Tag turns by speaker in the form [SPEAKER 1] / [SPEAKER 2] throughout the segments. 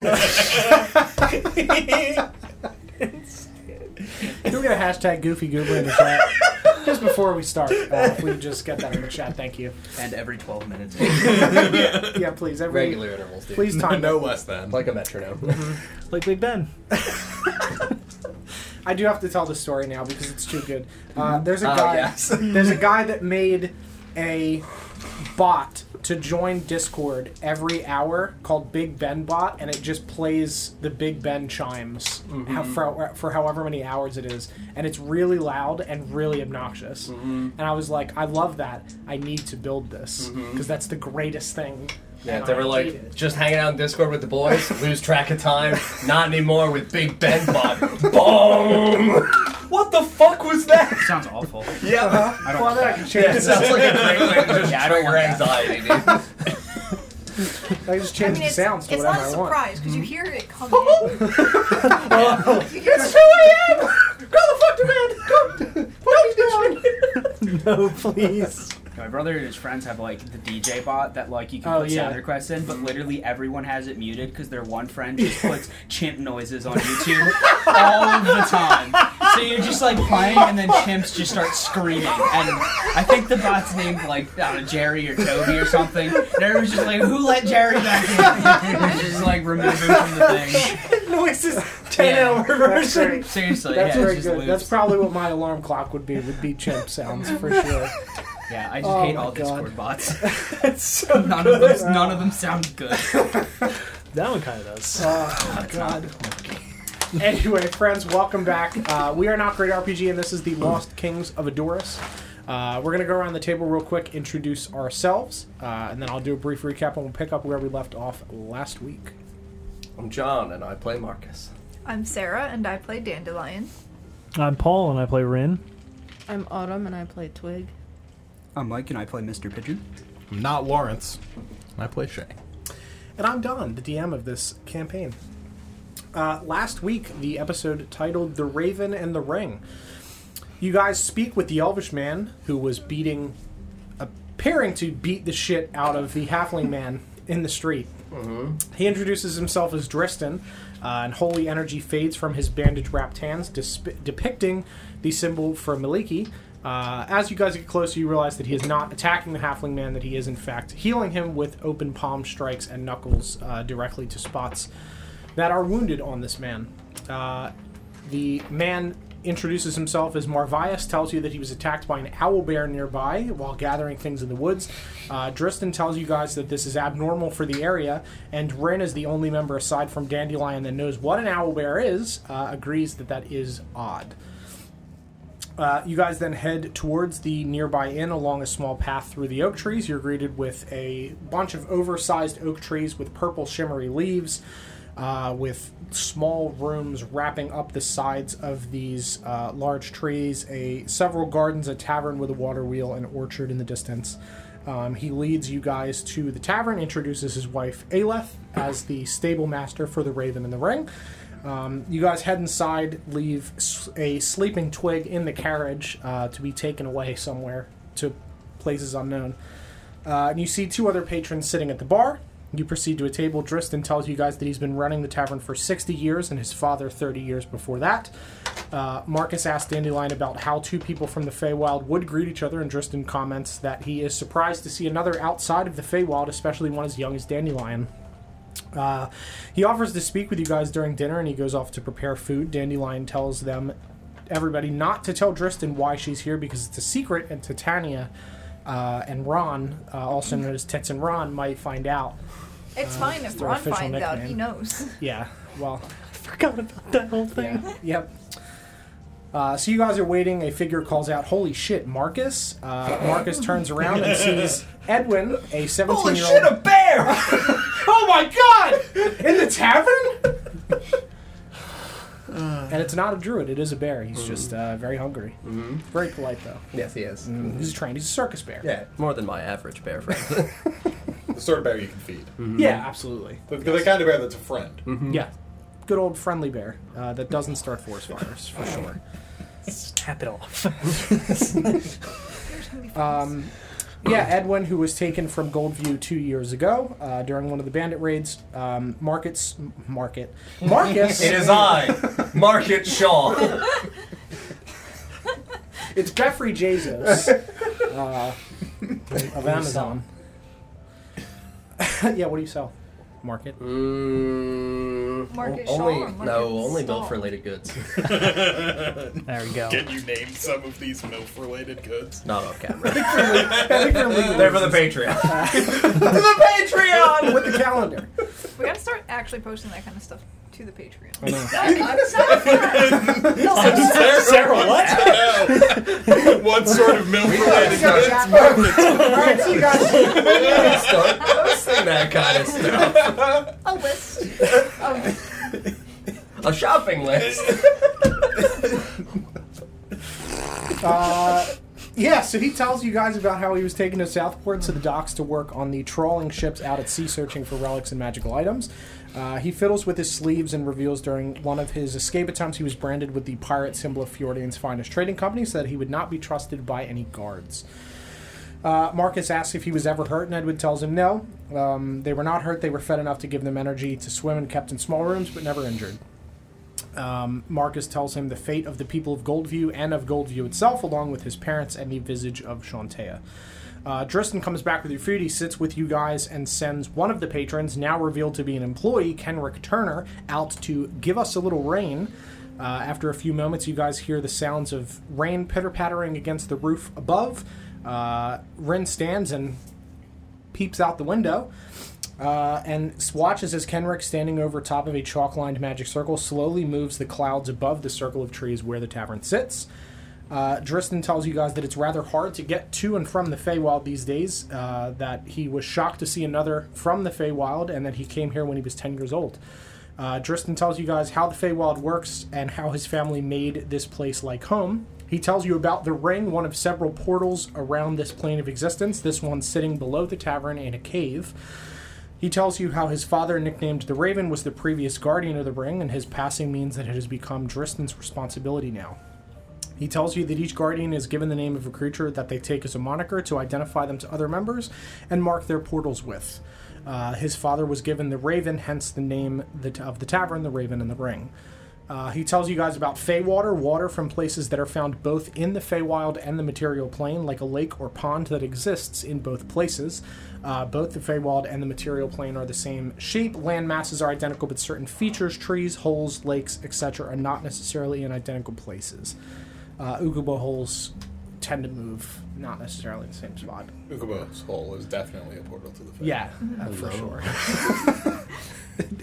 [SPEAKER 1] hashtag Goofy Goober in the chat. just before we start, uh, if we just get that in the chat, thank you.
[SPEAKER 2] And every 12 minutes.
[SPEAKER 1] yeah, yeah, please. Every,
[SPEAKER 3] Regular intervals, dude.
[SPEAKER 1] Please time
[SPEAKER 3] no
[SPEAKER 1] it. Mm-hmm.
[SPEAKER 3] less than. Like a metronome.
[SPEAKER 1] like we've been. I do have to tell the story now because it's too good. Uh, there's a
[SPEAKER 3] Oh,
[SPEAKER 1] guy.
[SPEAKER 3] yes.
[SPEAKER 1] there's a guy that made a bot to join Discord every hour called Big Ben Bot, and it just plays the Big Ben chimes
[SPEAKER 2] Mm-hmm.
[SPEAKER 1] how, for, for however many hours it is, and it's really loud and really obnoxious.
[SPEAKER 2] Mm-hmm.
[SPEAKER 1] And I was like, I love that. I need to build this because
[SPEAKER 2] Mm-hmm.
[SPEAKER 1] that's the greatest thing.
[SPEAKER 3] yeah,
[SPEAKER 1] and
[SPEAKER 3] they were
[SPEAKER 1] I
[SPEAKER 3] like
[SPEAKER 1] hate it.
[SPEAKER 3] just hanging out in Discord with the boys, lose track of time. Not anymore with Big Ben Bot. Boom! What the fuck was that?
[SPEAKER 2] sounds awful.
[SPEAKER 3] Yeah.
[SPEAKER 2] I don't
[SPEAKER 1] Well, then I
[SPEAKER 2] know.
[SPEAKER 1] can change
[SPEAKER 3] It
[SPEAKER 1] this.
[SPEAKER 3] sounds like a great way to just
[SPEAKER 2] Yeah, I don't
[SPEAKER 3] trigger
[SPEAKER 2] want that.
[SPEAKER 3] anxiety, dude.
[SPEAKER 1] I just
[SPEAKER 4] I
[SPEAKER 1] change
[SPEAKER 4] mean,
[SPEAKER 1] the
[SPEAKER 4] it's,
[SPEAKER 1] sounds to
[SPEAKER 4] it's
[SPEAKER 1] whatever
[SPEAKER 4] not a
[SPEAKER 1] I want.
[SPEAKER 4] surprise because you hear it come in. you hear
[SPEAKER 3] That's who I am! Go the fuck to bed! Go! Put me down!
[SPEAKER 1] No, please.
[SPEAKER 2] My brother and his friends have like the DJ bot that like you can
[SPEAKER 1] Oh,
[SPEAKER 2] put
[SPEAKER 1] yeah.
[SPEAKER 2] sound requests in, but literally everyone has it muted because their one friend just puts chimp noises on YouTube all of the time. So you're just like playing and then chimps just start screaming. And I think the bot's named like I don't know, Jerry or Toby or something. And everyone's just like, who let Jerry back in? And just like remove him from the thing.
[SPEAKER 1] Noises.
[SPEAKER 2] Ten Yeah. hour
[SPEAKER 1] That's very-
[SPEAKER 2] Seriously,
[SPEAKER 1] That's
[SPEAKER 2] yeah,
[SPEAKER 1] very
[SPEAKER 2] it's just loops.
[SPEAKER 1] good. That's probably what my alarm clock would be. Would be chimp sounds for sure.
[SPEAKER 2] yeah, I just
[SPEAKER 1] Oh
[SPEAKER 2] hate
[SPEAKER 1] my
[SPEAKER 2] all
[SPEAKER 1] God.
[SPEAKER 2] Discord bots.
[SPEAKER 1] That's so
[SPEAKER 2] None of them, none of them sound good.
[SPEAKER 5] That one kind of does.
[SPEAKER 1] Oh my god. Anyway, friends, welcome back. Uh, we are not great RPG, and this is the Lost Kings of Adorus. Uh, we're gonna go around the table real quick, introduce ourselves, uh, and then I'll do a brief recap, and we'll pick up where we left off last week.
[SPEAKER 3] I'm John and I play Marcus.
[SPEAKER 4] I'm Sarah and I play Dandelion.
[SPEAKER 5] I'm Paul and I play Rin.
[SPEAKER 6] I'm Autumn and I play Twig.
[SPEAKER 2] I'm Mike and I play Mr. Pigeon.
[SPEAKER 7] I'm not Lawrence. I play Shay.
[SPEAKER 1] And I'm Don, the DM of this campaign. Uh, last week, the episode titled The Raven and the Ring. You guys speak with the Elvish man who was beating, appearing to beat the shit out of the Halfling man in the street. He introduces himself as Dristan, uh, and holy energy fades from his bandage wrapped hands, disp- depicting the symbol for Maliki. Uh, as you guys get closer, you realize that he is not attacking the halfling man, that he is, in fact, healing him with open palm strikes and knuckles uh, directly to spots that are wounded on this man. Uh, the man introduces himself as Marvias, tells you that he was attacked by an owl bear nearby while gathering things in the woods. Uh, Dristan tells you guys that this is abnormal for the area, and Rin is the only member aside from Dandelion that knows what an owl bear is, uh, agrees that that is odd. Uh, you guys then head towards the nearby inn along a small path through the oak trees. You're greeted with a bunch of oversized oak trees with purple shimmery leaves, uh, with small rooms wrapping up the sides of these uh, large trees. A several gardens, a tavern with a water wheel, an orchard in the distance. Um, he leads you guys to the tavern, introduces his wife Aleth as the stable master for the Raven and the Ring. Um, you guys head inside, leave s- a sleeping twig in the carriage uh, to be taken away somewhere to places unknown. Uh, and you see two other patrons sitting at the bar. You proceed to a table. Dristan tells you guys that he's been running the tavern for 60 years and his father 30 years before that. Uh, Marcus asks Dandelion about how two people from the Feywild would greet each other, and Dristan comments that he is surprised to see another outside of the Feywild, especially one as young as Dandelion. Uh, he offers to speak with you guys during dinner, and he goes off to prepare food. Dandelion tells them, everybody, not to tell Dristan why she's here because it's a secret, and Titania uh, and Ron, uh, also known as Tits and Ron, might find out.
[SPEAKER 4] It's fine if
[SPEAKER 1] their
[SPEAKER 4] Ron
[SPEAKER 1] official
[SPEAKER 4] finds out.
[SPEAKER 1] nickname.
[SPEAKER 4] He knows.
[SPEAKER 1] Yeah, well,
[SPEAKER 5] Forgot about that whole thing.
[SPEAKER 1] yep. Uh, so you guys are waiting. A figure calls out, "Holy shit, Marcus!" Uh, Marcus turns around and sees Edwin, a
[SPEAKER 3] Holy shit, a
[SPEAKER 1] seventeen-year-old,
[SPEAKER 3] bear! oh my god!
[SPEAKER 1] in the tavern. and it's not a druid; it is a bear. He's just uh, very hungry. Very polite, though.
[SPEAKER 3] Mm. Mm-hmm.
[SPEAKER 1] Mm,
[SPEAKER 3] Yes, he is.
[SPEAKER 1] He's trained. He's a circus bear.
[SPEAKER 3] Yeah, more than my average bear friend.
[SPEAKER 8] The sort of bear you can feed.
[SPEAKER 2] Mm-hmm.
[SPEAKER 1] Yeah, absolutely.
[SPEAKER 8] The, the kind of bear that's a friend.
[SPEAKER 3] Mm-hmm.
[SPEAKER 1] Yeah, good old friendly bear uh, that doesn't start forest fires for sure.
[SPEAKER 5] Snap it off.
[SPEAKER 1] Um, yeah, Edwin, who was taken from Goldview two years ago uh, during one of the bandit raids, um, Marcus, Market, Marcus,
[SPEAKER 3] it is I, Market Shaw.
[SPEAKER 1] It's Jeffrey Jesus uh, of Amazon. yeah, what do you sell? Market.
[SPEAKER 3] Mm,
[SPEAKER 1] Market
[SPEAKER 3] o- only
[SPEAKER 1] Shaw or
[SPEAKER 3] no,
[SPEAKER 1] Market
[SPEAKER 3] only
[SPEAKER 1] Stahl?
[SPEAKER 3] MILF related goods.
[SPEAKER 5] there we go.
[SPEAKER 8] Can you name some of these MILF related goods?
[SPEAKER 3] Not off camera.
[SPEAKER 1] think they're legal
[SPEAKER 3] They're for the
[SPEAKER 1] reasons.
[SPEAKER 3] Patreon.
[SPEAKER 1] the Patreon with the calendar.
[SPEAKER 9] We gotta start actually posting that kind of stuff to the Patreon.
[SPEAKER 1] I know.
[SPEAKER 4] Sarah, Sarah,
[SPEAKER 8] what? What sort of MILF related goods?
[SPEAKER 1] All right, see you guys.
[SPEAKER 3] Start posting that kind of stuff.
[SPEAKER 9] A list Um, of
[SPEAKER 3] A shopping list.
[SPEAKER 1] Uh, yeah, so he tells you guys about how he was taken to Southport to the docks to work on the trawling ships out at sea searching for relics and magical items. Uh, he fiddles with his sleeves and reveals during one of his escape attempts he was branded with the pirate symbol of Fjordan's finest trading company, so that he would not be trusted by any guards. Uh, Marcus asks if he was ever hurt, and Edward tells him no. Um, they were not hurt, they were fed enough to give them energy to swim and kept in small rooms, but never injured. Um, Marcus tells him the fate of the people of Goldview and of Goldview itself, along with his parents and the visage of Shantea. Uh, Dristan comes back with your food. He sits with you guys and sends one of the patrons, now revealed to be an employee, Kenrick Turner, out to give us a little rain. Uh, after a few moments, you guys hear the sounds of rain pitter pattering against the roof above. Uh, Rin stands and peeps out the window uh, and s- watches as Kenrick, standing over top of a chalk lined magic circle, slowly moves the clouds above the circle of trees where the tavern sits. Uh, Dristan tells you guys that it's rather hard to get to and from the Feywild these days, uh, that he was shocked to see another from the Feywild, and that he came here when he was 10 years old. Uh, Dristan tells you guys how the Feywild works and how his family made this place like home. He tells you about the ring, one of several portals around this plane of existence, this one sitting below the tavern in a cave. He tells you how his father, nicknamed the Raven, was the previous guardian of the ring, and his passing means that it has become Dristan's responsibility now. He tells you that each guardian is given the name of a creature that they take as a moniker to identify them to other members and mark their portals with. Uh, his father was given the Raven, hence the name that, of the tavern, the Raven and the Ring. Uh, he tells you guys about Feywater, water from places that are found both in the Feywild and the material plane, like a lake or pond that exists in both places. Uh, both the Feywild and the material plane are the same shape. Land masses are identical, but certain features, trees, holes, lakes, etc., are not necessarily in identical places. Uh, Ukubo holes tend to move, not necessarily in the same spot.
[SPEAKER 8] Ukubo's hole is definitely a portal to the fate.
[SPEAKER 1] Yeah, uh, for sure. it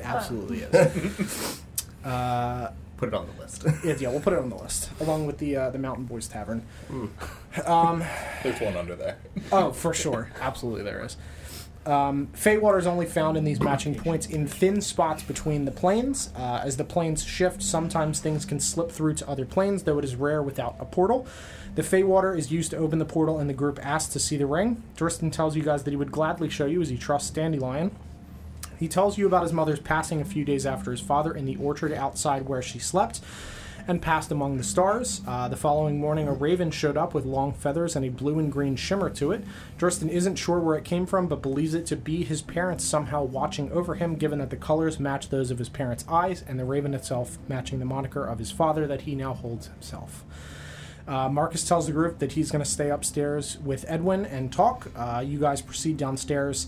[SPEAKER 1] absolutely is. Uh,
[SPEAKER 3] Put it on the list.
[SPEAKER 1] yeah, yeah, we'll put it on the list along with the uh, the Mountain Boys Tavern.
[SPEAKER 3] Hmm.
[SPEAKER 1] Um,
[SPEAKER 8] There's one under there.
[SPEAKER 1] oh, for sure, absolutely there is. Um, Fate water is only found in these matching points in thin spots between the planes. Uh, as the planes shift, sometimes things can slip through to other planes, though it is rare without a portal. The Fate water is used to open the portal, and the group asks to see the ring. Dristan tells you guys that he would gladly show you, as he trusts Dandelion. He tells you about his mother's passing a few days after his father in the orchard outside where she slept and passed among the stars. Uh, the following morning, a raven showed up with long feathers and a blue and green shimmer to it. Dristan isn't sure where it came from, but believes it to be his parents somehow watching over him, given that the colors match those of his parents' eyes, and the raven itself matching the moniker of his father that he now holds himself. Uh, Marcus tells the group that he's going to stay upstairs with Edwin and talk. Uh, you guys proceed downstairs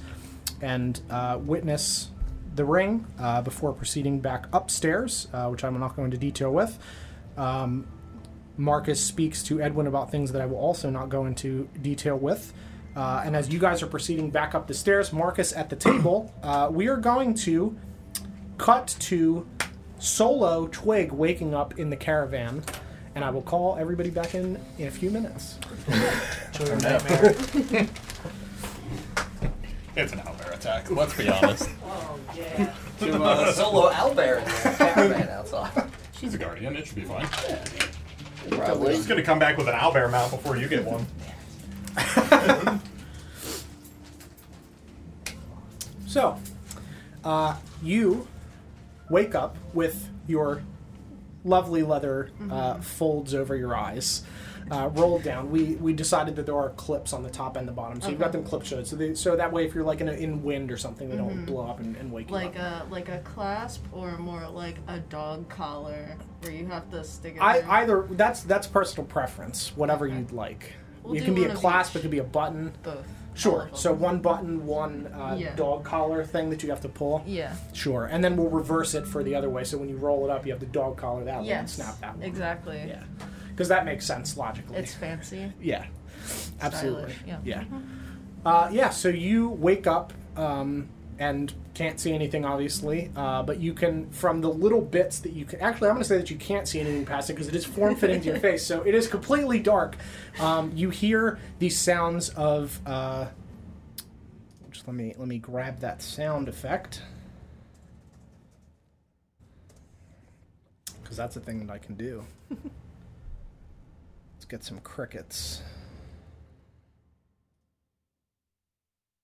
[SPEAKER 1] and uh, witness the ring uh, before proceeding back upstairs, uh, which I'm not going to detail with. Um, Marcus speaks to Edwin about things that I will also not go into detail with. Uh, and as you guys are proceeding back up the stairs, Marcus at the table, uh, we are going to cut to solo Twig waking up in the caravan. And I will call everybody back in in a few minutes.
[SPEAKER 8] It's an owlbear attack, let's be honest.
[SPEAKER 3] Oh, to uh, solo owlbear in the caravan outside.
[SPEAKER 8] She's a guardian, it should be fine.
[SPEAKER 3] Probably.
[SPEAKER 8] She's gonna come back with an owlbear mouth before you get one.
[SPEAKER 1] So, uh, you wake
[SPEAKER 6] Mm-hmm.
[SPEAKER 1] up with your lovely leather uh, folds over your eyes. uh, rolled down, we we decided that there are clips on the top and the bottom, so you've got
[SPEAKER 6] Okay.
[SPEAKER 1] them clip showed. So they, so that way, if you're like in, a, in wind or something, they don't
[SPEAKER 6] Mhm.
[SPEAKER 1] blow up and, and wake
[SPEAKER 6] Like
[SPEAKER 1] you up.
[SPEAKER 6] a like a clasp or more like a dog collar where you have to stick it.
[SPEAKER 1] I
[SPEAKER 6] in.
[SPEAKER 1] either that's that's personal preference, whatever you'd like.
[SPEAKER 6] We'll
[SPEAKER 1] it
[SPEAKER 6] do
[SPEAKER 1] can be
[SPEAKER 6] one
[SPEAKER 1] a
[SPEAKER 6] of
[SPEAKER 1] clasp, it could be a button.
[SPEAKER 6] Both.
[SPEAKER 1] Sure. So one button, one uh,
[SPEAKER 6] Yeah.
[SPEAKER 1] dog collar thing that you have to pull.
[SPEAKER 6] Yeah.
[SPEAKER 1] Sure. And then we'll reverse it for the other way. So when you roll it up, you have the dog collar that way and
[SPEAKER 6] yes.
[SPEAKER 1] snap that one.
[SPEAKER 6] Exactly. Yeah.
[SPEAKER 1] Because that makes sense logically.
[SPEAKER 6] It's fancy.
[SPEAKER 1] yeah. Absolutely.
[SPEAKER 6] Stylish, yeah.
[SPEAKER 1] Yeah. Uh, yeah. So you wake up um, and can't see anything, obviously, uh, but you can from the little bits that you can. Actually, I'm going to say that you can't see anything past it because it is form fitting to your face, so it is completely dark. Um, you hear the sounds of. Uh, just let me let me grab that sound effect because that's a thing that I can do. Let's get some crickets.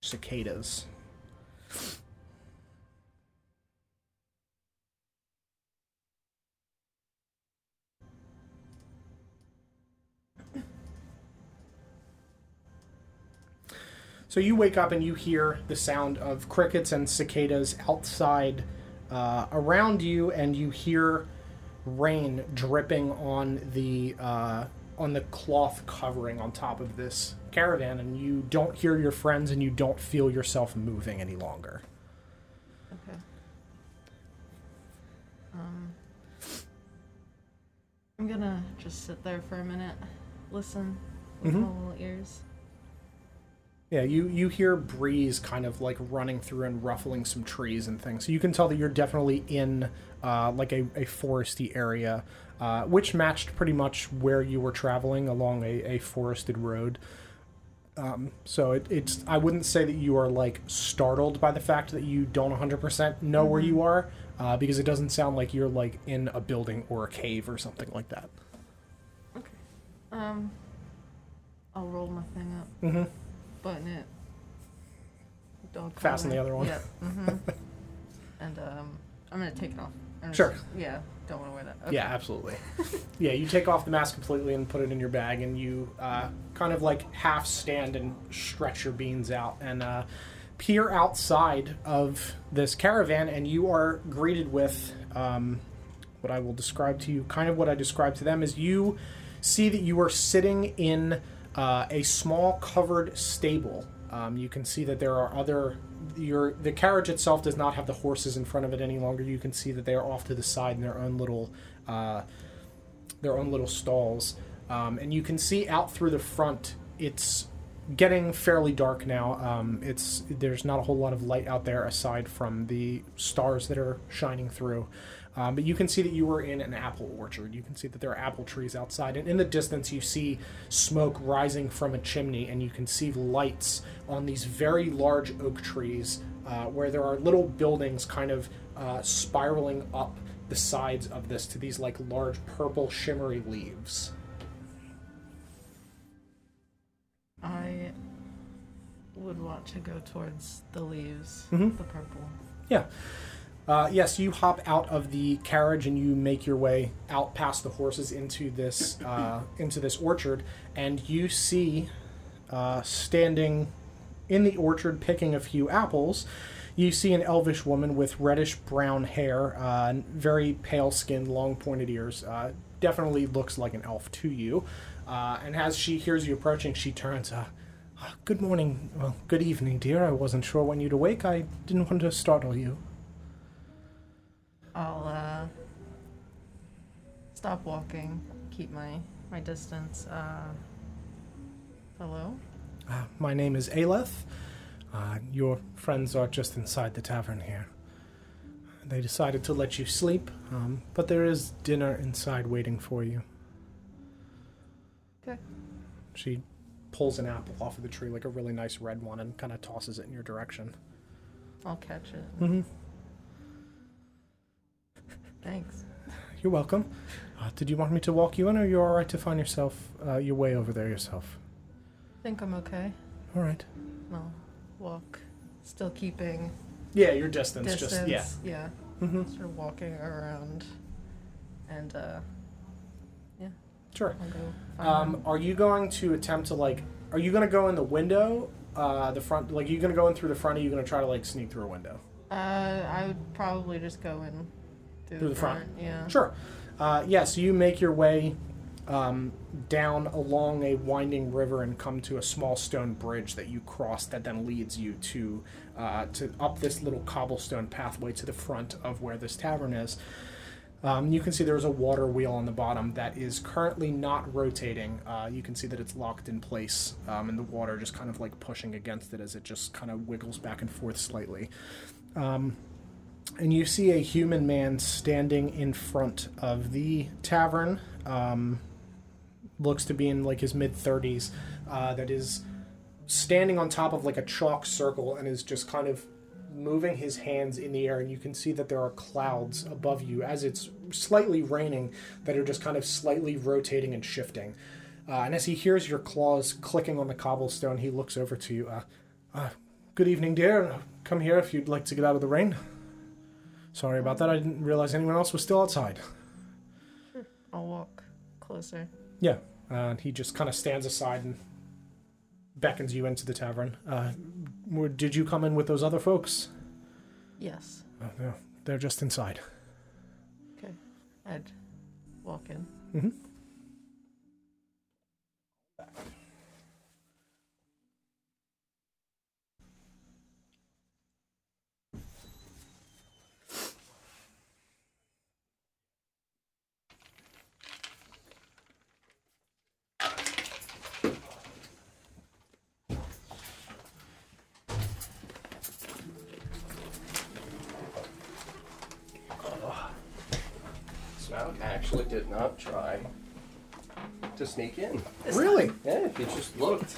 [SPEAKER 1] cicadas. So you wake up and you hear the sound of crickets and cicadas outside uh, around you, and you hear rain dripping on the uh, on the cloth covering on top of this caravan, and you don't hear your friends and you don't feel yourself moving any longer.
[SPEAKER 6] Okay. Um, I'm gonna just sit there for a minute, listen with
[SPEAKER 1] Mhm.
[SPEAKER 6] my little ears.
[SPEAKER 1] Yeah, you you hear breeze kind of like running through and ruffling some trees and things. So you can tell that you're definitely in uh, like a, a foresty area, uh, which matched pretty much where you were traveling along a, a forested road. Um, so it, it's I wouldn't say that you are like startled by the fact that you don't 100% know where you are uh, because it doesn't sound like you're like in a building or a cave or something like that.
[SPEAKER 6] Um, I'll roll my thing up,
[SPEAKER 1] Mm-hmm.
[SPEAKER 6] button it. Dog collar.
[SPEAKER 1] Fasten the other one.
[SPEAKER 6] Yep. hmm and um, I'm gonna take it off. I'm just-
[SPEAKER 1] Sure.
[SPEAKER 6] yeah, don't want to wear that.
[SPEAKER 1] Yeah,
[SPEAKER 6] Okay.
[SPEAKER 1] absolutely. yeah, you take off the mask completely and put it in your bag, and you uh, kind of like half stand and stretch your beans out and uh, peer outside of this caravan, and you are greeted with um, what I will describe to you. Kind of what I described to them is you see that you are sitting in uh, a small covered stable. Um, you can see that there are other. Your the carriage itself does not have the horses in front of it any longer. You can see that they are off to the side in their own little, uh, their own little stalls, um, and you can see out through the front. It's getting fairly dark now. Um, it's there's not a whole lot of light out there aside from the stars that are shining through. Um, but you can see that you were in an apple orchard. You can see that there are apple trees outside, and in the distance you see smoke rising from a chimney, and you can see lights on these very large oak trees, uh, where there are little buildings kind of uh, spiraling up the sides of this to these like large purple shimmery leaves.
[SPEAKER 6] I would want to go towards the leaves,
[SPEAKER 1] Mhm.
[SPEAKER 6] the purple.
[SPEAKER 1] Yeah. Uh, yes, you hop out of the carriage and you make your way out past the horses into this uh, into this orchard, and you see uh, standing in the orchard picking a few apples. You see an elvish woman with reddish brown hair, uh, and very pale skin, long pointed ears. Uh, definitely looks like an elf to you. Uh, and as she hears you approaching, she turns. Uh, "Ah, Good morning. Well, good evening, dear. I wasn't sure when you'd awake. I didn't want to startle you.
[SPEAKER 6] I'll uh, stop walking, keep my my distance. Uh, hello.
[SPEAKER 1] Uh, my name is Aleth. Uh, your friends are just inside the tavern here. They decided to let you sleep, um, but there is dinner inside waiting for you.
[SPEAKER 6] Okay.
[SPEAKER 1] She pulls an apple off of the tree, like a really nice red one, and kind of tosses it in your direction.
[SPEAKER 6] I'll catch it.
[SPEAKER 1] Mm-hmm.
[SPEAKER 6] Thanks.
[SPEAKER 1] You're welcome. Uh, did you want me to walk you in, or you're all right to find yourself uh, your way over there yourself?
[SPEAKER 6] Think I'm okay.
[SPEAKER 1] All right.
[SPEAKER 6] I'll walk, still keeping
[SPEAKER 1] Yeah, your distance,
[SPEAKER 6] distance.
[SPEAKER 1] just yeah.
[SPEAKER 6] yeah.
[SPEAKER 1] Mhm.
[SPEAKER 6] Sort of walking around, and uh, yeah.
[SPEAKER 1] Sure.
[SPEAKER 6] I'll go find
[SPEAKER 1] Um, are you going to attempt to like? Are you going to go in the window, uh, the front? Like, are you going to go in through the front? Or are you going to try to like sneak through a window?
[SPEAKER 6] Uh, I would probably just go in through,
[SPEAKER 1] Through the front.
[SPEAKER 6] Yeah.
[SPEAKER 1] Sure. Uh, yes, you make your way um, down along a winding river and come to a small stone bridge that you cross that then leads you to uh, to up this little cobblestone pathway to the front of where this tavern is. Um, you can see there's a water wheel on the bottom that is currently not rotating. Uh, you can see that it's locked in place, um, and the water just kind of like pushing against it as it just kind of wiggles back and forth slightly. Um, and you see a human man standing in front of the tavern. Um, looks to be in like his mid 30s. Uh, that is standing on top of like a chalk circle and is just kind of moving his hands in the air. And you can see that there are clouds above you as it's slightly raining that are just kind of slightly rotating and shifting. Uh, and as he hears your claws clicking on the cobblestone, he looks over to you. Uh, uh, good evening, dear. Come here if you'd like to get out of the rain. Sorry about that. I didn't realize anyone else was still outside.
[SPEAKER 6] Hmm. I'll walk closer.
[SPEAKER 1] Yeah. Uh, and he just kind of stands aside and beckons you into the tavern. Uh, where- did you come in with those other folks?
[SPEAKER 6] Yes.
[SPEAKER 1] Oh, no. They're just inside.
[SPEAKER 6] Okay. I'd walk in.
[SPEAKER 1] Mm-hmm.
[SPEAKER 3] Smaug actually did not try to sneak in.
[SPEAKER 1] Really?
[SPEAKER 3] Yeah, he just looked.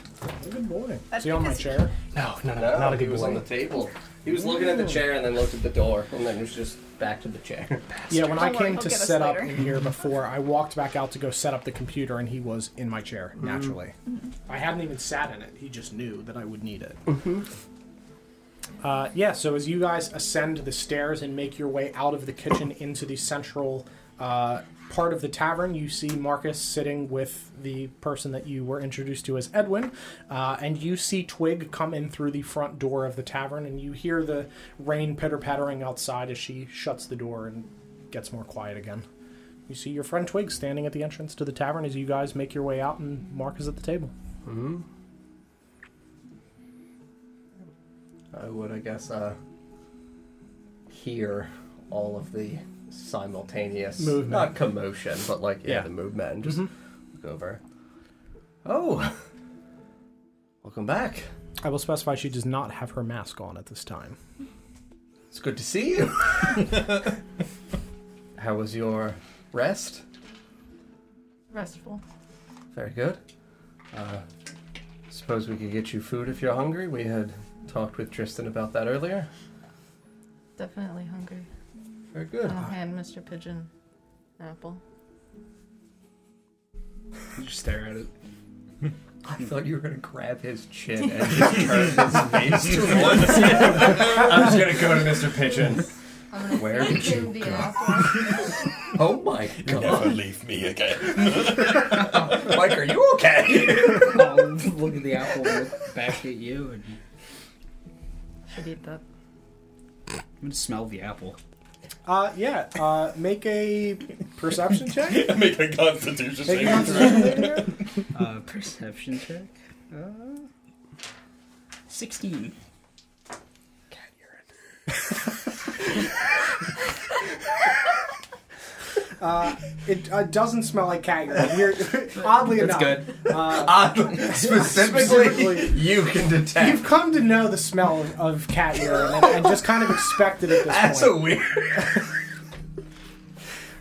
[SPEAKER 1] Good boy.
[SPEAKER 9] That's
[SPEAKER 1] See on my
[SPEAKER 9] because-
[SPEAKER 1] chair?
[SPEAKER 5] No, no, no,
[SPEAKER 3] No,
[SPEAKER 5] not a
[SPEAKER 3] he
[SPEAKER 5] good
[SPEAKER 3] was on the
[SPEAKER 5] one.
[SPEAKER 3] table. He was looking at the chair and then looked at the door and then he was just back to the chair.
[SPEAKER 1] Yeah, when I
[SPEAKER 9] Don't worry,
[SPEAKER 1] came
[SPEAKER 9] he'll
[SPEAKER 1] to
[SPEAKER 9] get us
[SPEAKER 1] set up
[SPEAKER 9] later.
[SPEAKER 1] in here before, I walked back out to go set up the computer and he was in my chair,
[SPEAKER 3] Mm-hmm.
[SPEAKER 1] naturally. I hadn't even sat in it. He just knew that I would need it. Uh, yeah, so as you guys ascend the stairs and make your way out of the kitchen into the central uh, part of the tavern, you see Marcus sitting with the person that you were introduced to as Edwin, uh, and you see Twig come in through the front door of the tavern, and you hear the rain pitter pattering outside as she shuts the door and gets more quiet again. You see your friend Twig standing at the entrance to the tavern as you guys make your way out, and Marcus at the table.
[SPEAKER 3] I would, I guess, uh, hear all of the simultaneous
[SPEAKER 1] Movement.
[SPEAKER 3] not commotion, but like yeah,
[SPEAKER 1] Yeah.
[SPEAKER 3] the movement. And just look over. Oh, welcome back.
[SPEAKER 1] I will specify she does not have her mask on at this time.
[SPEAKER 3] It's good to see you. How was your rest?
[SPEAKER 6] Restful.
[SPEAKER 3] Very good. Uh, suppose we could get you food if you're hungry. We had talked with Tristan about that earlier.
[SPEAKER 6] Definitely hungry.
[SPEAKER 3] Very good.
[SPEAKER 6] I'll hand Mr. Pigeon an apple.
[SPEAKER 3] You just stare at it. I thought you were gonna grab his chin and just turn his face towards him. I'm just gonna go to Mr. Pigeon.
[SPEAKER 6] I'm gonna
[SPEAKER 3] Where did
[SPEAKER 6] give
[SPEAKER 3] you
[SPEAKER 6] him the
[SPEAKER 3] go?
[SPEAKER 6] apple.
[SPEAKER 3] Oh my
[SPEAKER 8] Never
[SPEAKER 3] god.
[SPEAKER 8] leave me again.
[SPEAKER 3] Mike, are you okay?
[SPEAKER 2] I'll look at the apple, look back at you, and
[SPEAKER 6] Should eat that.
[SPEAKER 2] I'm gonna smell the apple.
[SPEAKER 1] Uh, yeah. Uh, make a perception check.
[SPEAKER 8] Make a constitution
[SPEAKER 1] Make
[SPEAKER 8] saving
[SPEAKER 1] a
[SPEAKER 8] throw.
[SPEAKER 1] constitution saving throw.
[SPEAKER 2] Uh, perception check. Uh, Sixteen.
[SPEAKER 1] It uh, doesn't smell like cat urine. You're, oddly
[SPEAKER 2] That's
[SPEAKER 1] enough,
[SPEAKER 2] good.
[SPEAKER 3] Uh, specifically,
[SPEAKER 1] Specifically-
[SPEAKER 3] you can
[SPEAKER 1] you've
[SPEAKER 3] detect.
[SPEAKER 1] come to know the smell of, of cat urine and, and just kind of expect it at this
[SPEAKER 3] That's a
[SPEAKER 1] point.
[SPEAKER 3] weird.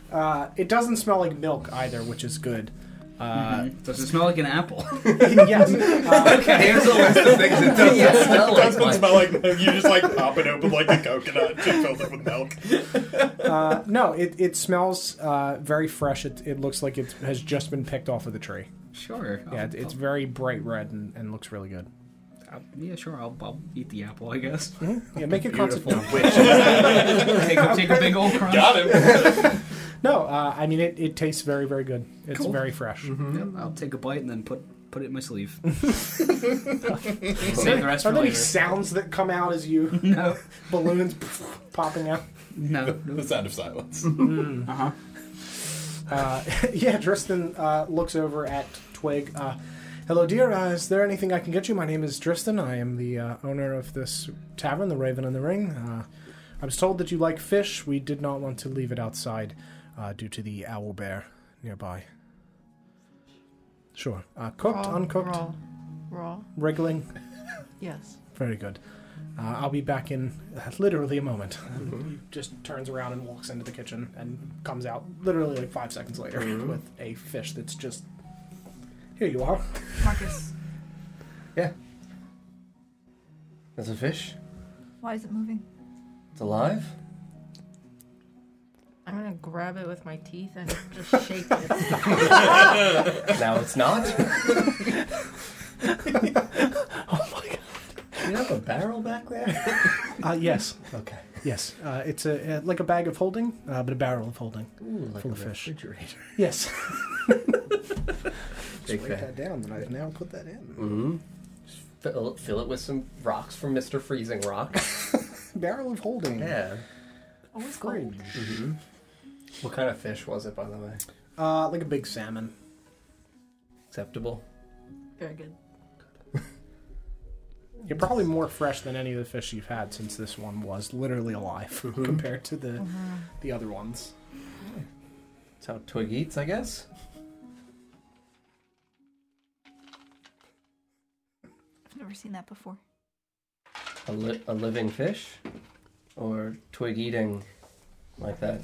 [SPEAKER 1] Uh, it doesn't smell like milk either, which is good. Uh,
[SPEAKER 2] Does it smell like an apple?
[SPEAKER 1] yes. Uh,
[SPEAKER 3] Here's a list of things it doesn't smell like.
[SPEAKER 8] Doesn't smell like milk. You just like pop it open like a coconut and fill it with milk.
[SPEAKER 1] uh, no, it, it smells uh, very fresh. It, it looks like it has just been picked off of the tree.
[SPEAKER 2] sure.
[SPEAKER 1] Yeah,
[SPEAKER 2] I'll-
[SPEAKER 1] it, it's
[SPEAKER 2] I'll-
[SPEAKER 1] very bright red and, and looks really good.
[SPEAKER 2] I'll- yeah, sure. I'll, I'll eat the apple, I guess.
[SPEAKER 1] Hmm? Yeah, make a
[SPEAKER 3] Beautiful
[SPEAKER 1] constitution.
[SPEAKER 3] witch.
[SPEAKER 2] take, a, take a big old crunch.
[SPEAKER 8] Got him.
[SPEAKER 1] No, uh, I mean it, it tastes very very good. It's
[SPEAKER 2] Cool. Mm-hmm.
[SPEAKER 1] very fresh.
[SPEAKER 2] Yep, I'll take a bite and then put put it in my sleeve.
[SPEAKER 1] Are
[SPEAKER 2] Save the
[SPEAKER 1] there
[SPEAKER 2] rest for
[SPEAKER 1] any
[SPEAKER 2] later.
[SPEAKER 1] sounds that come out as you
[SPEAKER 2] no
[SPEAKER 1] balloons popping out?
[SPEAKER 2] no.
[SPEAKER 8] the sound of silence.
[SPEAKER 2] Uh huh.
[SPEAKER 1] Uh, yeah, Dristan uh, looks over at Twig. Uh, Hello, dear. Uh, is there anything I can get you? My name is Dristan. I am the uh, owner of this tavern, the Raven and the Ring. Uh, I was told that you like fish. We did not want to leave it outside uh, due to the owl bear nearby. Sure. Uh, cooked,
[SPEAKER 6] Raw,
[SPEAKER 1] uncooked,
[SPEAKER 6] Raw. Raw.
[SPEAKER 1] wriggling.
[SPEAKER 6] Yes.
[SPEAKER 1] Very good. Uh, I'll be back in uh, literally a moment.
[SPEAKER 3] Mm-hmm.
[SPEAKER 1] And he just turns around and walks into the kitchen and comes out literally like five seconds later
[SPEAKER 3] Mm-hmm.
[SPEAKER 1] with a fish that's just. Here you are.
[SPEAKER 9] Marcus,
[SPEAKER 3] Yeah. That's a fish.
[SPEAKER 9] why is it moving?
[SPEAKER 3] It's alive.
[SPEAKER 6] I'm gonna grab it with my teeth and just shake it.
[SPEAKER 3] Now it's not. oh my god. You have a barrel back there?
[SPEAKER 1] Uh, yes,
[SPEAKER 3] Okay.
[SPEAKER 1] yes. Uh, it's a uh, like a bag of holding, uh, but a barrel of holding.
[SPEAKER 3] Ooh, like
[SPEAKER 1] Full
[SPEAKER 3] a
[SPEAKER 1] of fish.
[SPEAKER 3] refrigerator.
[SPEAKER 1] Yes.
[SPEAKER 3] Big fan.
[SPEAKER 1] down, and I've now put that in.
[SPEAKER 3] Mm-hmm. Fill, fill it with some rocks from Mr. Freezing Rock.
[SPEAKER 1] Barrel of holding. Mm-hmm.
[SPEAKER 3] yeah. Mm-hmm.
[SPEAKER 9] Always gold.
[SPEAKER 3] What kind of fish was it, by the way?
[SPEAKER 1] Uh, like a big salmon.
[SPEAKER 3] Acceptable.
[SPEAKER 6] Very good.
[SPEAKER 1] You're probably more fresh than any of the fish you've had since this one was literally alive
[SPEAKER 3] Mm-hmm.
[SPEAKER 1] compared to the the other ones.
[SPEAKER 3] That's how Twig eats, I guess.
[SPEAKER 9] I've never seen that before.
[SPEAKER 3] A, li- a living fish? Or Twig eating like that?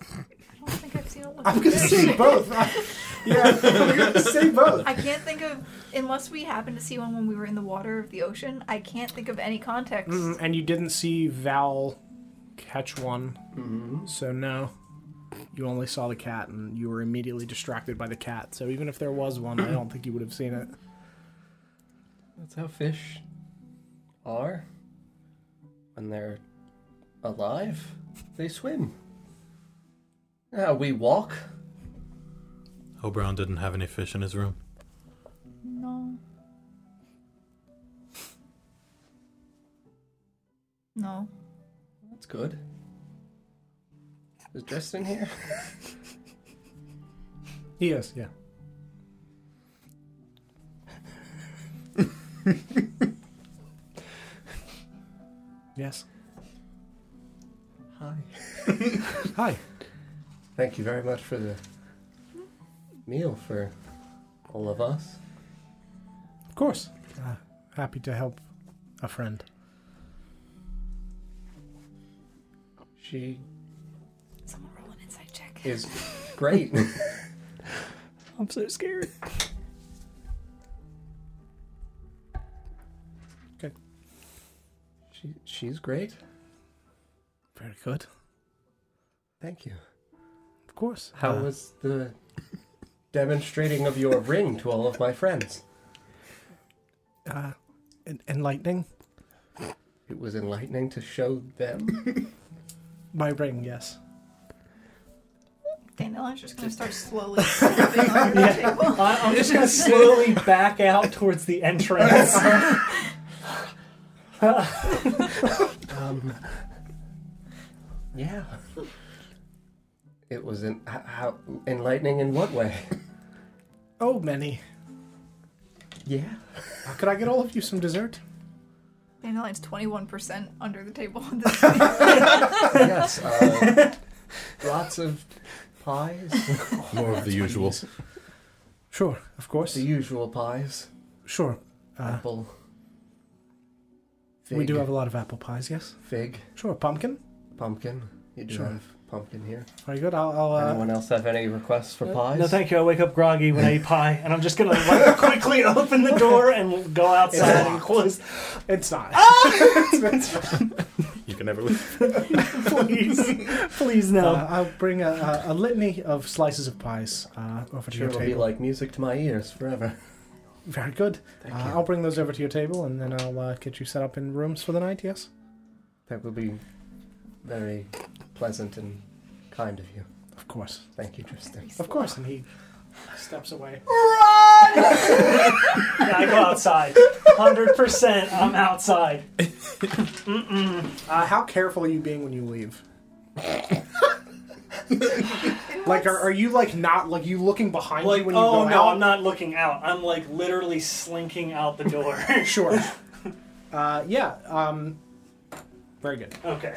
[SPEAKER 9] I don't think I've seen a
[SPEAKER 1] I'm gonna say both. I- yeah, I'm gonna say both.
[SPEAKER 9] I can't think of unless we happened to see one when we were in the water of the ocean. I can't think of any context.
[SPEAKER 1] Mm, and you didn't see Val catch one,
[SPEAKER 3] Mm-hmm.
[SPEAKER 1] so no. You only saw the cat, and you were immediately distracted by the cat. So even if there was one, I don't think you would have seen it.
[SPEAKER 3] That's how fish are. When they're alive, they swim. Now we walk.
[SPEAKER 7] O'Brien didn't have any fish in his room.
[SPEAKER 9] No. No.
[SPEAKER 3] That's good. Is Dristan here?
[SPEAKER 1] He is, yeah. yes.
[SPEAKER 3] Hi.
[SPEAKER 1] Hi.
[SPEAKER 3] Thank you very much for the meal for all of us.
[SPEAKER 1] Of course. Uh, happy to help a friend.
[SPEAKER 3] She
[SPEAKER 9] Someone roll an inside check.
[SPEAKER 3] is great.
[SPEAKER 5] I'm so scared.
[SPEAKER 3] she she's great.
[SPEAKER 1] Very good.
[SPEAKER 3] Thank you.
[SPEAKER 1] Of course.
[SPEAKER 3] How
[SPEAKER 1] Uh,
[SPEAKER 3] was the demonstrating of your ring to all of my friends?
[SPEAKER 1] uh, en- enlightening?
[SPEAKER 3] It was enlightening to show them
[SPEAKER 1] My ring, yes.
[SPEAKER 9] Dandelion's just gonna start slowly slipping under the table.
[SPEAKER 5] I, I'm just gonna slowly back out towards the entrance.
[SPEAKER 3] Um. Yeah. It was in h- how enlightening in what way?
[SPEAKER 1] Oh, many.
[SPEAKER 3] Yeah.
[SPEAKER 1] Uh, could I get all of you some dessert?
[SPEAKER 9] Dandelion's twenty-one percent under the table. at this point.
[SPEAKER 3] Yes. Uh, lots of pies.
[SPEAKER 7] More of the usual.
[SPEAKER 1] Sure, of course.
[SPEAKER 3] The usual pies.
[SPEAKER 1] Sure. Uh,
[SPEAKER 3] Apple. Fig,
[SPEAKER 1] we do have a lot of apple pies, yes?
[SPEAKER 3] fig,
[SPEAKER 1] Sure, pumpkin.
[SPEAKER 3] pumpkin. You do
[SPEAKER 1] Sure.
[SPEAKER 3] have pumpkin here.
[SPEAKER 1] Very good. I'll. I'll uh,
[SPEAKER 3] Anyone else have any requests for pies?
[SPEAKER 5] No, thank you. I wake up groggy when I eat pie, and I'm just gonna like, quickly open the door and go outside and close.
[SPEAKER 1] it's not.
[SPEAKER 3] Ah!
[SPEAKER 7] You can never leave.
[SPEAKER 5] Please, please no.
[SPEAKER 1] Uh, I'll bring a, a, a litany of slices of pies uh, over to
[SPEAKER 3] Sure,
[SPEAKER 1] your
[SPEAKER 3] it'll be
[SPEAKER 1] table.
[SPEAKER 3] like music to my ears forever.
[SPEAKER 1] Very good. Uh, I'll bring those over to your table, and then I'll uh, get you set up in rooms for the night. Yes.
[SPEAKER 10] That will be very pleasant and kind of you.
[SPEAKER 1] Of course.
[SPEAKER 10] Thank you, Tristan.
[SPEAKER 1] Of course. And he steps away.
[SPEAKER 5] yeah, I go outside. 100%. I'm outside.
[SPEAKER 1] Mm-mm. Uh, how careful are you being when you leave? like, are, are you like not like you looking behind you
[SPEAKER 5] Like,
[SPEAKER 1] when you
[SPEAKER 5] oh
[SPEAKER 1] go
[SPEAKER 5] no,
[SPEAKER 1] out?
[SPEAKER 5] I'm not looking out. I'm like literally slinking out the door.
[SPEAKER 1] sure. Uh, yeah. Um, very good.
[SPEAKER 5] Okay.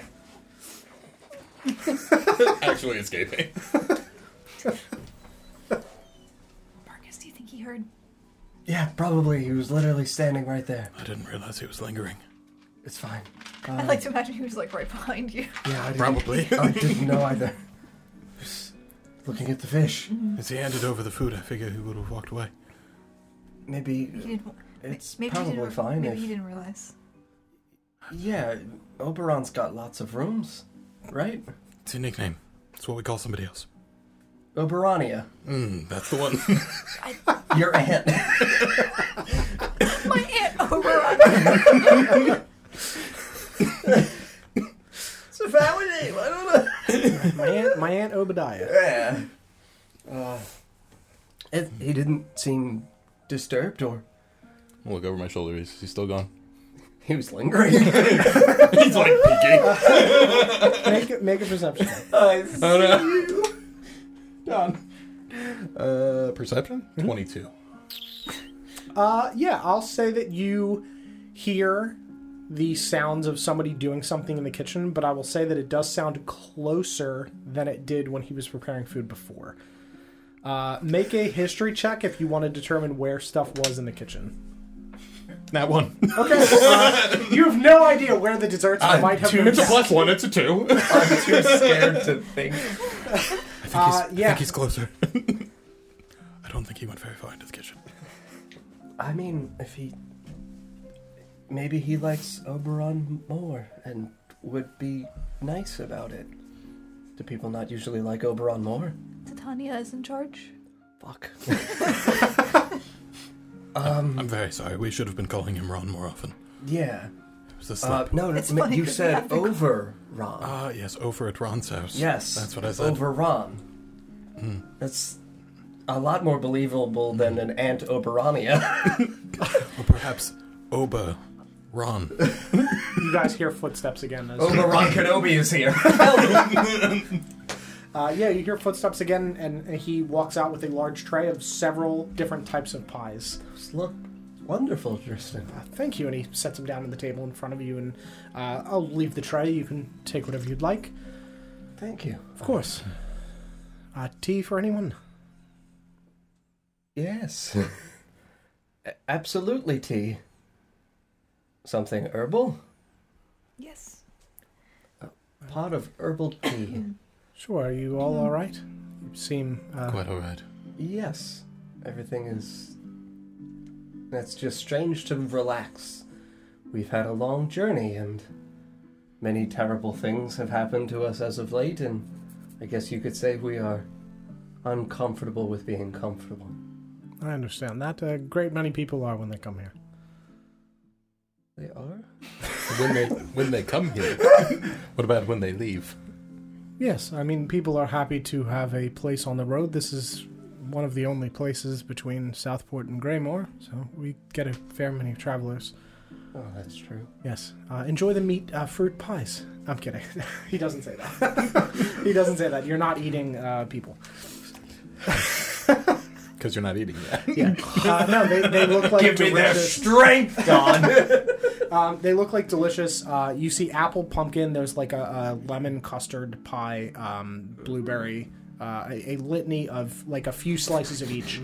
[SPEAKER 8] Actually escaping.
[SPEAKER 9] Marcus, do you think he heard?
[SPEAKER 10] Yeah, probably. He was literally standing right there.
[SPEAKER 7] I didn't realize he was lingering.
[SPEAKER 10] It's fine.
[SPEAKER 9] I'd
[SPEAKER 10] Uh,
[SPEAKER 9] like to imagine he was like right behind you.
[SPEAKER 10] Yeah, I didn't,
[SPEAKER 7] Probably.
[SPEAKER 10] I didn't know either. Just looking at the fish.
[SPEAKER 7] As he handed over the food, I figure he would have walked away.
[SPEAKER 9] He
[SPEAKER 10] Maybe
[SPEAKER 9] didn't.
[SPEAKER 10] it's
[SPEAKER 9] maybe he
[SPEAKER 10] probably
[SPEAKER 9] didn't,
[SPEAKER 10] fine.
[SPEAKER 9] Maybe
[SPEAKER 10] if,
[SPEAKER 9] he didn't realize.
[SPEAKER 10] Yeah, Oberon's got lots of rooms, right?
[SPEAKER 7] It's a nickname. It's what we call somebody else.
[SPEAKER 10] Oberonia.
[SPEAKER 7] Mm, that's the one.
[SPEAKER 10] Your aunt.
[SPEAKER 9] My aunt Oberon.
[SPEAKER 10] it's a family name. I don't know.
[SPEAKER 1] my aunt, my aunt Obadiah.
[SPEAKER 10] Yeah. Uh, it, he didn't seem disturbed or.
[SPEAKER 7] I'll look over my shoulder. He's, he's still gone.
[SPEAKER 10] He was lingering.
[SPEAKER 7] he's like peeking.
[SPEAKER 1] make, make a perception.
[SPEAKER 10] I
[SPEAKER 7] Oh, no.
[SPEAKER 10] Done.
[SPEAKER 7] Uh, perception? 22.
[SPEAKER 1] Uh, yeah, I'll say that you hear the sounds of somebody doing something in the kitchen, but I will say that it does sound closer than it did when he was preparing food before. Uh, make a history check if you want to determine where stuff was in the kitchen.
[SPEAKER 7] That one.
[SPEAKER 1] Okay. uh, you have no idea where the desserts might have been.
[SPEAKER 8] it's a Uh, plus one, it's a two. I'm
[SPEAKER 10] too scared to think.
[SPEAKER 7] I think,
[SPEAKER 1] Uh,
[SPEAKER 7] he's, I
[SPEAKER 1] yeah.
[SPEAKER 7] think he's closer. I don't think he went very far into the kitchen.
[SPEAKER 10] I mean, if he. Maybe he likes Oberon more and would be nice about it. Do people not usually like Oberon more?
[SPEAKER 9] Titania is in charge.
[SPEAKER 10] Fuck.
[SPEAKER 7] Um, I'm very sorry. We should have been calling him Ron more often.
[SPEAKER 10] Yeah.
[SPEAKER 7] It was the
[SPEAKER 10] Uh,
[SPEAKER 7] slip.
[SPEAKER 10] no, no
[SPEAKER 9] It's
[SPEAKER 10] ma-
[SPEAKER 9] funny
[SPEAKER 10] you
[SPEAKER 9] 'cause we
[SPEAKER 10] said
[SPEAKER 9] have to-
[SPEAKER 10] over Ron.
[SPEAKER 7] Ah, yes, over at Ron's house.
[SPEAKER 10] Yes.
[SPEAKER 7] That's what I said.
[SPEAKER 10] Over Ron. That's a lot more believable than an Aunt Oberania.
[SPEAKER 7] Or perhaps Oba Ron.
[SPEAKER 1] You guys hear footsteps again. As
[SPEAKER 10] Oberon Oh, Kenobi is here.
[SPEAKER 1] Uh, yeah, you hear footsteps again, and he walks out with a large tray of several different types of pies.
[SPEAKER 10] Look wonderful, Tristan.
[SPEAKER 1] Uh, Thank you. And he sets them down on the table in front of you, and uh, I'll leave the tray. You can take whatever you'd like.
[SPEAKER 10] Thank you.
[SPEAKER 1] Of course. Uh, tea for anyone?
[SPEAKER 10] Yes. A- Absolutely tea. Something herbal?
[SPEAKER 9] Yes.
[SPEAKER 10] Pot of herbal tea.
[SPEAKER 1] Sure. Are you all all right? You seem. Uh,
[SPEAKER 7] Quite all right.
[SPEAKER 10] yes. Everything is. That's just strange to relax. We've had a long journey and many terrible things have happened to us as of late, and I guess you could say we are uncomfortable with being comfortable.
[SPEAKER 1] I understand that. A great many people are when they come here.
[SPEAKER 10] They are?
[SPEAKER 7] when they when they come here. what about when they leave?
[SPEAKER 1] Yes, I mean, people are happy to have a place on the road. This is one of the only places between Southport and Greymore, so we get a fair many travelers.
[SPEAKER 10] Oh, that's true.
[SPEAKER 1] Yes. Uh, enjoy the meat uh, fruit pies. I'm kidding. he doesn't say that. he doesn't say that. You're not eating uh, people.
[SPEAKER 7] Because you're not eating that.
[SPEAKER 1] Yeah. Uh, no, they, they look like
[SPEAKER 3] Give me their
[SPEAKER 1] delicious-
[SPEAKER 3] strength, Don.
[SPEAKER 1] um, they look like delicious. Uh, you see apple pumpkin. There's like a, a lemon custard pie, um, blueberry, uh, a, a litany of like a few slices of each.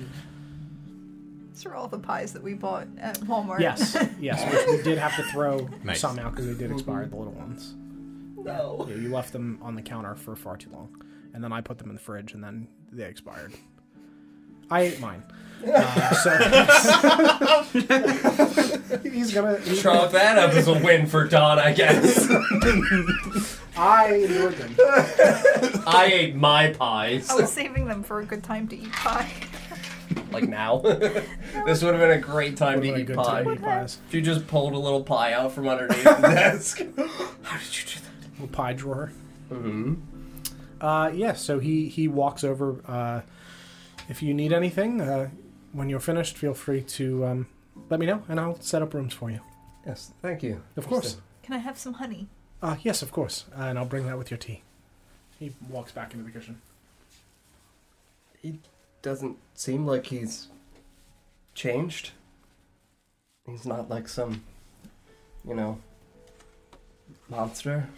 [SPEAKER 9] These are all the pies that we bought at Walmart.
[SPEAKER 1] Yes, yes, which we did have to throw
[SPEAKER 7] Nice.
[SPEAKER 1] some out because they did expire the little ones.
[SPEAKER 10] No.
[SPEAKER 1] Yeah, you left them on the counter for far too long, and then I put them in the fridge, and then they expired. I ate mine. Uh, so he's gonna. He's
[SPEAKER 3] Chalk that up as a win for Don, I guess.
[SPEAKER 1] I enjoyed them.
[SPEAKER 3] I ate my pies.
[SPEAKER 9] I was saving them for a good time to eat pie.
[SPEAKER 10] like now. this would have been a great time to eat pie.
[SPEAKER 1] time to eat pies.
[SPEAKER 10] If you just pulled a little pie out from underneath the desk. How did you do that?
[SPEAKER 1] Little pie drawer. Mm-hmm. Uh, yeah, so he, he walks over. Uh, if you need anything, uh, when you're finished, feel free to um, let me know, and I'll set up rooms for you.
[SPEAKER 10] Yes, thank you.
[SPEAKER 1] Of course.
[SPEAKER 9] Can I have some honey?
[SPEAKER 1] Uh, yes, of course. Uh, and I'll bring that with your tea. He walks back into the kitchen.
[SPEAKER 10] He doesn't seem like he's changed. He's not like some, you know, monster.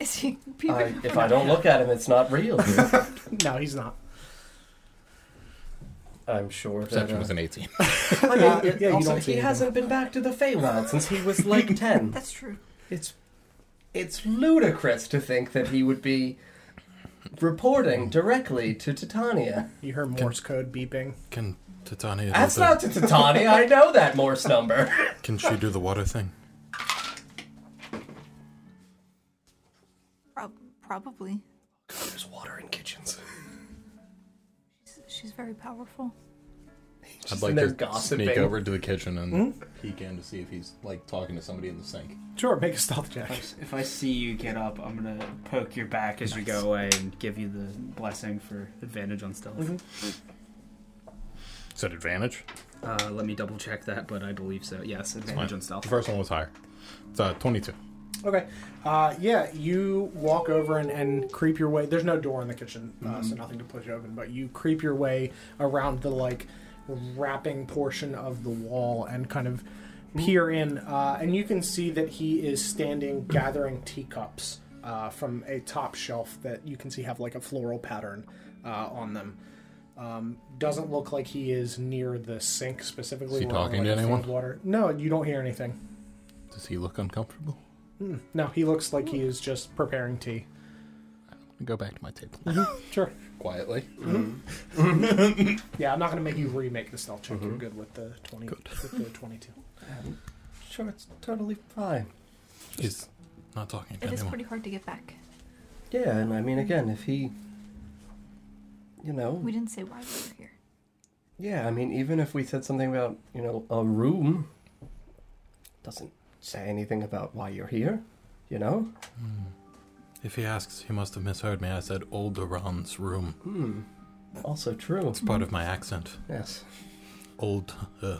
[SPEAKER 9] Is he
[SPEAKER 10] I, if I don't look at him, it's not real.
[SPEAKER 1] no, he's not.
[SPEAKER 10] I'm sure.
[SPEAKER 7] Perception
[SPEAKER 10] that, uh,
[SPEAKER 7] was an 18.
[SPEAKER 10] I mean,
[SPEAKER 1] Uh,
[SPEAKER 10] it-
[SPEAKER 1] yeah, you
[SPEAKER 10] also,
[SPEAKER 1] don't see
[SPEAKER 10] he
[SPEAKER 1] anything.
[SPEAKER 10] hasn't been back to the Feywild since he was like ten.
[SPEAKER 9] That's true.
[SPEAKER 10] It's it's ludicrous to think that he would be reporting directly to Titania.
[SPEAKER 1] You hear Morse code beeping.
[SPEAKER 7] Can Titania. do
[SPEAKER 10] That's
[SPEAKER 7] the-
[SPEAKER 10] not to Titania. I know that Morse number.
[SPEAKER 7] Can she do the water thing?
[SPEAKER 9] Prob- probably.
[SPEAKER 10] There's water in kitchens.
[SPEAKER 9] She's, she's very powerful.
[SPEAKER 7] I'd
[SPEAKER 10] Just in
[SPEAKER 7] like
[SPEAKER 10] there
[SPEAKER 7] to
[SPEAKER 10] gossiping.
[SPEAKER 7] sneak over to the kitchen and peek in to see if he's like talking to somebody in the sink.
[SPEAKER 1] Sure, make a stealth check.
[SPEAKER 2] If I see you get up, I'm gonna poke your back as you go away and give you the blessing for advantage on stealth.
[SPEAKER 1] Mm-hmm.
[SPEAKER 7] Is that advantage?
[SPEAKER 2] Uh, let me double check that, but I believe so. Yes, advantage on
[SPEAKER 7] The
[SPEAKER 2] stealth.
[SPEAKER 7] first one was higher. It's uh, 22.
[SPEAKER 1] Okay. Uh, yeah, you walk over and, and creep your way. There's no door in the kitchen, uh,
[SPEAKER 7] Mm-hmm.
[SPEAKER 1] so nothing to push open, but you creep your way around the, like, wrapping portion of the wall and kind of peer in. Uh, and you can see that he is standing
[SPEAKER 7] Mm-hmm.
[SPEAKER 1] gathering teacups uh, from a top shelf that you can see have, like, a floral pattern uh, on them. Um, doesn't look like he is near the sink specifically.
[SPEAKER 7] Is he
[SPEAKER 1] where all,
[SPEAKER 7] talking
[SPEAKER 1] like,
[SPEAKER 7] to
[SPEAKER 1] the
[SPEAKER 7] anyone?
[SPEAKER 1] faint Water. No, you don't hear anything.
[SPEAKER 7] Does he look uncomfortable?
[SPEAKER 1] Mm, No, he looks like he is just preparing tea. Mm-hmm.
[SPEAKER 7] Let me go back to my table.
[SPEAKER 1] Sure. Mm-hmm.
[SPEAKER 7] Quietly.
[SPEAKER 1] Yeah, I'm not going to make you remake the stealth check. You're
[SPEAKER 7] Mm-hmm.
[SPEAKER 1] good with the twenty. With the twenty-two.
[SPEAKER 10] Sure, it's totally fine.
[SPEAKER 7] He's not talking to
[SPEAKER 9] It is
[SPEAKER 7] anyone.
[SPEAKER 9] pretty hard to get back.
[SPEAKER 10] Yeah, and I mean, again, if he, you know,
[SPEAKER 9] We didn't say why we were here.
[SPEAKER 10] yeah, I mean, even if we said something about, you know, a room, doesn't say anything about why you're here, you know?
[SPEAKER 7] Hmm. If he asks, he must have misheard me. I said Olderon's room.
[SPEAKER 10] Hmm. Also true.
[SPEAKER 7] It's part of my accent.
[SPEAKER 10] Yes.
[SPEAKER 7] Old. Uh,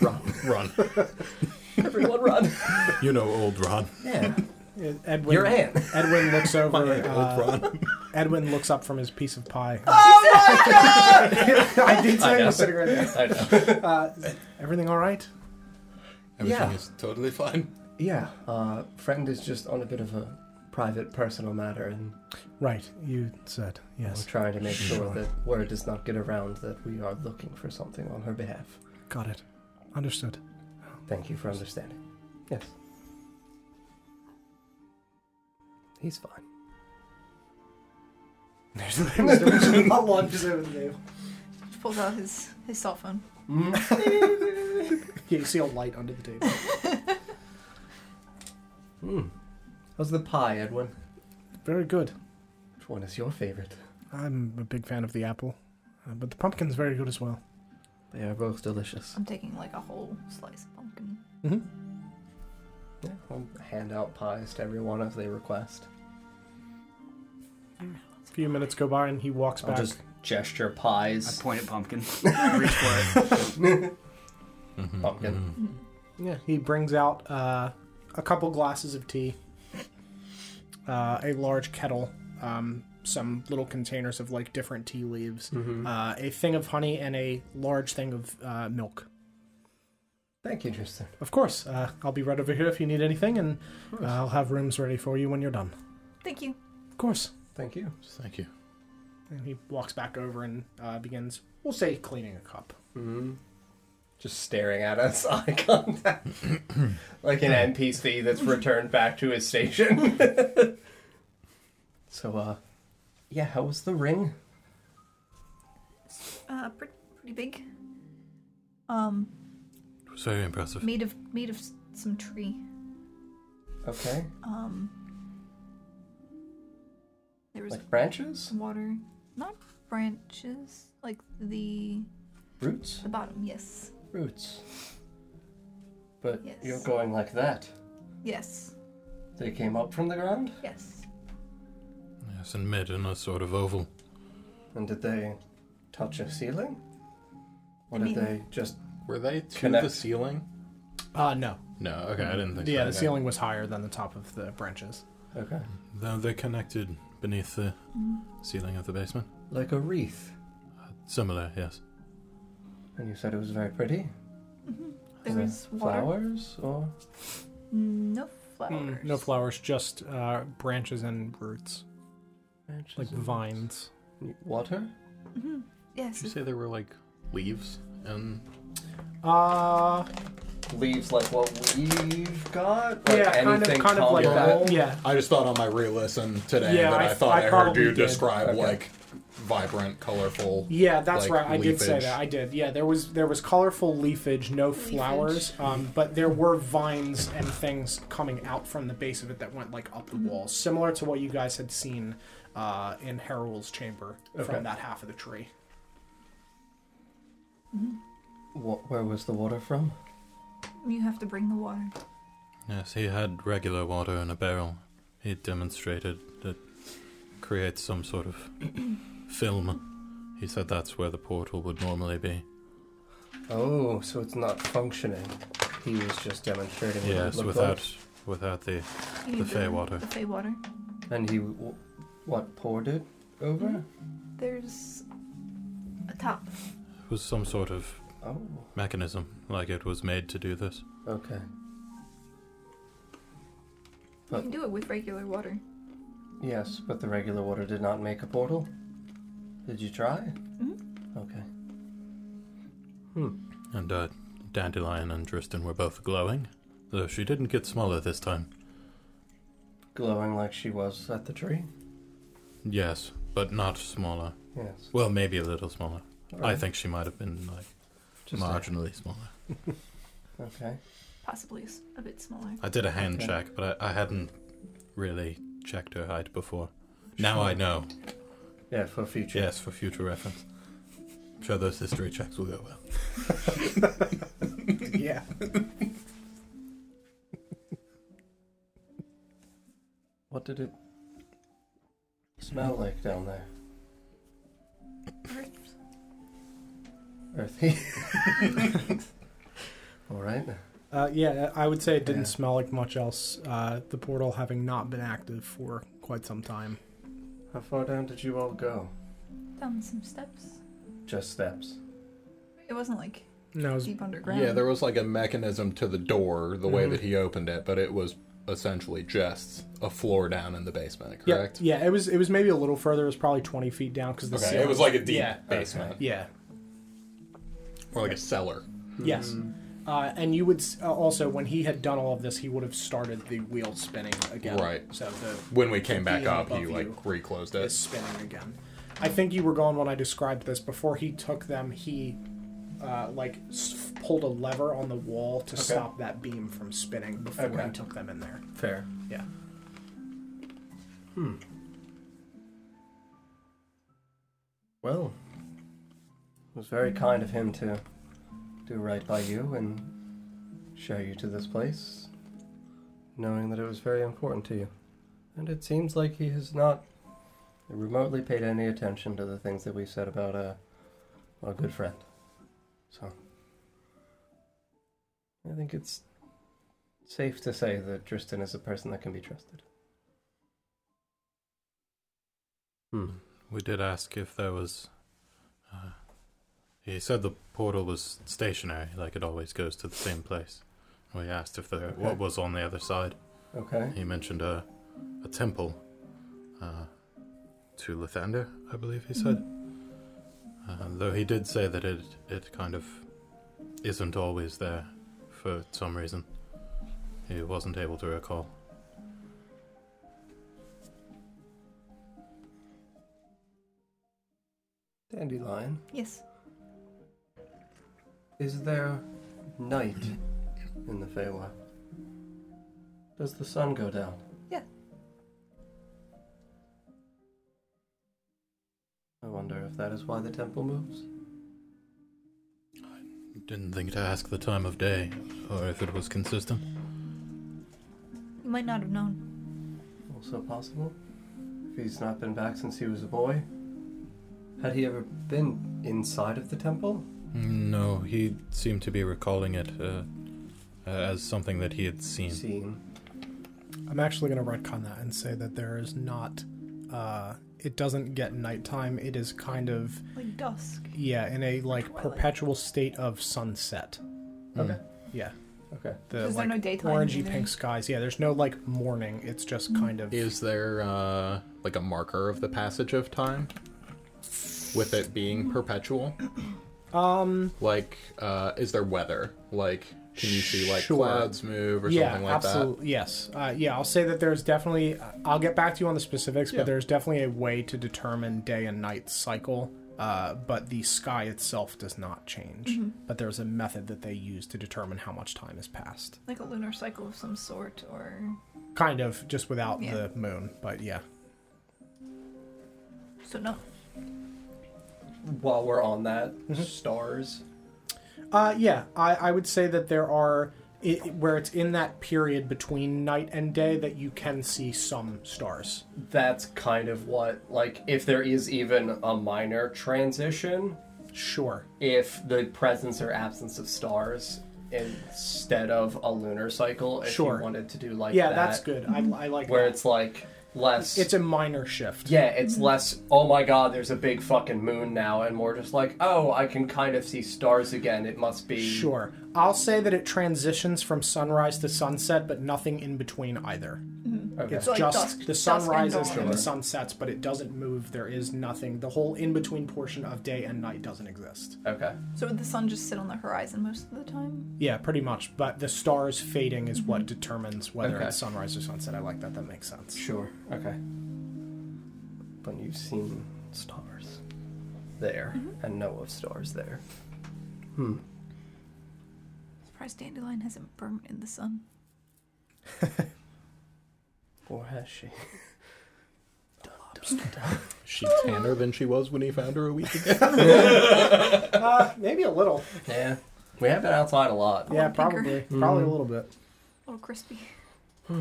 [SPEAKER 10] Run.
[SPEAKER 7] Run.
[SPEAKER 10] Everyone run.
[SPEAKER 7] You know old Ron.
[SPEAKER 10] Yeah.
[SPEAKER 1] Yeah, Edwin,
[SPEAKER 10] Your aunt.
[SPEAKER 1] Edwin looks over.
[SPEAKER 7] Old
[SPEAKER 1] uh,
[SPEAKER 7] Ron.
[SPEAKER 1] Edwin looks up from his piece of pie.
[SPEAKER 10] Oh my god!
[SPEAKER 1] I did
[SPEAKER 10] I
[SPEAKER 1] say he
[SPEAKER 10] know.
[SPEAKER 1] was sitting right there.
[SPEAKER 10] I know.
[SPEAKER 1] Uh, everything all right?
[SPEAKER 7] Eh. Everything
[SPEAKER 10] Yeah.
[SPEAKER 7] is totally fine.
[SPEAKER 10] Yeah, uh, friend is just on a bit of a private personal matter, and
[SPEAKER 1] Right, you said
[SPEAKER 10] we're
[SPEAKER 1] yes.
[SPEAKER 10] trying to make sure
[SPEAKER 1] Sure.
[SPEAKER 10] that word does not get around that we are looking for something on her behalf.
[SPEAKER 1] Got it. Understood.
[SPEAKER 10] Thank you for understanding. Yes. He's fine.
[SPEAKER 1] Not long, just over the table.
[SPEAKER 9] He pulls out his, his cell phone.
[SPEAKER 1] Yeah, you see a light under the table.
[SPEAKER 10] Hmm. How's the pie, Edwin?
[SPEAKER 1] Very good.
[SPEAKER 10] Which one is your favorite?
[SPEAKER 1] I'm a big fan of the apple, uh, but the pumpkin's very good as well.
[SPEAKER 10] They are both delicious.
[SPEAKER 9] I'm taking like a whole slice of pumpkin.
[SPEAKER 1] Mm-hmm.
[SPEAKER 10] Yeah, I'll hand out pies to everyone as they request.
[SPEAKER 1] A few minutes go by, and he walks
[SPEAKER 10] I'll
[SPEAKER 1] back.
[SPEAKER 10] just gesture
[SPEAKER 2] I
[SPEAKER 10] pies.
[SPEAKER 2] point at pumpkin. Reach for it.
[SPEAKER 7] Mhm,
[SPEAKER 10] Pumpkin.
[SPEAKER 7] mhm.
[SPEAKER 1] Yeah, he brings out uh, a couple glasses of tea, uh, a large kettle, um, some little containers of like different tea leaves,
[SPEAKER 10] Mm-hmm.
[SPEAKER 1] uh, a thing of honey, and a large thing of uh, milk.
[SPEAKER 10] Thank you, Tristan.
[SPEAKER 1] Of course, uh, I'll be right over here if you need anything, and uh, I'll have rooms ready for you when you're done.
[SPEAKER 9] Thank you.
[SPEAKER 1] Of course.
[SPEAKER 10] Thank you.
[SPEAKER 7] Thank you.
[SPEAKER 1] And he walks back over and uh, begins, we'll say, cleaning a cup.
[SPEAKER 10] Mm-hmm. Just staring at us, eye contact. like an NPC that's returned back to his station. so, uh, yeah, how was the ring?
[SPEAKER 9] Uh, pretty, pretty big. Um,
[SPEAKER 7] It was very impressive.
[SPEAKER 9] made of made of s- some tree.
[SPEAKER 10] Okay.
[SPEAKER 9] Um, there was
[SPEAKER 10] Like branches?
[SPEAKER 9] some water, not branches. Like the
[SPEAKER 10] Roots?
[SPEAKER 9] the bottom, yes.
[SPEAKER 10] Roots. But
[SPEAKER 9] Yes.
[SPEAKER 10] you're going like that.
[SPEAKER 9] Yes.
[SPEAKER 10] They came up from the ground?
[SPEAKER 9] Yes.
[SPEAKER 7] Yes, and mid in a sort of oval.
[SPEAKER 10] And did they touch a ceiling?
[SPEAKER 9] I
[SPEAKER 10] Or did
[SPEAKER 9] mean-
[SPEAKER 10] they just.
[SPEAKER 7] Were they to the
[SPEAKER 10] Connect.
[SPEAKER 7] ceiling?
[SPEAKER 1] Uh, no.
[SPEAKER 7] No, okay, I didn't think so.
[SPEAKER 1] Yeah, the
[SPEAKER 7] Okay.
[SPEAKER 1] ceiling was higher than the top of the branches.
[SPEAKER 10] Okay.
[SPEAKER 7] Though they're er connected beneath the ceiling of the basement.
[SPEAKER 10] Like a wreath.
[SPEAKER 7] Similar, yes.
[SPEAKER 10] And you said it was very pretty?
[SPEAKER 9] Mm-hmm. There
[SPEAKER 10] Yeah.
[SPEAKER 9] was water.
[SPEAKER 10] Flowers? Or.
[SPEAKER 9] No flowers.
[SPEAKER 1] Mm, no flowers, just uh, branches and roots,
[SPEAKER 10] Branches
[SPEAKER 1] like
[SPEAKER 10] and-
[SPEAKER 1] vines.
[SPEAKER 10] Water?
[SPEAKER 9] Mhm. Yes.
[SPEAKER 7] Did you say there were like leaves and
[SPEAKER 1] Uh,
[SPEAKER 10] Leaves like what we've got? Like
[SPEAKER 1] Yeah, kind of-
[SPEAKER 10] anything
[SPEAKER 1] kind of like
[SPEAKER 10] comparable?
[SPEAKER 1] that. Yeah.
[SPEAKER 7] I just thought on my re-listen today
[SPEAKER 1] Yeah,
[SPEAKER 7] that
[SPEAKER 1] I-
[SPEAKER 7] I, thought
[SPEAKER 1] I
[SPEAKER 7] I, heard
[SPEAKER 1] probably
[SPEAKER 7] you
[SPEAKER 1] did.
[SPEAKER 7] describe
[SPEAKER 10] Okay.
[SPEAKER 7] like vibrant, colorful.
[SPEAKER 1] Yeah, that's
[SPEAKER 7] like,
[SPEAKER 1] right. I did say
[SPEAKER 7] leafage.
[SPEAKER 1] that. I did. Yeah, there was there was colorful leafage, no flowers, um, but there were vines and things coming out from the base of it that went like up the wall, similar to what you guys had seen uh, in Harrowell's chamber
[SPEAKER 10] Okay.
[SPEAKER 1] from that half of the tree.
[SPEAKER 10] Wh- where was the water from?
[SPEAKER 9] You have to bring the water.
[SPEAKER 7] Yes, he had regular water in a barrel. He demonstrated that creates some sort of film. He said that's where the portal would normally be.
[SPEAKER 10] Oh, so it's not functioning. He was just demonstrating. what it
[SPEAKER 7] yes,
[SPEAKER 10] looked
[SPEAKER 7] without without the
[SPEAKER 9] You
[SPEAKER 7] the
[SPEAKER 9] need
[SPEAKER 7] fey water.
[SPEAKER 9] The fey water.
[SPEAKER 10] like. And he, w- w- what poured it over?
[SPEAKER 9] Mm-hmm. There's a top.
[SPEAKER 7] It was some sort of
[SPEAKER 10] Oh,
[SPEAKER 7] mechanism, like it was made to do this.
[SPEAKER 10] okay.
[SPEAKER 9] You can do it with regular water.
[SPEAKER 10] Yes, but the regular water did not make a portal. Did you try?
[SPEAKER 9] Mm-hmm.
[SPEAKER 10] Okay.
[SPEAKER 7] And uh, Dandelion and Tristan were both glowing, though she didn't get smaller this time.
[SPEAKER 10] Glowing like she was at the tree.
[SPEAKER 7] Yes, but not smaller.
[SPEAKER 10] Yes.
[SPEAKER 7] Well, maybe a little smaller. I
[SPEAKER 10] Alright.
[SPEAKER 7] think she might have been like
[SPEAKER 10] Just
[SPEAKER 7] marginally smaller.
[SPEAKER 10] a- okay.
[SPEAKER 9] Possibly s- a bit smaller.
[SPEAKER 7] I did a hand
[SPEAKER 10] Okay.
[SPEAKER 7] check, but I, I hadn't really checked her height before. Now I know.
[SPEAKER 10] Yeah, for future.
[SPEAKER 7] Yes, for future reference. I'm sure those history checks will go well.
[SPEAKER 1] yeah.
[SPEAKER 10] What did it smell like down there?
[SPEAKER 9] Earth.
[SPEAKER 10] Earthy. All right.
[SPEAKER 1] Uh, yeah, I would say it didn't
[SPEAKER 10] Yeah.
[SPEAKER 1] smell like much else. Uh, the portal having not been active for quite some time.
[SPEAKER 10] How far down did you all go?
[SPEAKER 9] Down some steps.
[SPEAKER 10] Just steps.
[SPEAKER 9] It wasn't like
[SPEAKER 1] No, it was-
[SPEAKER 9] deep underground.
[SPEAKER 7] Yeah, there was like a mechanism to the door, the way
[SPEAKER 1] Mhm.
[SPEAKER 7] that he opened it, but it was essentially just a floor down in the basement,
[SPEAKER 1] yeah,
[SPEAKER 7] correct?
[SPEAKER 1] Yeah, it was. It was maybe a little further. It was probably twenty feet down because the
[SPEAKER 7] Okay,
[SPEAKER 1] ceiling-
[SPEAKER 7] it was like a deep
[SPEAKER 1] Yeah,
[SPEAKER 7] basement.
[SPEAKER 1] yeah.
[SPEAKER 7] Or like a cellar.
[SPEAKER 1] Yes. Uh, and you would s- uh, also, when he had done all of this, he would have started the wheel spinning again.
[SPEAKER 7] Right.
[SPEAKER 1] So the
[SPEAKER 7] When we came back
[SPEAKER 1] Being
[SPEAKER 7] up, he
[SPEAKER 1] above
[SPEAKER 7] like
[SPEAKER 1] you.
[SPEAKER 7] reclosed
[SPEAKER 1] is
[SPEAKER 7] it.
[SPEAKER 1] spinning again. I think you were gone when I described this. Before he took them, he uh, like s- pulled a lever on the wall to stop that beam from spinning before
[SPEAKER 10] Okay.
[SPEAKER 1] he took them in there.
[SPEAKER 10] Fair.
[SPEAKER 1] Yeah.
[SPEAKER 5] Hmm.
[SPEAKER 10] Well, it was very kind of him to do right by you and show you to this place, knowing that it was very important to you. And it seems like he has not remotely paid any attention to the things that we said about uh, our good friend. So, I think it's safe to say that Tristan is a person that can be trusted. Hmm.
[SPEAKER 7] We did ask if there was. Uh, he said the portal was stationary, like it always goes to the same place. We asked if there
[SPEAKER 10] Okay.
[SPEAKER 7] what was on the other side.
[SPEAKER 10] Okay.
[SPEAKER 7] He mentioned a, a temple uh, to Lathander, I believe he said. Uh, though he did say that it it kind of isn't always there for some reason. He wasn't able to recall.
[SPEAKER 10] Dandelion.
[SPEAKER 9] Yes.
[SPEAKER 10] Is there night in the Feywild? Does the sun go down?
[SPEAKER 9] Yeah.
[SPEAKER 10] I wonder if that is why the temple moves.
[SPEAKER 7] Didn't think to ask the time of day or if it was consistent.
[SPEAKER 9] You might not have known.
[SPEAKER 10] Also possible. If he's not been back since he was a boy, had he ever been inside of the temple?
[SPEAKER 7] No, he seemed to be recalling it uh, as something that he had seen.
[SPEAKER 1] I'm actually going to retcon that and say that there is not. Uh, it doesn't get nighttime. It is kind of
[SPEAKER 9] Like dusk.
[SPEAKER 1] yeah, in a like perpetual state of sunset. Mm.
[SPEAKER 10] Okay.
[SPEAKER 1] Yeah.
[SPEAKER 10] Okay.
[SPEAKER 1] The
[SPEAKER 9] Is there
[SPEAKER 1] like
[SPEAKER 9] no daytime
[SPEAKER 1] orangey
[SPEAKER 9] either? Mm.
[SPEAKER 1] pink skies. Yeah, there's no like morning. It's just kind of
[SPEAKER 11] Is there uh, like a marker of the passage of time? With it being perpetual?
[SPEAKER 1] Um.
[SPEAKER 11] Like, uh, is there weather? Like, can you see like
[SPEAKER 1] Sure.
[SPEAKER 11] clouds move or
[SPEAKER 1] yeah,
[SPEAKER 11] something like
[SPEAKER 1] absolutely. Yes. Uh, yeah, I'll say that there's definitely. uh, I'll get back to you on the specifics,
[SPEAKER 11] Yeah.
[SPEAKER 1] but there's definitely a way to determine day and night cycle. Uh, but the sky itself does not change.
[SPEAKER 9] Mhm.
[SPEAKER 1] But there's a method that they use to determine how much time has passed.
[SPEAKER 9] Like a lunar cycle of some sort, or
[SPEAKER 1] Kind of, just without
[SPEAKER 9] Yeah.
[SPEAKER 1] the moon. But yeah.
[SPEAKER 9] so no.
[SPEAKER 10] While we're on that,
[SPEAKER 1] Mm-hmm.
[SPEAKER 10] stars.
[SPEAKER 1] Uh, yeah, I, I would say that there are it, where it's in that period between night and day that you can see some stars.
[SPEAKER 10] That's kind of what, like, if there is even a minor transition.
[SPEAKER 1] Sure.
[SPEAKER 10] If the presence or absence of stars instead of a lunar cycle, if
[SPEAKER 1] Sure.
[SPEAKER 10] you wanted to do like
[SPEAKER 1] yeah,
[SPEAKER 10] that.
[SPEAKER 1] that's good. I, I like
[SPEAKER 10] Where
[SPEAKER 1] that.
[SPEAKER 10] it's like less.
[SPEAKER 1] It's a minor shift.
[SPEAKER 10] Yeah, it's less, oh my god, there's a big fucking moon now, and more just like, oh, I can kind of see stars again. It must be.
[SPEAKER 1] Sure. I'll say that it transitions from sunrise to sunset, but nothing in between either.
[SPEAKER 10] Okay.
[SPEAKER 1] It's
[SPEAKER 10] So, like,
[SPEAKER 1] just
[SPEAKER 10] dusk-
[SPEAKER 1] the
[SPEAKER 10] dusk
[SPEAKER 1] sun
[SPEAKER 10] and
[SPEAKER 1] rises and,
[SPEAKER 10] dawn.
[SPEAKER 1] the
[SPEAKER 10] Sure.
[SPEAKER 1] sun sets, but it doesn't move. There is nothing. The whole in between portion of day and night doesn't exist.
[SPEAKER 10] Okay.
[SPEAKER 9] So would the sun just sit on the horizon most of the time?
[SPEAKER 1] Yeah, pretty much. But the stars fading is what
[SPEAKER 10] Mm-hmm.
[SPEAKER 1] determines whether
[SPEAKER 10] Okay.
[SPEAKER 1] it's sunrise or sunset. I like that. That makes sense.
[SPEAKER 10] Sure. Okay. But you've seen stars there and know of stars there. Hmm.
[SPEAKER 9] Surprised dandelion hasn't burnt in the sun.
[SPEAKER 10] Or has she?
[SPEAKER 11] that? She's tanner than she was when he found her a week ago.
[SPEAKER 1] uh, maybe a little.
[SPEAKER 10] Yeah. We have been outside a lot.
[SPEAKER 1] Yeah,
[SPEAKER 9] Oh,
[SPEAKER 1] probably.
[SPEAKER 9] bigger.
[SPEAKER 1] Probably a
[SPEAKER 10] Mhm.
[SPEAKER 1] little bit.
[SPEAKER 9] A little crispy.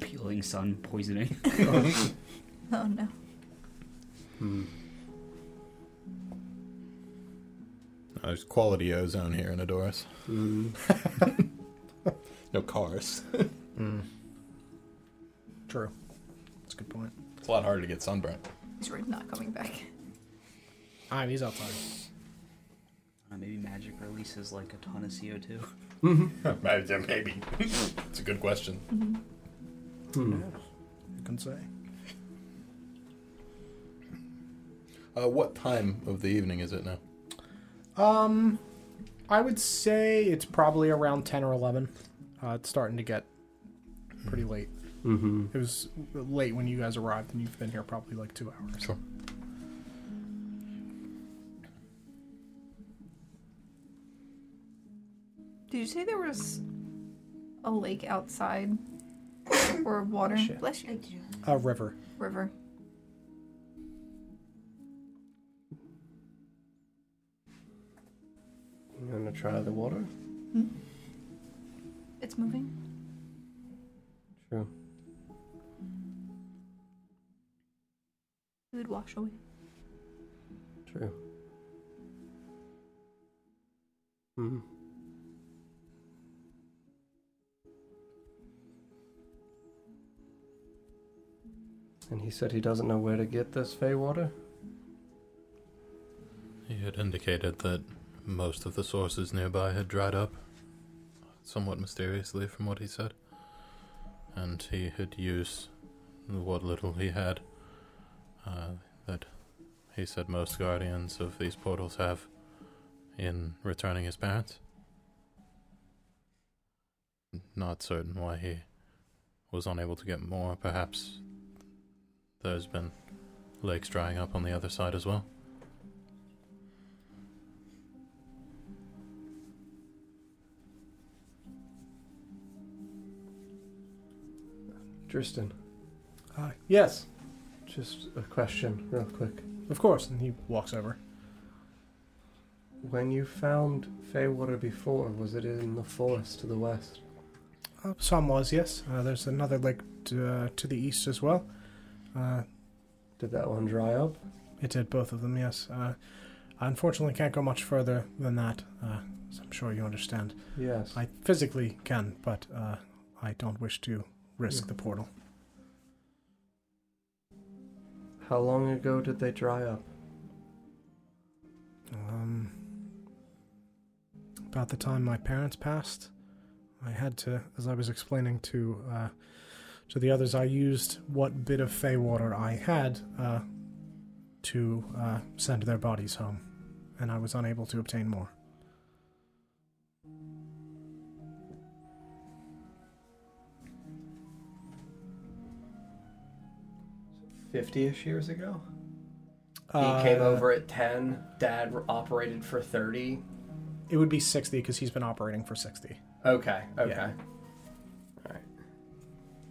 [SPEAKER 2] Peeling sun poisoning.
[SPEAKER 9] Oh no.
[SPEAKER 7] Hmm. There's quality ozone here in Adoris.
[SPEAKER 10] Hmm.
[SPEAKER 7] no cars. Hmm.
[SPEAKER 1] True. That's a good point.
[SPEAKER 7] It's a lot harder to get sunburnt.
[SPEAKER 9] He's really not coming back.
[SPEAKER 1] I mean, he's outside.
[SPEAKER 2] Uh, maybe magic releases like a ton of CO2.
[SPEAKER 10] Mm-hmm.
[SPEAKER 7] Maybe. It's a good question.
[SPEAKER 1] You can say.
[SPEAKER 7] Uh, what time of the evening is it now?
[SPEAKER 1] Um, I would say it's probably around ten or eleven. Uh, it's starting to get pretty late.
[SPEAKER 10] Mm-hmm.
[SPEAKER 1] It was late when you guys arrived, and you've been here probably like two hours.
[SPEAKER 7] Sure.
[SPEAKER 9] Did you say there was a lake outside or water? Bless you.
[SPEAKER 1] A river.
[SPEAKER 9] River.
[SPEAKER 10] You want to try the water?
[SPEAKER 9] It's moving.
[SPEAKER 10] Sure.
[SPEAKER 9] It would wash away.
[SPEAKER 10] True. Hmm. And he said he doesn't know where to get this Fey water?
[SPEAKER 7] He had indicated that most of the sources nearby had dried up, somewhat mysteriously from what he said. And he had used what little he had uh, that he said most guardians of these portals have in returning his parents. Not certain why he was unable to get more. Perhaps there's been lakes drying up on the other side as well.
[SPEAKER 10] Tristan.
[SPEAKER 1] Hi. Yes.
[SPEAKER 10] Just a question, real quick.
[SPEAKER 1] Of course, and he walks over.
[SPEAKER 10] When you found Feywater before, was it in the forest to the west?
[SPEAKER 1] Uh, some was, yes. Uh, there's another lake t- uh, to the east as well. Uh,
[SPEAKER 10] did that one dry up?
[SPEAKER 1] It did, both of them, yes. Uh, I unfortunately can't go much further than that, uh, as I'm sure you understand.
[SPEAKER 10] Yes.
[SPEAKER 1] I physically can, but uh, I don't wish to risk the portal.
[SPEAKER 10] How long ago did they dry up?
[SPEAKER 1] Um, about the time my parents passed, I had to, as I was explaining to uh, to the others, I used what bit of fey water I had uh, to uh, send their bodies home, and I was unable to obtain more.
[SPEAKER 10] Fifty-ish years ago.
[SPEAKER 1] Uh,
[SPEAKER 10] he came over at ten. Dad operated for thirty.
[SPEAKER 1] It would be sixty because he's been operating for sixty.
[SPEAKER 10] Okay. Okay.
[SPEAKER 1] Yeah.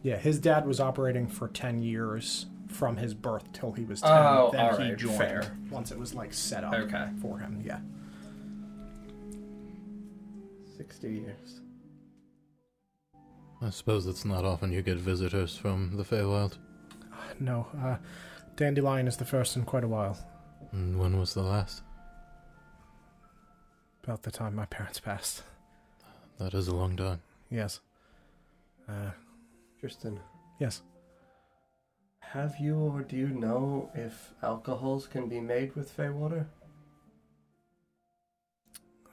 [SPEAKER 1] Yeah, his dad was operating for ten years from his birth till he was ten.
[SPEAKER 10] Oh,
[SPEAKER 1] then he
[SPEAKER 10] alright,
[SPEAKER 1] joined
[SPEAKER 10] fair.
[SPEAKER 1] once it was like set up
[SPEAKER 10] Okay.
[SPEAKER 1] for him. Yeah.
[SPEAKER 10] Sixty years.
[SPEAKER 7] I suppose it's not often you get visitors from the Feywild.
[SPEAKER 1] No, uh, Dandelion is the first in quite a while.
[SPEAKER 7] And when was the last?
[SPEAKER 1] About the time my parents passed.
[SPEAKER 7] That is a long time.
[SPEAKER 1] Yes. Uh,
[SPEAKER 10] Tristan,
[SPEAKER 1] yes.
[SPEAKER 10] have you or do you know if alcohols can be made with fey water?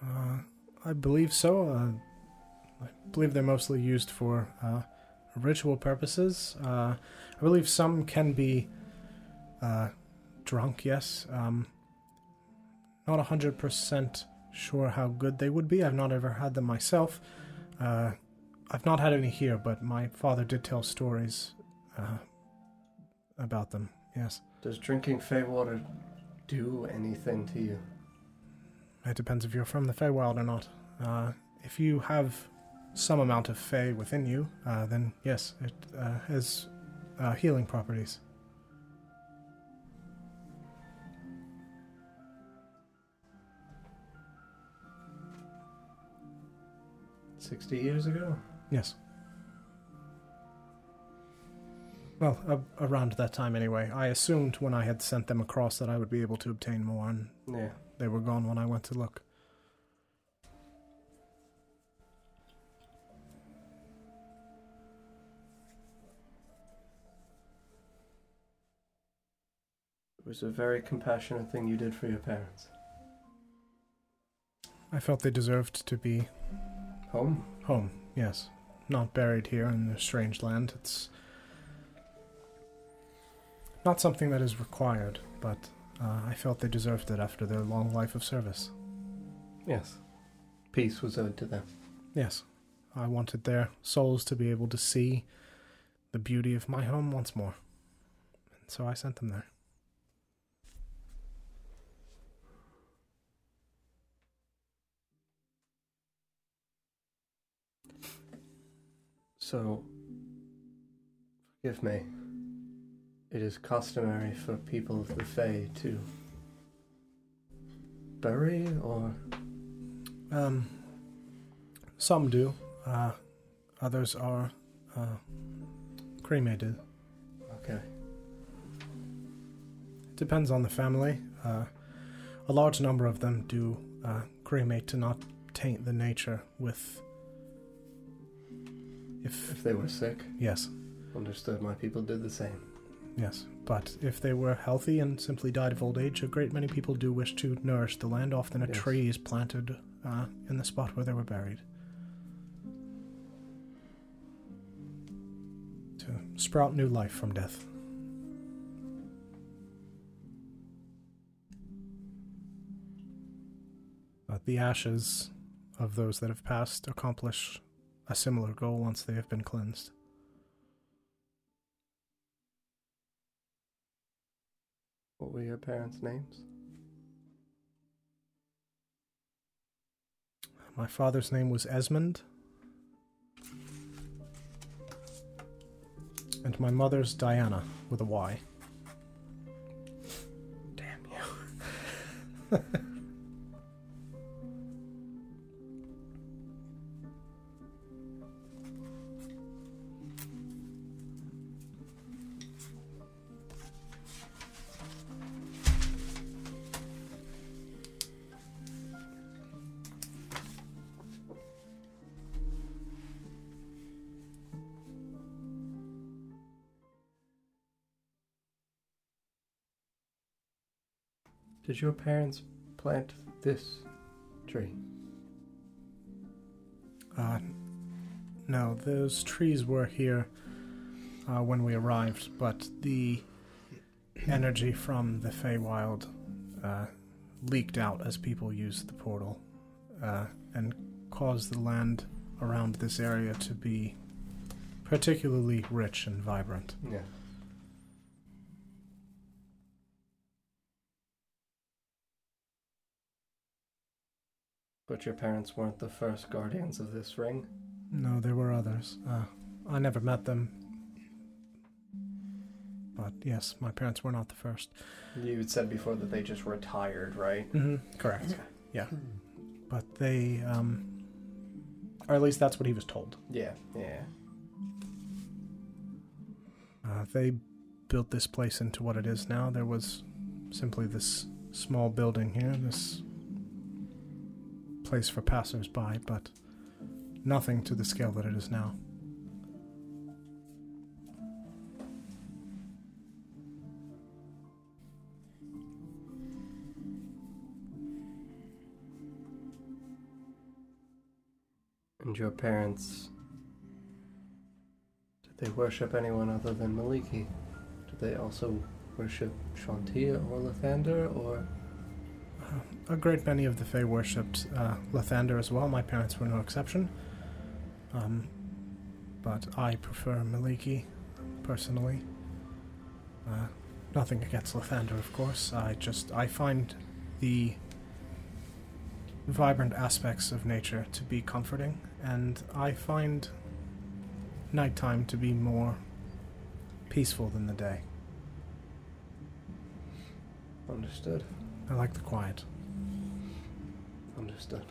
[SPEAKER 1] Uh, I believe so. Uh, I believe they're mostly used for uh, ritual purposes. Uh, I believe some can be uh, drunk, yes. Um, not 100% sure how good they would be. I've not ever had them myself. Uh, I've not had any here, but my father did tell stories uh, about them, yes.
[SPEAKER 10] Does drinking fey water do anything to you?
[SPEAKER 1] It depends if you're from the Feywild or not. Uh, if you have some amount of Fey within you, uh, then yes, it uh, has uh, healing properties.
[SPEAKER 10] Sixty years ago.
[SPEAKER 1] Yes. Well, a- around that time anyway. I assumed when I had sent them across that I would be able to obtain more, and
[SPEAKER 10] Yeah.
[SPEAKER 1] they were gone when I went to look.
[SPEAKER 10] It was a very compassionate thing you did for your parents.
[SPEAKER 1] I felt they deserved to be
[SPEAKER 10] Home.
[SPEAKER 1] home, yes. Not buried here in a strange land. It's not something that is required, but uh, I felt they deserved it after their long life of service.
[SPEAKER 10] Yes. Peace was owed to them.
[SPEAKER 1] Yes, I wanted their souls to be able to see the beauty of my home once more. And so I sent them there.
[SPEAKER 10] So, forgive me. It is customary for people of the Fae to bury or
[SPEAKER 1] Um, some do, uh, others are uh, cremated.
[SPEAKER 10] okay.
[SPEAKER 1] depends on the family. Uh, a large number of them do uh, cremate to not taint the nature with. If
[SPEAKER 10] If they were sick,
[SPEAKER 1] yes,
[SPEAKER 10] understood. My people did the same.
[SPEAKER 1] yes, but if they were healthy and simply died of old age, a great many people do wish to nourish the land. Often, a
[SPEAKER 10] Yes.
[SPEAKER 1] tree is planted uh, in the spot where they were buried to sprout new life from death. But the ashes of those that have passed accomplish a similar goal once they have been cleansed.
[SPEAKER 10] What were your parents' names?
[SPEAKER 1] My father's name was Esmond. And my mother's Diana with a Y.
[SPEAKER 10] Did your parents plant this tree?
[SPEAKER 1] Uh, no, those trees were here uh, when we arrived, but the energy from the Feywild uh, leaked out as people used the portal uh, and caused the land around this area to be particularly rich and vibrant.
[SPEAKER 10] Yeah. But your parents weren't the first guardians of this ring.
[SPEAKER 1] No, there were others. Uh, I never met them. But yes, my parents were not the first.
[SPEAKER 10] You had said before that they just retired, right?
[SPEAKER 1] hmm Correct. Yeah. But they, um, or at least that's what he was told.
[SPEAKER 10] Yeah, yeah.
[SPEAKER 1] Uh, they built this place into what it is now. There was simply this small building here, this place for passersby, but nothing to the scale that it is now.
[SPEAKER 10] And your parents. Did they worship anyone other than Maliki? Did they also worship Shantia or Lathander or.
[SPEAKER 1] A great many of the Fae worshipped uh, Lathander as well. My parents were no exception. Um, but I prefer Maliki, personally. Uh, nothing against Lathander, of course. I just I find the vibrant aspects of nature to be comforting, and I find nighttime to be more peaceful than the day.
[SPEAKER 10] Understood.
[SPEAKER 1] I like the quiet.
[SPEAKER 10] Understood.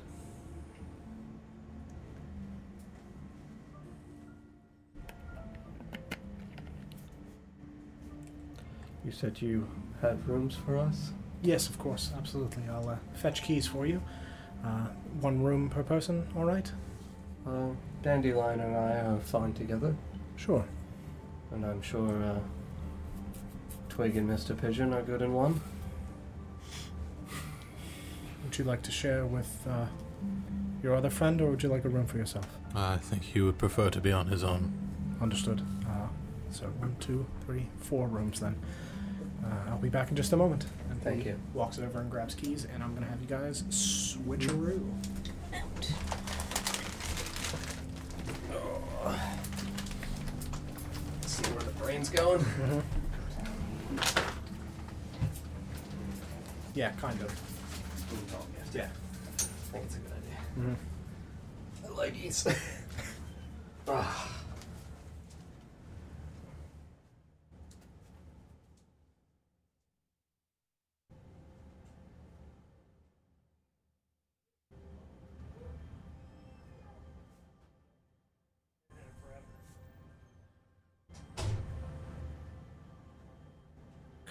[SPEAKER 10] You said you had rooms for us?
[SPEAKER 1] Yes, of course, absolutely. I'll uh, fetch keys for you. Uh, one room per person, all right?
[SPEAKER 10] Uh, Dandelion and I are fine together,
[SPEAKER 1] Sure.
[SPEAKER 10] and I'm sure uh, Twig and Mr. Pigeon are good in one.
[SPEAKER 1] Would you like to share with uh, your other friend, or would you like a room for yourself?
[SPEAKER 7] I think he would prefer to be on his own.
[SPEAKER 1] Understood. Uh, so one, two, three, four rooms then. Uh, I'll be back in just a moment. And
[SPEAKER 10] Thank
[SPEAKER 1] he
[SPEAKER 10] you.
[SPEAKER 1] Walks over and grabs keys, and I'm gonna have you guys switcheroo.
[SPEAKER 10] See where the brain's going?
[SPEAKER 1] Yeah, kind of.
[SPEAKER 10] Yeah. I think it's a good idea.
[SPEAKER 1] Mhm.
[SPEAKER 10] I like these. Ah.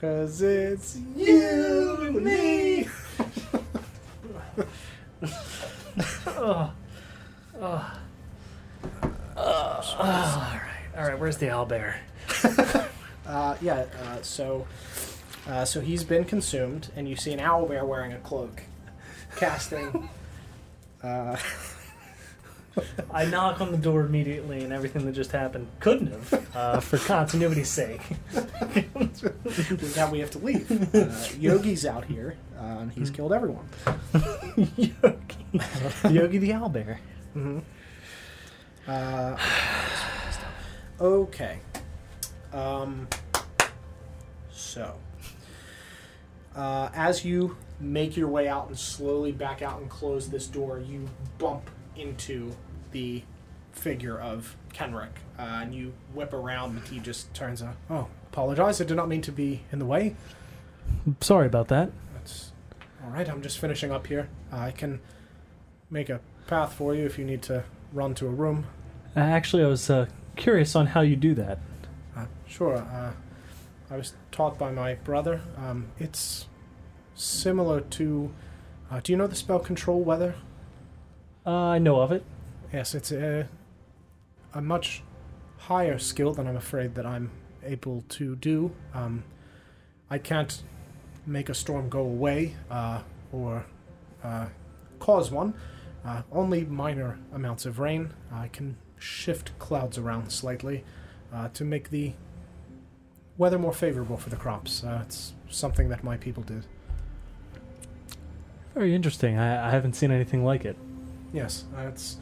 [SPEAKER 1] Cause it's you and me.
[SPEAKER 5] Ugh. Ugh. Ugh. all right, all right. Where's the owlbear?
[SPEAKER 1] Uh, yeah. Uh, so, uh, so he's been consumed, and you see an owl bear wearing a cloak, casting. uh,
[SPEAKER 5] I knock on the door immediately, and everything that just happened couldn't have, uh, for continuity's sake.
[SPEAKER 1] now we have to leave. Uh, Yogi's out here, uh, and he's killed everyone.
[SPEAKER 5] Yogi the owlbear.
[SPEAKER 1] Mm-hmm. Uh, okay. Um, so, uh, as you make your way out and slowly back out and close this door, you bump into the figure of Kenrick, uh, and you whip around, and he just turns a. Oh, apologize. I did not mean to be in the way.
[SPEAKER 5] Sorry about that.
[SPEAKER 1] That's All right, I'm just finishing up here. Uh, I can make a path for you if you need to run to a room.
[SPEAKER 5] Uh, actually, I was uh, curious on how you do that.
[SPEAKER 1] Uh, sure. Uh, I was taught by my brother. Um, it's similar to. Uh, do you know the spell control weather?
[SPEAKER 5] Uh, I know of it.
[SPEAKER 1] Yes, it's a, a much higher skill than I'm afraid that I'm able to do. Um, I can't make a storm go away uh, or uh, cause one. Uh, only minor amounts of rain. I can shift clouds around slightly uh, to make the weather more favorable for the crops. Uh, it's something that my people did.
[SPEAKER 5] Very interesting. I, I haven't seen anything like it.
[SPEAKER 1] Yes, uh, it's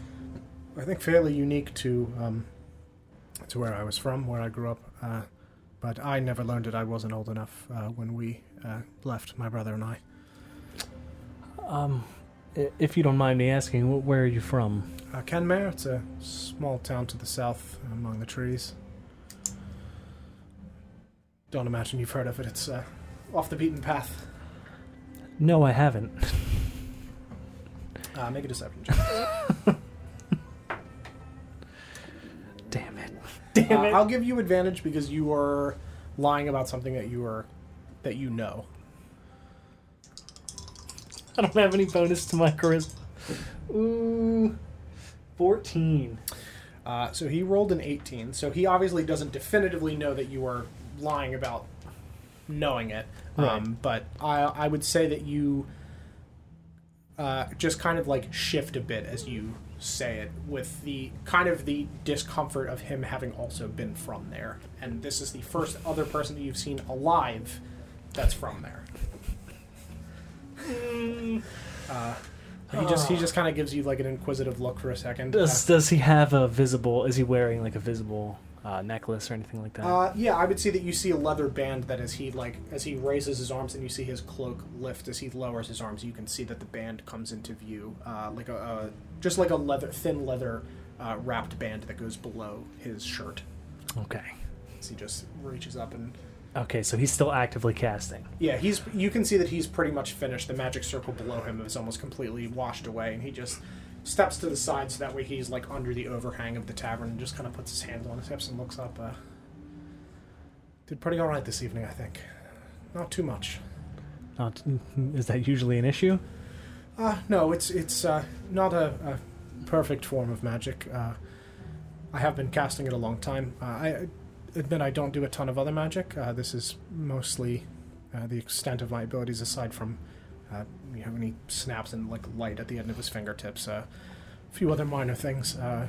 [SPEAKER 1] I think fairly unique to um, to where I was from, where I grew up. Uh, but I never learned it. I wasn't old enough uh, when we uh, left, my brother and I.
[SPEAKER 5] Um, i- if you don't mind me asking, wh- where are you from?
[SPEAKER 1] Uh, Kenmare, it's a small town to the south among the trees. Don't imagine you've heard of it. It's uh, off the beaten path.
[SPEAKER 5] No, I haven't.
[SPEAKER 1] Uh, make a deception check.
[SPEAKER 5] Damn it.
[SPEAKER 1] Uh, I'll give you advantage because you are lying about something that you are that you know.
[SPEAKER 5] I don't have any bonus to my charisma. Ooh, fourteen.
[SPEAKER 1] Uh, so he rolled an eighteen. So he obviously doesn't definitively know that you are lying about knowing it. Um, but I, I would say that you uh, just kind of like shift a bit as you say it, with the kind of the discomfort of him having also been from there, and this is the first other person that you've seen alive that's from there. Uh, he just he just kind of gives you like an inquisitive look for a second.
[SPEAKER 5] Does does he have a visible? Is he wearing like a visible uh, necklace or anything like that?
[SPEAKER 1] Uh, yeah, I would see that you see a leather band that as he like as he raises his arms and you see his cloak lift as he lowers his arms, you can see that the band comes into view, uh, like a uh, just like a leather thin leather uh, wrapped band that goes below his shirt.
[SPEAKER 5] okay.
[SPEAKER 1] As he just reaches up and
[SPEAKER 5] Okay, so he's still actively casting.
[SPEAKER 1] yeah, he's you can see that he's pretty much finished. The magic circle below him is almost completely washed away, and he just steps to the side so that way he's like under the overhang of the tavern and just kind of puts his hands on his hips and looks up. Uh, did pretty all right this evening, I think. Not too much.
[SPEAKER 5] Not is that usually an issue?
[SPEAKER 1] Uh, no, it's it's uh, not a, a perfect form of magic. Uh, I have been casting it a long time. Uh, I admit I don't do a ton of other magic. Uh, this is mostly uh, the extent of my abilities, aside from uh, you know, any snaps and like light at the end of his fingertips. Uh, a few other minor things. Uh,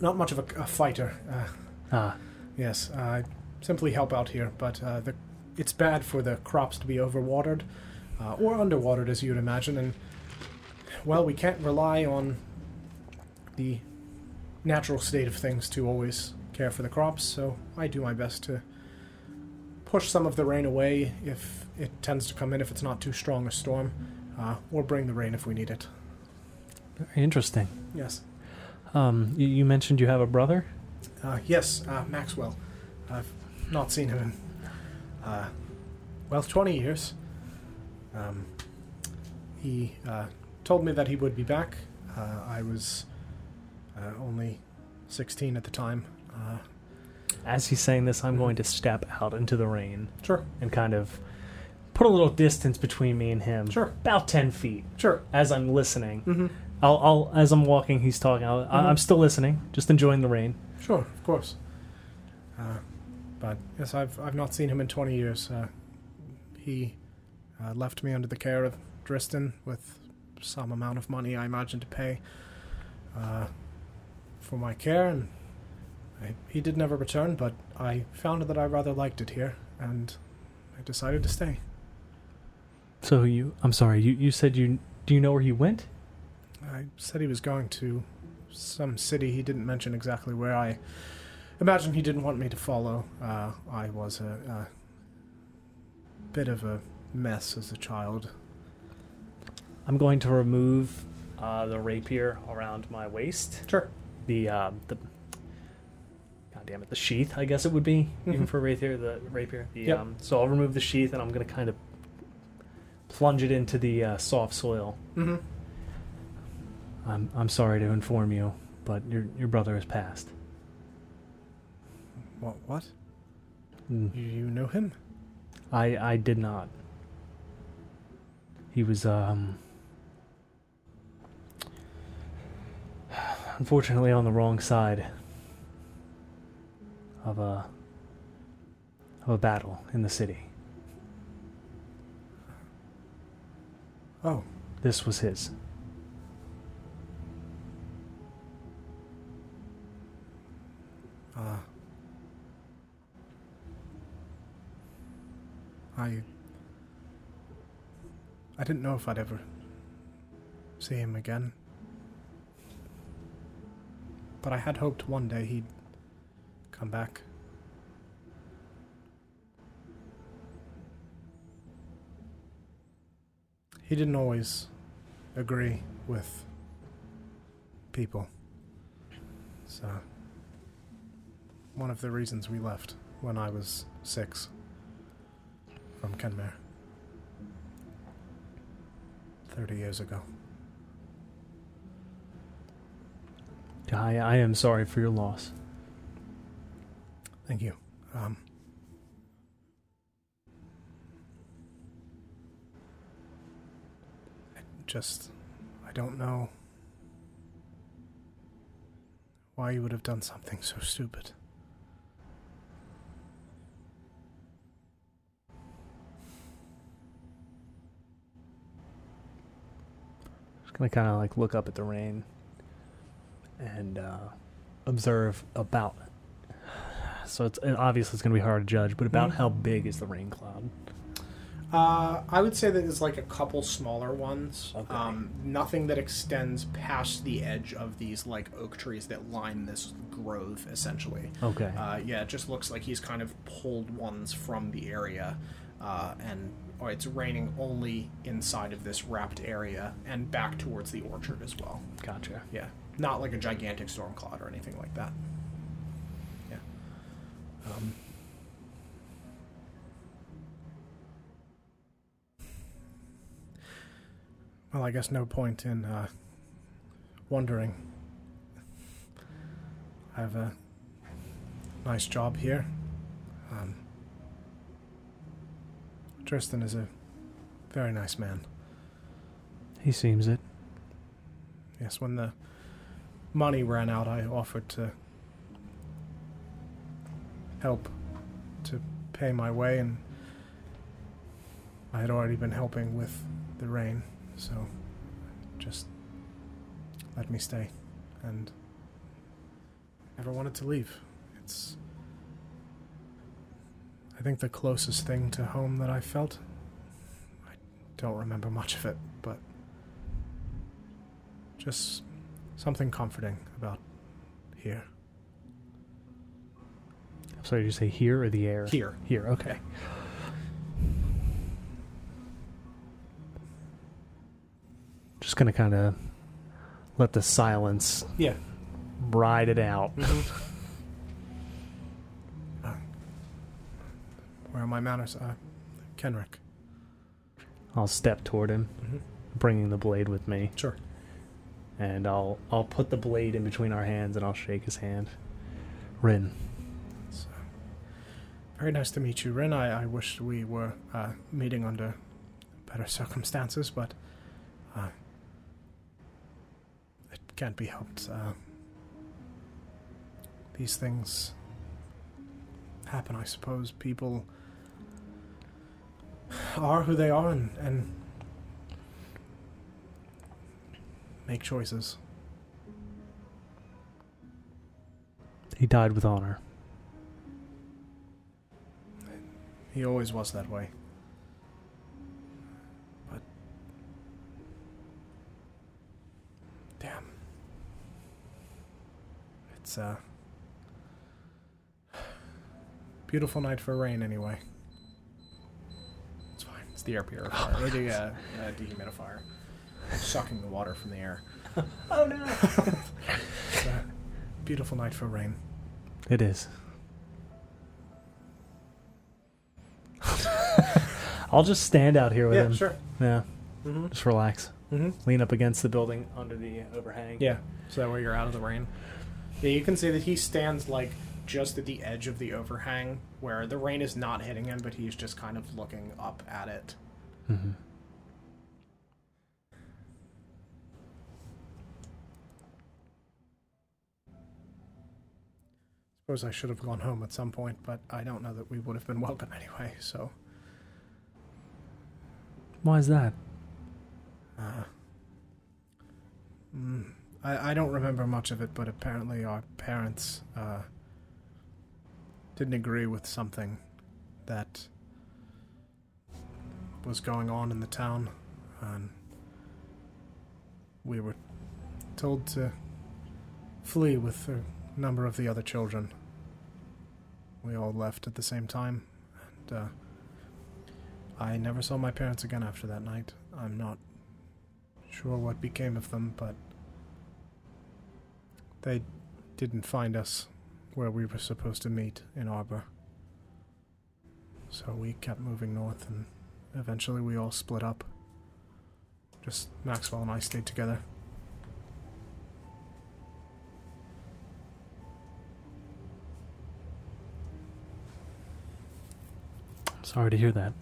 [SPEAKER 1] not much of a, a fighter. Uh,
[SPEAKER 5] Ah,
[SPEAKER 1] Yes, uh, I simply help out here, but uh, the, it's bad for the crops to be overwatered uh, or underwatered, as you'd imagine, and well, we can't rely on the natural state of things to always care for the crops, so I do my best to push some of the rain away if it tends to come in if it's not too strong a storm, uh, or bring the rain if we need it.
[SPEAKER 5] very interesting.
[SPEAKER 1] Yes.
[SPEAKER 5] Um, you, you mentioned you have a brother.
[SPEAKER 1] Uh, yes, uh, Maxwell. I've not seen him in, uh, well, 20 years. Um, he uh, told me that he would be back. Uh, I was uh, only 16 at the time. Uh,
[SPEAKER 5] As he's saying this, I'm going to step out into the rain.
[SPEAKER 1] Sure.
[SPEAKER 5] And kind of put a little distance between me and him. Sure. About ten feet.
[SPEAKER 1] Sure.
[SPEAKER 5] As I'm listening,
[SPEAKER 1] Mhm.
[SPEAKER 5] I'll, I'll as I'm walking, he's talking. I'll, I-
[SPEAKER 1] Mhm.
[SPEAKER 5] I'm still listening, just enjoying the rain.
[SPEAKER 1] Sure, of course. Uh, but yes, I've I've not seen him in twenty years. Uh, he uh, left me under the care of Driston with some amount of money, I imagine, to pay uh, for my care, and I, he did never return. But I found that I rather liked it here, and I decided to stay.
[SPEAKER 5] So you, I'm sorry. You you said you do you know where he went?
[SPEAKER 1] I said he was going to some city. He didn't mention exactly where. I imagine he didn't want me to follow. Uh, I was a, a bit of a mess as a child.
[SPEAKER 5] I'm going to remove uh, the rapier around my waist.
[SPEAKER 1] Sure.
[SPEAKER 5] The uh, the God damn it, the sheath. I guess it would be even
[SPEAKER 1] Mhm.
[SPEAKER 5] for rapier. The um, rapier. The,
[SPEAKER 1] Yep.
[SPEAKER 5] um, so I'll remove the sheath and I'm going to kind of plunge it into the uh, soft soil.
[SPEAKER 1] Mm-hmm.
[SPEAKER 5] I'm, I'm sorry to inform you, but your, your brother has passed.
[SPEAKER 1] What? What?
[SPEAKER 5] Mm.
[SPEAKER 1] You, you know him?
[SPEAKER 5] I, I did not. He was, um. Unfortunately, on the wrong side of a. of a battle in the city.
[SPEAKER 1] Oh.
[SPEAKER 5] This was his.
[SPEAKER 1] Uh, I. I didn't know if I'd ever see him again. But I had hoped one day he'd come back. He didn't always agree with people. So, one of the reasons we left when I was six from Kenmare 30 years ago.
[SPEAKER 5] I, I am sorry for your loss.
[SPEAKER 1] Thank you. Um, I just, I don't know why you would have done something so stupid.
[SPEAKER 5] just gonna kind of like look up at the rain and uh, observe about. So it's and obviously it's gonna be hard to judge, but about
[SPEAKER 1] Mhm.
[SPEAKER 5] how big is the rain cloud?
[SPEAKER 1] Uh, I would say that there's like a couple smaller ones. Um, nothing that extends past the edge of these like oak trees that line this grove, essentially.
[SPEAKER 5] Okay.
[SPEAKER 1] Uh, yeah, it just looks like he's kind of pulled ones from the area, uh, and or it's raining only inside of this wrapped area and back towards the orchard as well.
[SPEAKER 5] Gotcha.
[SPEAKER 1] Yeah, not like a gigantic storm cloud or anything like that. Yeah. Um, Well, I guess no point in uh, wondering. I have a nice job here. Um, Tristan is a very nice man.
[SPEAKER 5] He seems it.
[SPEAKER 1] Yes, when the money ran out, I offered to help to pay my way, and I had already been helping with the rain, so just let me stay and never wanted to leave. It's. I think the closest thing to home that I felt. I don't remember much of it, but just something comforting about here.
[SPEAKER 5] I'm sorry, did you say here or the air?
[SPEAKER 1] Here.
[SPEAKER 5] Here. Okay. Just gonna kind of let the silence.
[SPEAKER 1] Yeah.
[SPEAKER 5] Ride it out.
[SPEAKER 1] Where are my manners? Uh, Kenrick.
[SPEAKER 5] I'll step toward him,
[SPEAKER 1] Mhm.
[SPEAKER 5] bringing the blade with me.
[SPEAKER 1] Sure.
[SPEAKER 5] And I'll I'll put the blade in between our hands and I'll shake his hand. Rin,
[SPEAKER 1] So, very nice to meet you, Rin. I, I wish we were uh, meeting under better circumstances, but uh, it can't be helped. Uh, these things happen, I suppose. People are who they are and, and make choices.
[SPEAKER 5] he died with honor.
[SPEAKER 1] He always was that way. But. Damn. It's uh, a. Beautiful night for rain, anyway. It's fine. It's the air purifier. or the uh, uh, dehumidifier. Sucking the water from the air.
[SPEAKER 5] Oh no!
[SPEAKER 1] It's a beautiful night for rain.
[SPEAKER 5] It is. I'll just stand out here with
[SPEAKER 1] Yeah,
[SPEAKER 5] him.
[SPEAKER 1] sure.
[SPEAKER 5] Yeah.
[SPEAKER 1] Mhm.
[SPEAKER 5] Just relax.
[SPEAKER 1] Mhm.
[SPEAKER 5] Lean up against the building under the overhang.
[SPEAKER 1] Yeah, so that way you're out of the rain. Yeah, you can see that he stands like just at the edge of the overhang where the rain is not hitting him, but he's just kind of looking up at it. Mm-hmm. Suppose I should have gone home at some point, but I don't know that we would have been welcome anyway. So
[SPEAKER 5] Why is that?
[SPEAKER 1] Uh, mm, I, I don't remember much of it, but apparently our parents uh, didn't agree with something that was going on in the town, and we were told to flee with a number of the other children. We all left at the same time, and uh, I never saw my parents again after that night. I'm not sure what became of them, but they didn't find us where we were supposed to meet in Arbor. So we kept moving north, and eventually we all split up. Just Maxwell and I stayed together.
[SPEAKER 5] Sorry to hear that.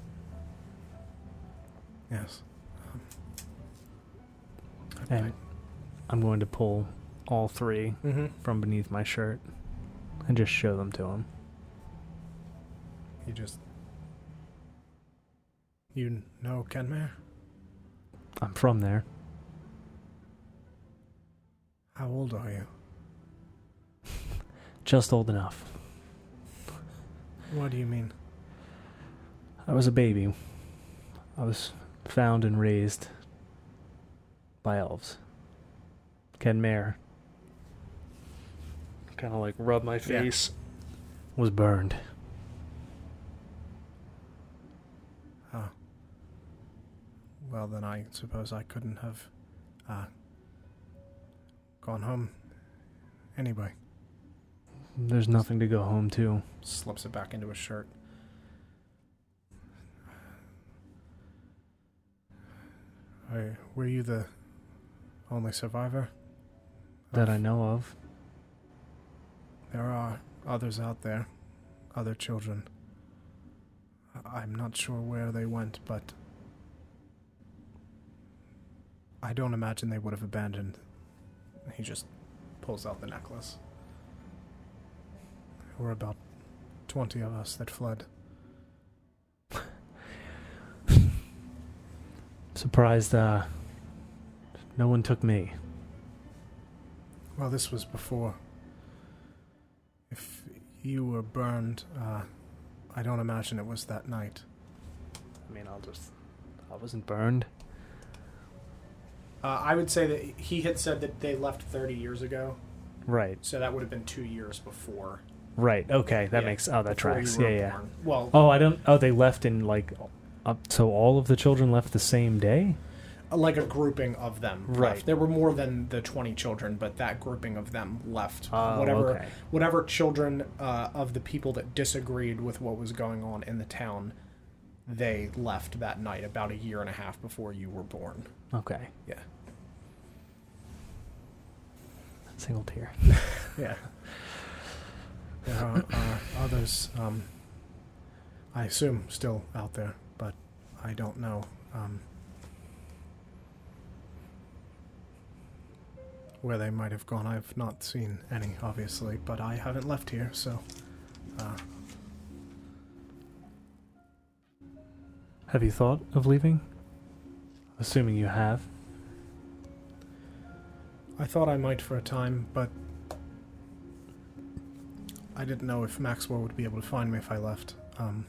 [SPEAKER 1] Yes.
[SPEAKER 5] And I'm going to pull all 3
[SPEAKER 1] Mhm.
[SPEAKER 5] from beneath my shirt and just show them to him.
[SPEAKER 1] You just. You know Kenmare?
[SPEAKER 5] I'm from there.
[SPEAKER 1] How old are you?
[SPEAKER 5] Just old enough.
[SPEAKER 1] What do you mean?
[SPEAKER 5] I was a baby. I was found and raised by elves. Ken Mayer. Kind of like rub my face. Was burned.
[SPEAKER 1] Ah. Well, then I suppose I couldn't have uh, gone home. Anyway,
[SPEAKER 5] There's nothing to go home to.
[SPEAKER 1] slips it back into his shirt. Are, were you the only survivor?
[SPEAKER 5] That I know of.
[SPEAKER 1] There are others out there, other children. I- I'm not sure where they went, but I don't imagine they would have abandoned. He just pulls out the necklace. There were about 20 of us that fled.
[SPEAKER 5] Surprised uh no one took me.
[SPEAKER 1] Well, this was before. If you were burned, uh, I don't imagine it was that night.
[SPEAKER 5] I mean, I'll just I wasn't burned.
[SPEAKER 1] Uh, I would say that he had said that they left 30 years ago,
[SPEAKER 5] Right.
[SPEAKER 1] so that would have been two years before.
[SPEAKER 5] Right. Okay, that
[SPEAKER 1] Yeah,
[SPEAKER 5] makes oh that
[SPEAKER 1] before you
[SPEAKER 5] tracks.
[SPEAKER 1] were
[SPEAKER 5] Yeah, yeah.
[SPEAKER 1] born. Well-
[SPEAKER 5] oh, I don't. Oh, they left in like, up, so all of the children left the same day.
[SPEAKER 1] Uh, Like a grouping of them. left.
[SPEAKER 5] Right.
[SPEAKER 1] There were more than the 20 children, but that grouping of them left.
[SPEAKER 5] Oh,
[SPEAKER 1] whatever,
[SPEAKER 5] okay.
[SPEAKER 1] whatever children uh, of the people that disagreed with what was going on in the town, they left that night, about a year and a half before you were born.
[SPEAKER 5] Okay,
[SPEAKER 1] Yeah.
[SPEAKER 5] single tear.
[SPEAKER 1] Yeah. There are, are others, um, I assume, still out there, but I don't know um, where they might have gone. I've not seen any, obviously, but I haven't left here, so. Uh,
[SPEAKER 5] Have you thought of leaving? Assuming you have.
[SPEAKER 1] I thought I might for a time, but I didn't know if Maxwell would be able to find me if I left. Um,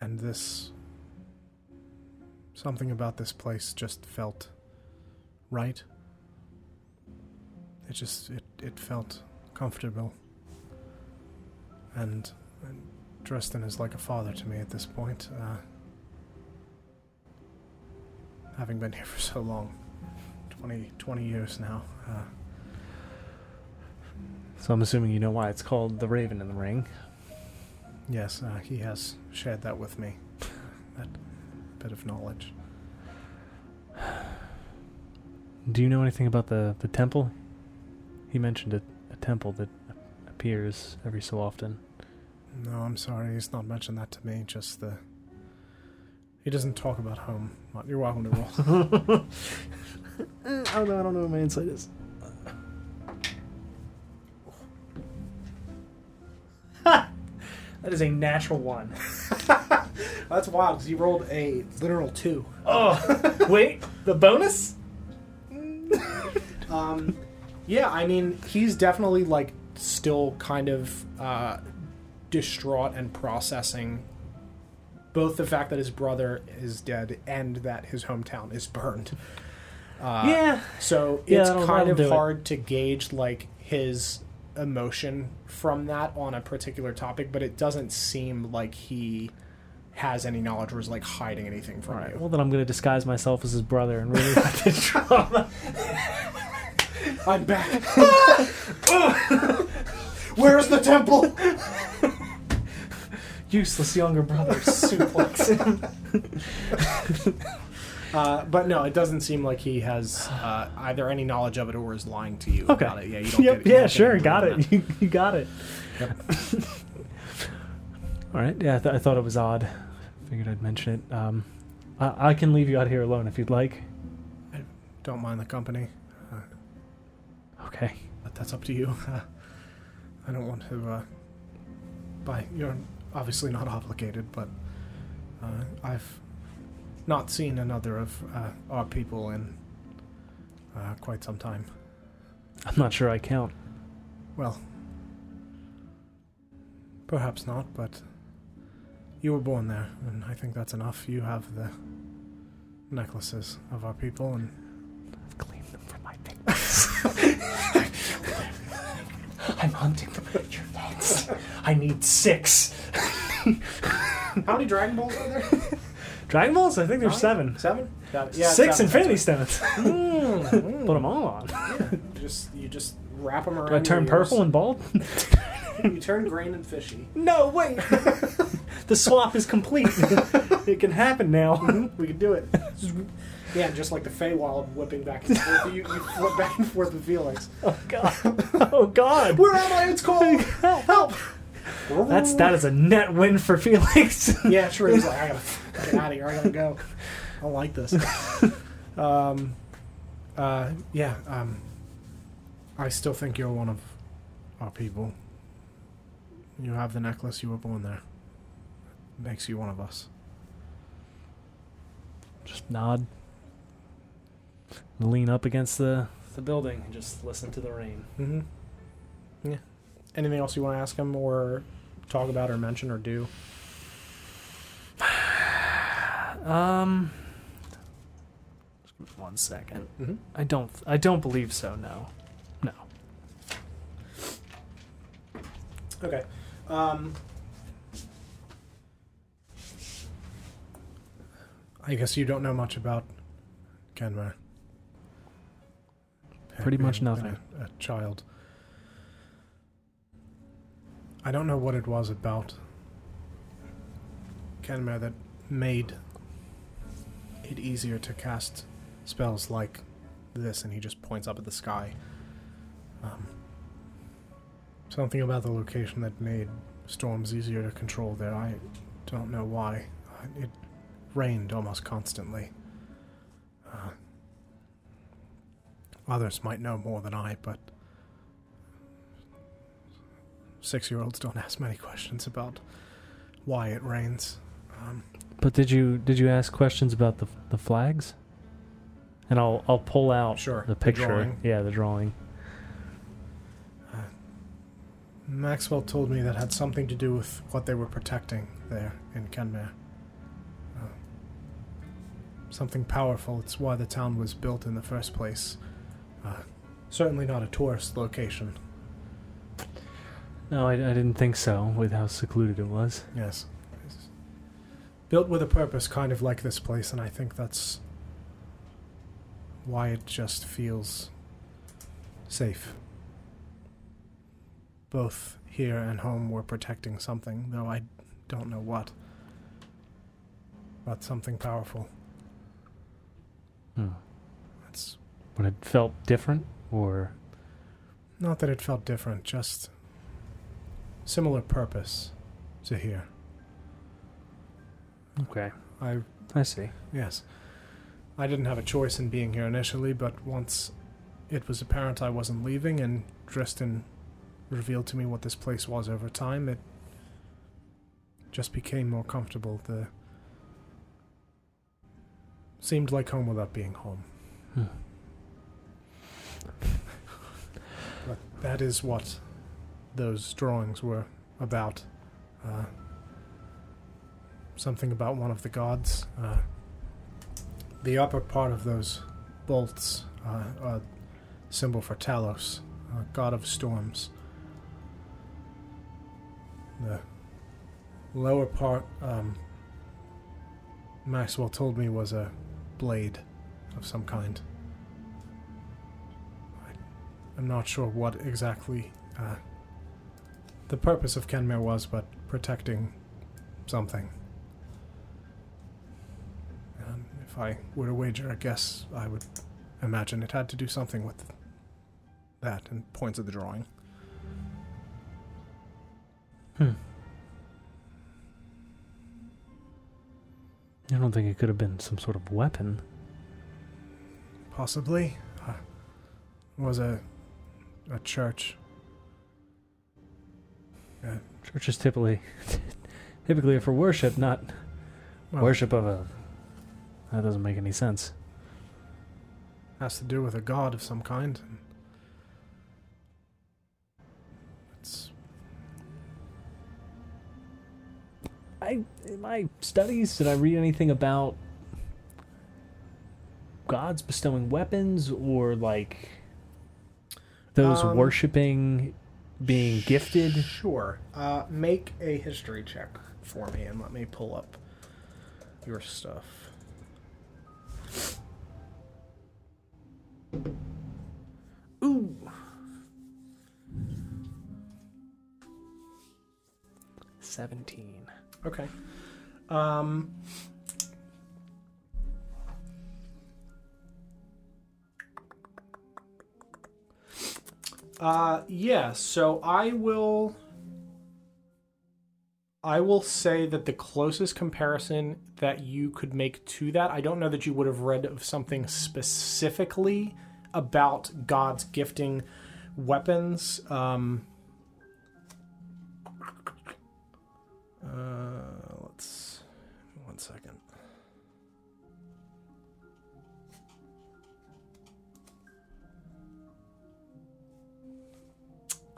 [SPEAKER 1] and this. Something about this place just felt right. It just it, it felt comfortable. And, and Dresden is like a father to me at this point. Uh, having been here for so long 20, 20 years now. Uh,
[SPEAKER 5] So I'm assuming you know why it's called the Raven in the Ring.
[SPEAKER 1] Yes, uh, he has shared that with me. That bit of knowledge.
[SPEAKER 5] Do you know anything about the, the temple? He mentioned a, a temple that appears every so often.
[SPEAKER 1] No, I'm sorry, he's not mentioned that to me. Just the. He doesn't talk about home. But You're welcome to roll.
[SPEAKER 5] Eh, I don't know. I don't know what my insight is.
[SPEAKER 1] that is a natural one. That's wild because you rolled a literal two.
[SPEAKER 4] Oh, wait, the bonus?
[SPEAKER 1] Um, yeah, I mean, he's definitely like still kind of uh, distraught and processing both the fact that his brother is dead and that his hometown is burned. Uh,
[SPEAKER 5] Yeah.
[SPEAKER 1] So
[SPEAKER 5] Yeah,
[SPEAKER 1] it's
[SPEAKER 5] that'll-
[SPEAKER 1] kind
[SPEAKER 5] that'll do
[SPEAKER 1] of
[SPEAKER 5] it.
[SPEAKER 1] hard to gauge like his emotion from that on a particular topic, but it doesn't seem like he has any knowledge or is like hiding anything from you.
[SPEAKER 5] Well, then I'm going to disguise myself as his brother and really let this drama.
[SPEAKER 1] I'm back. Where's the temple?
[SPEAKER 5] Useless younger brother
[SPEAKER 1] suplex. uh, but no, it doesn't seem like he has uh, either any knowledge of it or is lying to you
[SPEAKER 5] Okay.
[SPEAKER 1] about it. Yeah, you don't
[SPEAKER 5] yep.
[SPEAKER 1] get it. you don't
[SPEAKER 5] yeah,
[SPEAKER 1] get anything
[SPEAKER 5] sure. Got
[SPEAKER 1] on
[SPEAKER 5] it. You, you got it. All right. Yeah, I, th- I thought it was odd. Figured I'd mention it. Um, I-, I can leave you out here alone if you'd like.
[SPEAKER 1] that. Don't mind the company. Uh,
[SPEAKER 5] Okay.
[SPEAKER 1] but that's up to you. Uh, I don't want to. Uh, by you're obviously not obligated, but uh, I've not seen another of uh, our people in uh, quite some time.
[SPEAKER 5] I'm not sure I count.
[SPEAKER 1] Well, perhaps not, but you were born there, and I think that's enough. You have the necklaces of our people, and
[SPEAKER 5] I've claimed them for my victims. I'm hunting them at your necks. I need six.
[SPEAKER 1] How many Dragon Balls are there?
[SPEAKER 5] Dragon Balls? I think there's
[SPEAKER 1] Nine?
[SPEAKER 5] seven.
[SPEAKER 1] Seven? Got it.
[SPEAKER 5] six
[SPEAKER 1] seven.
[SPEAKER 5] Infinity
[SPEAKER 1] That's right.
[SPEAKER 5] Stones.
[SPEAKER 1] Mm,
[SPEAKER 5] Put them all on.
[SPEAKER 1] mm. just you just wrap them around.
[SPEAKER 5] Do I turn
[SPEAKER 1] your ears.
[SPEAKER 5] purple and bald?
[SPEAKER 1] you turn green and fishy.
[SPEAKER 5] No, wait. the swap is complete. it can happen now.
[SPEAKER 1] We can do it. Mm-hmm. Yeah, just like the Feywild whipping back and forth. You, you flip back and forth with Felix.
[SPEAKER 5] Oh god. Oh god.
[SPEAKER 1] Where am I? It's cold. Help.
[SPEAKER 5] That's that is a net win for Felix.
[SPEAKER 1] Yeah, true. He's like, I gotta get out of here. I gotta go. I don't like this. Um, uh, yeah. Um, I still think you're one of our people. You have the necklace. You were born there. Makes you one of us.
[SPEAKER 5] just nod. Lean up against the the building and just listen to the rain.
[SPEAKER 1] Mm-hmm. Yeah. Anything else you want to ask him or talk about or mention or do?
[SPEAKER 5] Um just give me one second.
[SPEAKER 1] Mhm.
[SPEAKER 5] I don't I don't believe so, no. No.
[SPEAKER 1] Okay. Um, I guess you don't know much about Kenmare.
[SPEAKER 5] Pretty much
[SPEAKER 1] Being
[SPEAKER 5] nothing.
[SPEAKER 1] A, a child. I don't know what it was about Kenmare that made it easier to cast spells like this, and he just points up at the sky. Um, something about the location that made storms easier to control there. I don't know why. Uh, It rained almost constantly. Uh, others might know more than I, but six year olds don't ask many questions about why it rains. Um,
[SPEAKER 5] But did you did you ask questions about the the flags? And I'll I'll pull out
[SPEAKER 1] Sure,
[SPEAKER 5] the
[SPEAKER 1] the
[SPEAKER 5] picture.
[SPEAKER 1] drawing.
[SPEAKER 5] yeah, the drawing.
[SPEAKER 1] Maxwell told me that had something to do with what they were protecting there in Kenmare. Uh, something powerful. It's why the town was built in the first place. Uh, certainly not a tourist location.
[SPEAKER 5] No, I, I didn't think so with how secluded it was.
[SPEAKER 1] Yes. Built with a purpose, kind of like this place, and I think that's why it just feels safe. both here and home were protecting something, though I don't know what. But something powerful.
[SPEAKER 5] Hmm.
[SPEAKER 1] That's
[SPEAKER 5] When it felt different, or
[SPEAKER 1] not that it felt different, just similar purpose to here.
[SPEAKER 5] okay,
[SPEAKER 1] I
[SPEAKER 5] I see.
[SPEAKER 1] Yes. I didn't have a choice in being here initially, but once it was apparent I wasn't leaving and Driston revealed to me what this place was over time, it just became more comfortable. The seemed like home without being home.
[SPEAKER 5] Hmm.
[SPEAKER 1] But that is what those drawings were about. Uh, something about one of the gods. Uh, the upper part of those bolts uh, are symbol for Talos, uh, god of storms. The lower part, um, Maxwell told me, was a blade of some kind. I, I'm not sure what exactly uh, the purpose of Kenmare was, but protecting something. Um, if I were to wager a guess, I would imagine it had to do something with that and points at the drawing.
[SPEAKER 5] Hmm. I don't think it could have been some sort of weapon.
[SPEAKER 1] Possibly. Uh, was a, a church. Uh,
[SPEAKER 5] Churches typically, typically are for worship, not
[SPEAKER 1] Well-
[SPEAKER 5] worship of a. That doesn't make any sense.
[SPEAKER 1] has to do with a god of some kind. and It's
[SPEAKER 5] I in my studies did I read anything about gods bestowing weapons or like those
[SPEAKER 1] Um,
[SPEAKER 5] worshiping being gifted?
[SPEAKER 1] Sure. Uh, make a history check for me and let me pull up your stuff. Ooh.
[SPEAKER 5] Seventeen.
[SPEAKER 1] Okay. Um. Uh, yeah, so I will. I will say that the closest comparison that you could make to that, I don't know that you would have read of something specifically about God's gifting weapons. Um, uh, let's. One second.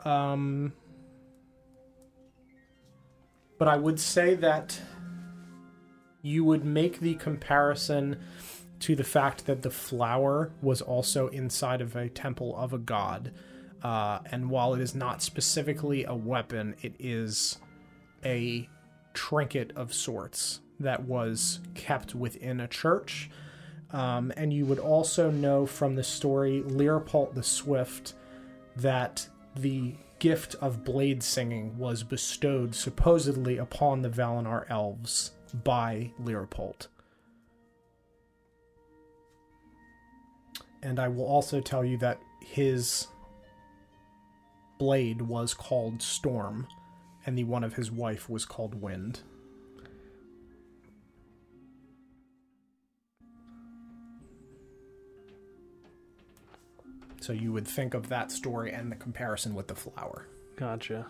[SPEAKER 1] Um, but I would say that you would make the comparison to the fact that the flower was also inside of a temple of a god. Uh, and while it is not specifically a weapon, it is a trinket of sorts that was kept within a church. Um, and you would also know from the story Leopold the Swift that the gift of blade singing was bestowed supposedly upon the Valinor elves by Leopold. And I will also tell you that his blade was called Storm, and the one of his wife was called Wind. So you would think of that story and the comparison with the flower.
[SPEAKER 5] Gotcha.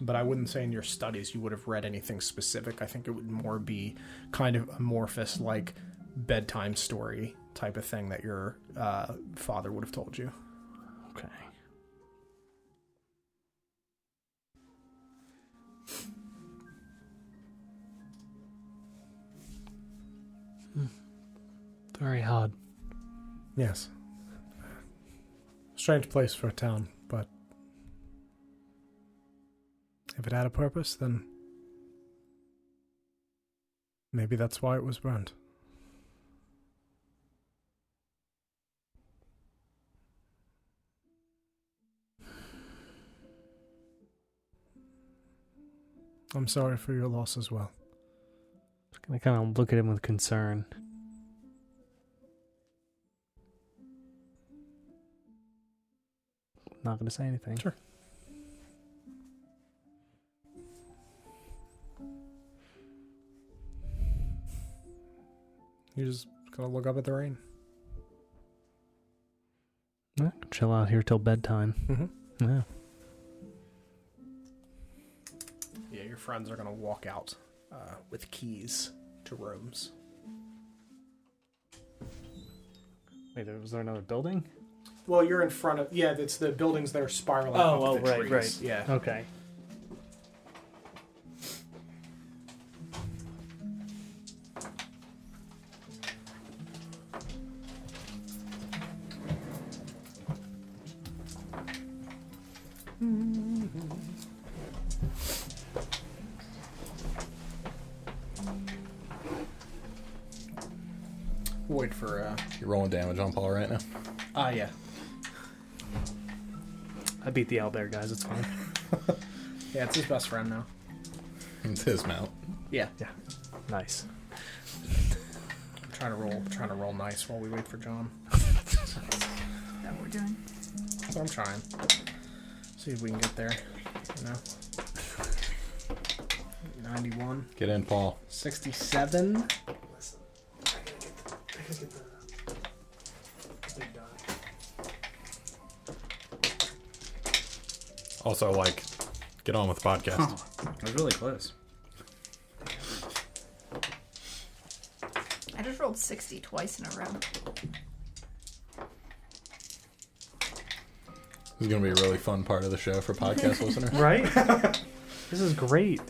[SPEAKER 1] But I wouldn't say in your studies you would have read anything specific. I think it would more be kind of amorphous, like bedtime story type of thing that your uh, father would have told you.
[SPEAKER 5] Okay. Very hard.
[SPEAKER 1] Yes. Strange place for a town, but if it had a purpose, then maybe that's why it was burned. I'm sorry for your loss as well.
[SPEAKER 5] I kind of look at him with concern. Not going to say anything. Sure.
[SPEAKER 1] You just gonna look up at the rain.
[SPEAKER 5] Chill out here till bedtime. Mm-hmm. Yeah.
[SPEAKER 1] Yeah, your friends are gonna walk out uh, with keys to rooms.
[SPEAKER 5] Wait, was there another building?
[SPEAKER 1] Well, you're in front of yeah. It's the buildings that are spiraling.
[SPEAKER 5] Oh,
[SPEAKER 1] up
[SPEAKER 5] oh,
[SPEAKER 1] the
[SPEAKER 5] right,
[SPEAKER 1] trees.
[SPEAKER 5] right.
[SPEAKER 1] Yeah.
[SPEAKER 5] Okay.
[SPEAKER 11] Wait for uh You're rolling damage on Paul right now.
[SPEAKER 5] Ah, yeah. I beat the owlbear, guys. It's fine.
[SPEAKER 1] Yeah, it's his best friend now.
[SPEAKER 11] It's his mount.
[SPEAKER 1] Yeah.
[SPEAKER 5] Yeah. Nice.
[SPEAKER 1] I'm trying to roll. trying to roll nice while we wait for John.
[SPEAKER 9] that what we're doing?
[SPEAKER 1] That's what I'm trying. See if we can get there. You know. Ninety-one.
[SPEAKER 11] Get in, Paul.
[SPEAKER 1] 67.
[SPEAKER 7] Also, like, get on with the podcast.
[SPEAKER 2] I was really close.
[SPEAKER 9] I just rolled 60 twice in a row.
[SPEAKER 11] This is gonna be a really fun part of the show for podcast listeners.
[SPEAKER 5] Right? this is great.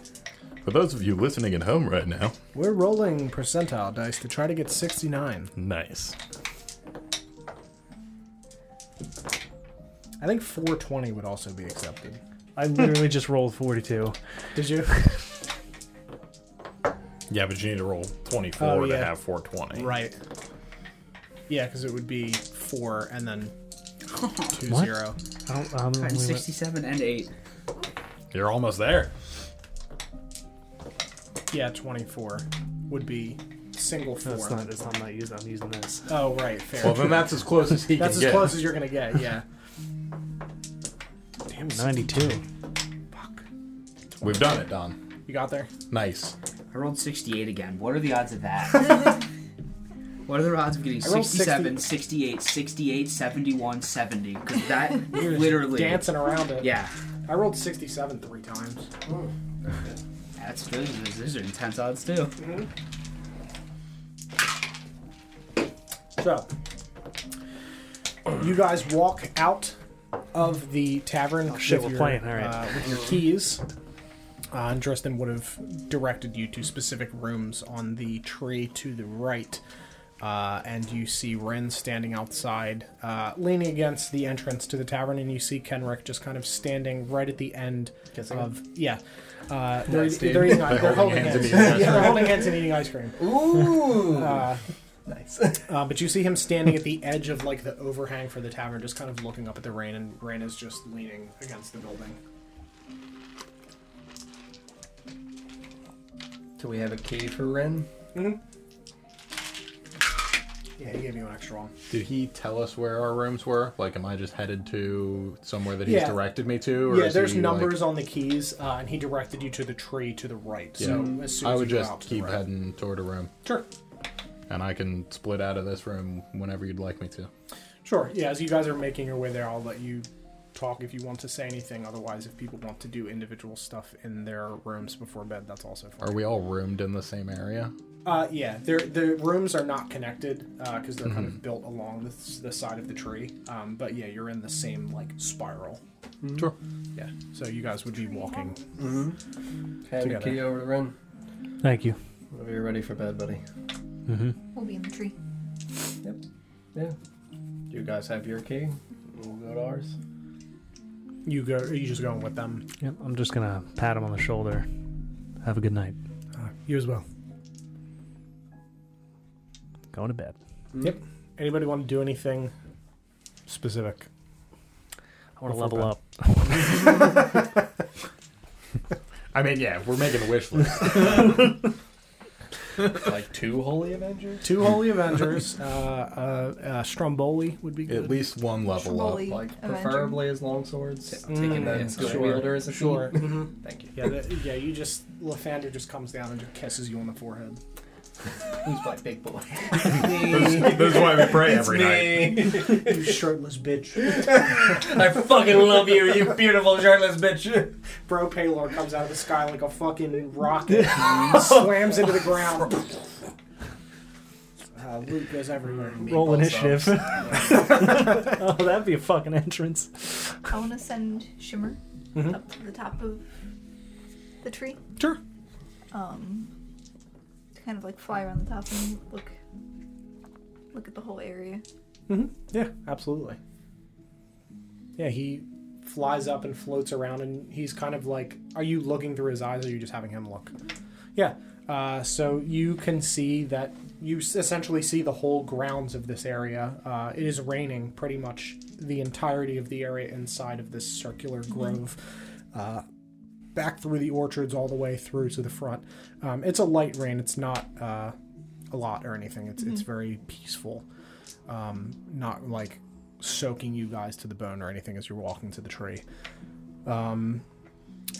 [SPEAKER 7] For those of you listening at home right now,
[SPEAKER 1] We're rolling percentile dice to try to get 69.
[SPEAKER 7] nice.
[SPEAKER 1] I think 420 would also be accepted.
[SPEAKER 5] I literally just rolled 42.
[SPEAKER 1] Did you?
[SPEAKER 7] Yeah, but you need to roll 24
[SPEAKER 1] Oh, yeah.
[SPEAKER 7] to have 420.
[SPEAKER 1] Right. Yeah, because it would be 4 and then 2
[SPEAKER 7] What?
[SPEAKER 1] 0.
[SPEAKER 5] I don't, I don't
[SPEAKER 2] And 67 and 8.
[SPEAKER 7] You're almost there.
[SPEAKER 1] Yeah, 24 would be single 4.
[SPEAKER 5] No, it's not. It's not. I'm not using. I'm using this.
[SPEAKER 1] Oh, right, fair.
[SPEAKER 11] Well, then that's as close as he
[SPEAKER 1] That's
[SPEAKER 11] can get.
[SPEAKER 1] as close as you're going to get, yeah.
[SPEAKER 5] Damn, 92.
[SPEAKER 11] We've done it, Don.
[SPEAKER 1] You got there?
[SPEAKER 11] Nice.
[SPEAKER 2] I rolled 68 again. What are the odds of that? what are the odds of getting
[SPEAKER 1] I rolled
[SPEAKER 2] 67, 68, 68, 71, 70? Because that
[SPEAKER 1] You're just
[SPEAKER 2] literally.
[SPEAKER 1] dancing around it.
[SPEAKER 2] Yeah.
[SPEAKER 1] I rolled 67 three times.
[SPEAKER 2] That's those, those are intense odds too.
[SPEAKER 1] So, you guys walk out of the tavern.
[SPEAKER 5] Oh, shit,
[SPEAKER 1] with
[SPEAKER 5] we're
[SPEAKER 1] your,
[SPEAKER 5] playing, all right.
[SPEAKER 1] uh, with your keys. Uh, and Dresden would have directed you to specific rooms on the tree to the right. Uh, and you see Ren standing outside, uh, leaning against the entrance to the tavern, and you see Kenrick just kind of standing right at the end
[SPEAKER 10] Kissing
[SPEAKER 1] of yeah. Uh, they're,
[SPEAKER 10] Nice, dude.
[SPEAKER 1] they're, eating,
[SPEAKER 10] They're
[SPEAKER 1] they're,
[SPEAKER 10] holding
[SPEAKER 1] holding
[SPEAKER 10] hands
[SPEAKER 1] hands.
[SPEAKER 10] and eating ice
[SPEAKER 1] yeah, they're
[SPEAKER 10] cream.
[SPEAKER 1] holding hands and eating ice cream.
[SPEAKER 10] Ooh.
[SPEAKER 1] Uh,
[SPEAKER 10] Nice.
[SPEAKER 1] uh, but you see him standing at the edge of like the overhang for the tavern, just kind of looking up at the rain, and rain is just leaning against the building.
[SPEAKER 10] Do we have a key for Ren?
[SPEAKER 1] Yeah, he gave you an extra one.
[SPEAKER 11] Did he tell us where our rooms were? Like, am I just headed to somewhere that
[SPEAKER 1] Yeah.
[SPEAKER 11] he's directed me to? Or
[SPEAKER 1] yeah,
[SPEAKER 11] is
[SPEAKER 1] there's
[SPEAKER 11] he, like-
[SPEAKER 1] numbers on the keys, uh, and he directed you to the tree to the right.
[SPEAKER 11] Yeah.
[SPEAKER 1] So as soon
[SPEAKER 11] I
[SPEAKER 1] as
[SPEAKER 11] would
[SPEAKER 1] you go
[SPEAKER 11] just
[SPEAKER 1] out to the
[SPEAKER 11] keep
[SPEAKER 1] right-
[SPEAKER 11] heading toward a room,
[SPEAKER 1] Sure,
[SPEAKER 11] and I can split out of this room whenever you'd like me to.
[SPEAKER 1] sure. Yeah, as you guys are making your way there, I'll let you talk if you want to say anything. Otherwise, if people want to do individual stuff in their rooms before bed, that's also fine.
[SPEAKER 11] Are we all roomed in the same area?
[SPEAKER 1] Uh, yeah, they're, the rooms are not connected because they're kind
[SPEAKER 11] Mm-hmm.
[SPEAKER 1] of built along the, s- the side of the tree. Um, but yeah, you're in the same like spiral.
[SPEAKER 5] Mm-hmm.
[SPEAKER 11] Sure.
[SPEAKER 1] Yeah, so you guys would be walking.
[SPEAKER 10] Hand the
[SPEAKER 1] Hmm? Together.
[SPEAKER 10] key over to Ren.
[SPEAKER 5] Thank you.
[SPEAKER 10] Whenever you're ready for bed, buddy.
[SPEAKER 9] We'll be in the tree.
[SPEAKER 10] Yep. Yeah. You guys have your key. We'll go to ours.
[SPEAKER 1] You go. Are you just going with them?
[SPEAKER 5] Yep. I'm just gonna pat him on the shoulder. Have a good night.
[SPEAKER 1] Uh, you as well.
[SPEAKER 5] Going to bed.
[SPEAKER 10] Mm-hmm.
[SPEAKER 1] Yep. Anybody want to do anything specific?
[SPEAKER 5] I want to
[SPEAKER 1] Before
[SPEAKER 5] level
[SPEAKER 1] bed.
[SPEAKER 5] up.
[SPEAKER 10] I mean, yeah, we're making a wish list.
[SPEAKER 11] like two holy Avengers?
[SPEAKER 1] Two Holy Avengers. Uh, uh, uh, Stromboli would be good.
[SPEAKER 10] At least one level
[SPEAKER 9] Stromboli.
[SPEAKER 10] up.
[SPEAKER 11] Like,
[SPEAKER 9] Avenger.
[SPEAKER 11] preferably as longswords.
[SPEAKER 1] Mm,
[SPEAKER 11] Taking that as
[SPEAKER 1] sure,
[SPEAKER 11] a wielder as a
[SPEAKER 1] sure.
[SPEAKER 11] feat.
[SPEAKER 3] Mm-hmm.
[SPEAKER 1] Mhm.
[SPEAKER 11] Thank you.
[SPEAKER 1] Yeah, the, yeah. You just Lathander just comes down and just kisses you on the forehead.
[SPEAKER 11] He's my big boy.
[SPEAKER 10] That's- that's why we pray
[SPEAKER 1] It's
[SPEAKER 10] every
[SPEAKER 1] me. you shirtless bitch.
[SPEAKER 11] I fucking love you, you beautiful shirtless bitch.
[SPEAKER 1] Bro, Paylor comes out of the sky like a fucking rocket, and slams into the ground. Uh, loot goes everywhere.
[SPEAKER 5] Roll initiative. oh, that'd be a fucking entrance.
[SPEAKER 9] I want to send Shimmer
[SPEAKER 5] Mhm.
[SPEAKER 9] up to the top of the tree.
[SPEAKER 1] Mm-hmm. Sure.
[SPEAKER 9] Um, to kind of like fly around the top and look, look at the whole area.
[SPEAKER 1] hmm Yeah, absolutely. Yeah, he flies up and floats around, and he's kind of like, are you looking through his eyes, or are you just having him look? Yeah. Uh, so you can see that you s- essentially see the whole grounds of this area. Uh, it is raining pretty much the entirety of the area inside of this circular grove, uh, back through the orchards all the way through to the front. Um, it's a light rain. It's not uh, a lot or anything. It's it's
[SPEAKER 9] Mhm.
[SPEAKER 1] very peaceful, um, not like soaking you guys to the bone or anything as you're walking to the tree. Um,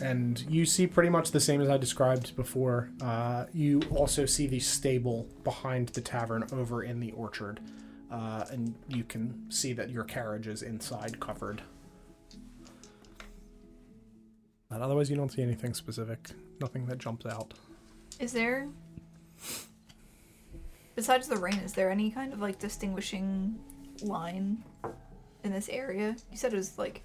[SPEAKER 1] and you see pretty much the same as I described before. Uh, you also see the stable behind the tavern over in the orchard, uh, and you can see that your carriage is inside covered. But otherwise, you don't see anything specific, nothing that jumps out.
[SPEAKER 9] Is there, besides the rain, is there any kind of like distinguishing line in this area? You said it was like,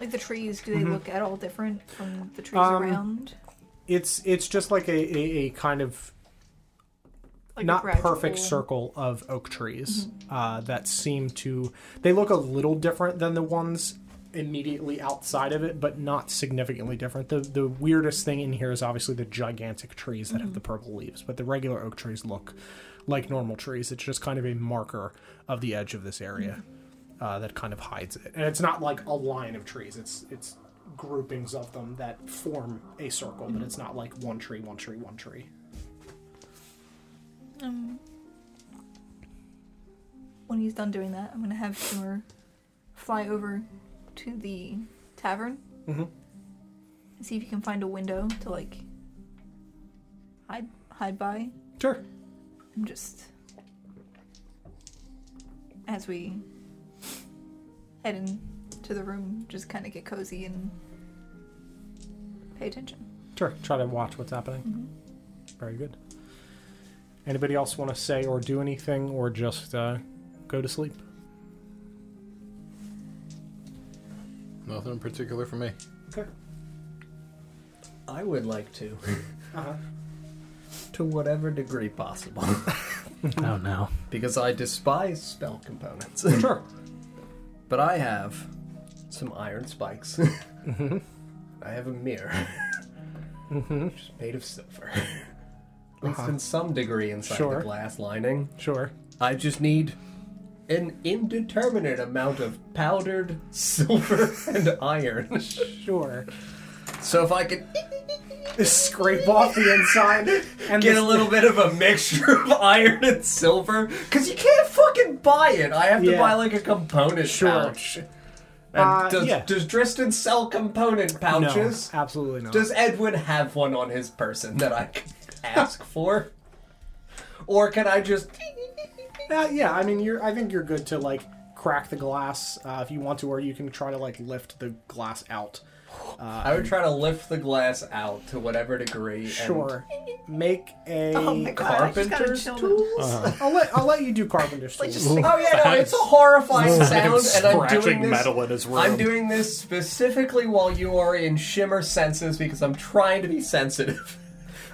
[SPEAKER 9] like the trees. Do they
[SPEAKER 1] Mhm.
[SPEAKER 9] look at all different from the trees
[SPEAKER 1] Um,
[SPEAKER 9] around?
[SPEAKER 1] It's it's just like a, a, a kind of
[SPEAKER 9] Like a
[SPEAKER 1] not
[SPEAKER 9] gradual- Mm-hmm.
[SPEAKER 1] perfect circle of oak trees uh, that seem to they look a little different than the ones immediately outside of it, but not significantly different. The the weirdest thing in here is obviously the gigantic trees that
[SPEAKER 9] Mm-hmm.
[SPEAKER 1] have the purple leaves, but the regular oak trees look like normal trees. It's just kind of a marker of the edge of this
[SPEAKER 9] Mm-hmm.
[SPEAKER 1] area uh, that kind of hides it, and it's not like a line of trees. It's it's groupings of them that form a circle, but it's not like one tree, one tree, one tree.
[SPEAKER 9] Um, when he's done doing that, I'm gonna have Shimmer fly over to the tavern
[SPEAKER 1] Mm-hmm.
[SPEAKER 9] and see if he can find a window to like hide hide by.
[SPEAKER 1] Sure.
[SPEAKER 9] And just as we head into the room, just kind of get cozy and pay attention.
[SPEAKER 1] Sure. Try to watch what's happening. Very good. Anybody else want to say or do anything, or just uh, go to sleep?
[SPEAKER 7] Nothing in particular for me.
[SPEAKER 1] Okay.
[SPEAKER 3] I would like to.
[SPEAKER 1] Uh-huh.
[SPEAKER 3] to whatever degree possible.
[SPEAKER 5] Oh no.
[SPEAKER 3] because I despise spell components.
[SPEAKER 1] sure.
[SPEAKER 3] But I have some iron spikes.
[SPEAKER 5] Mm-hmm.
[SPEAKER 3] I have a mirror.
[SPEAKER 10] Mm-hmm.
[SPEAKER 3] Which is made of silver. At least
[SPEAKER 1] Uh-huh.
[SPEAKER 3] in some degree inside
[SPEAKER 1] Sure.
[SPEAKER 3] the glass lining.
[SPEAKER 1] Sure.
[SPEAKER 3] I just need an indeterminate amount of powdered silver and iron.
[SPEAKER 1] Sure.
[SPEAKER 3] So if I could
[SPEAKER 1] Scrape off the inside
[SPEAKER 3] get
[SPEAKER 1] and this-
[SPEAKER 3] a little bit of a mixture of iron and silver, because you can't fucking buy it. I have to
[SPEAKER 1] Yeah.
[SPEAKER 3] buy like a component
[SPEAKER 1] Sure.
[SPEAKER 3] pouch. And
[SPEAKER 1] Uh,
[SPEAKER 3] does,
[SPEAKER 1] yeah.
[SPEAKER 3] does Driston sell component pouches?
[SPEAKER 1] No, absolutely not.
[SPEAKER 3] Does Edwin have one on his person that I could ask for? Or can I just
[SPEAKER 1] Uh, yeah, I mean, you're. I think you're good to like crack the glass uh, if you want to, or you can try to like lift the glass out. Uh,
[SPEAKER 3] I would try to lift the glass out to whatever degree. and-
[SPEAKER 1] Sure. Make a
[SPEAKER 9] Oh my god, I just gotta
[SPEAKER 3] Carpenter's
[SPEAKER 9] chill.
[SPEAKER 3] Uh-huh.
[SPEAKER 1] I'll let I'll let you do carpenter's
[SPEAKER 9] Like,
[SPEAKER 1] tools.
[SPEAKER 9] just think
[SPEAKER 3] Oh yeah, no, it's a horrifying sound, and I'm doing
[SPEAKER 10] Scratching
[SPEAKER 3] this.
[SPEAKER 10] metal in his room.
[SPEAKER 3] I'm doing this specifically while you are in shimmer senses because I'm trying to be sensitive.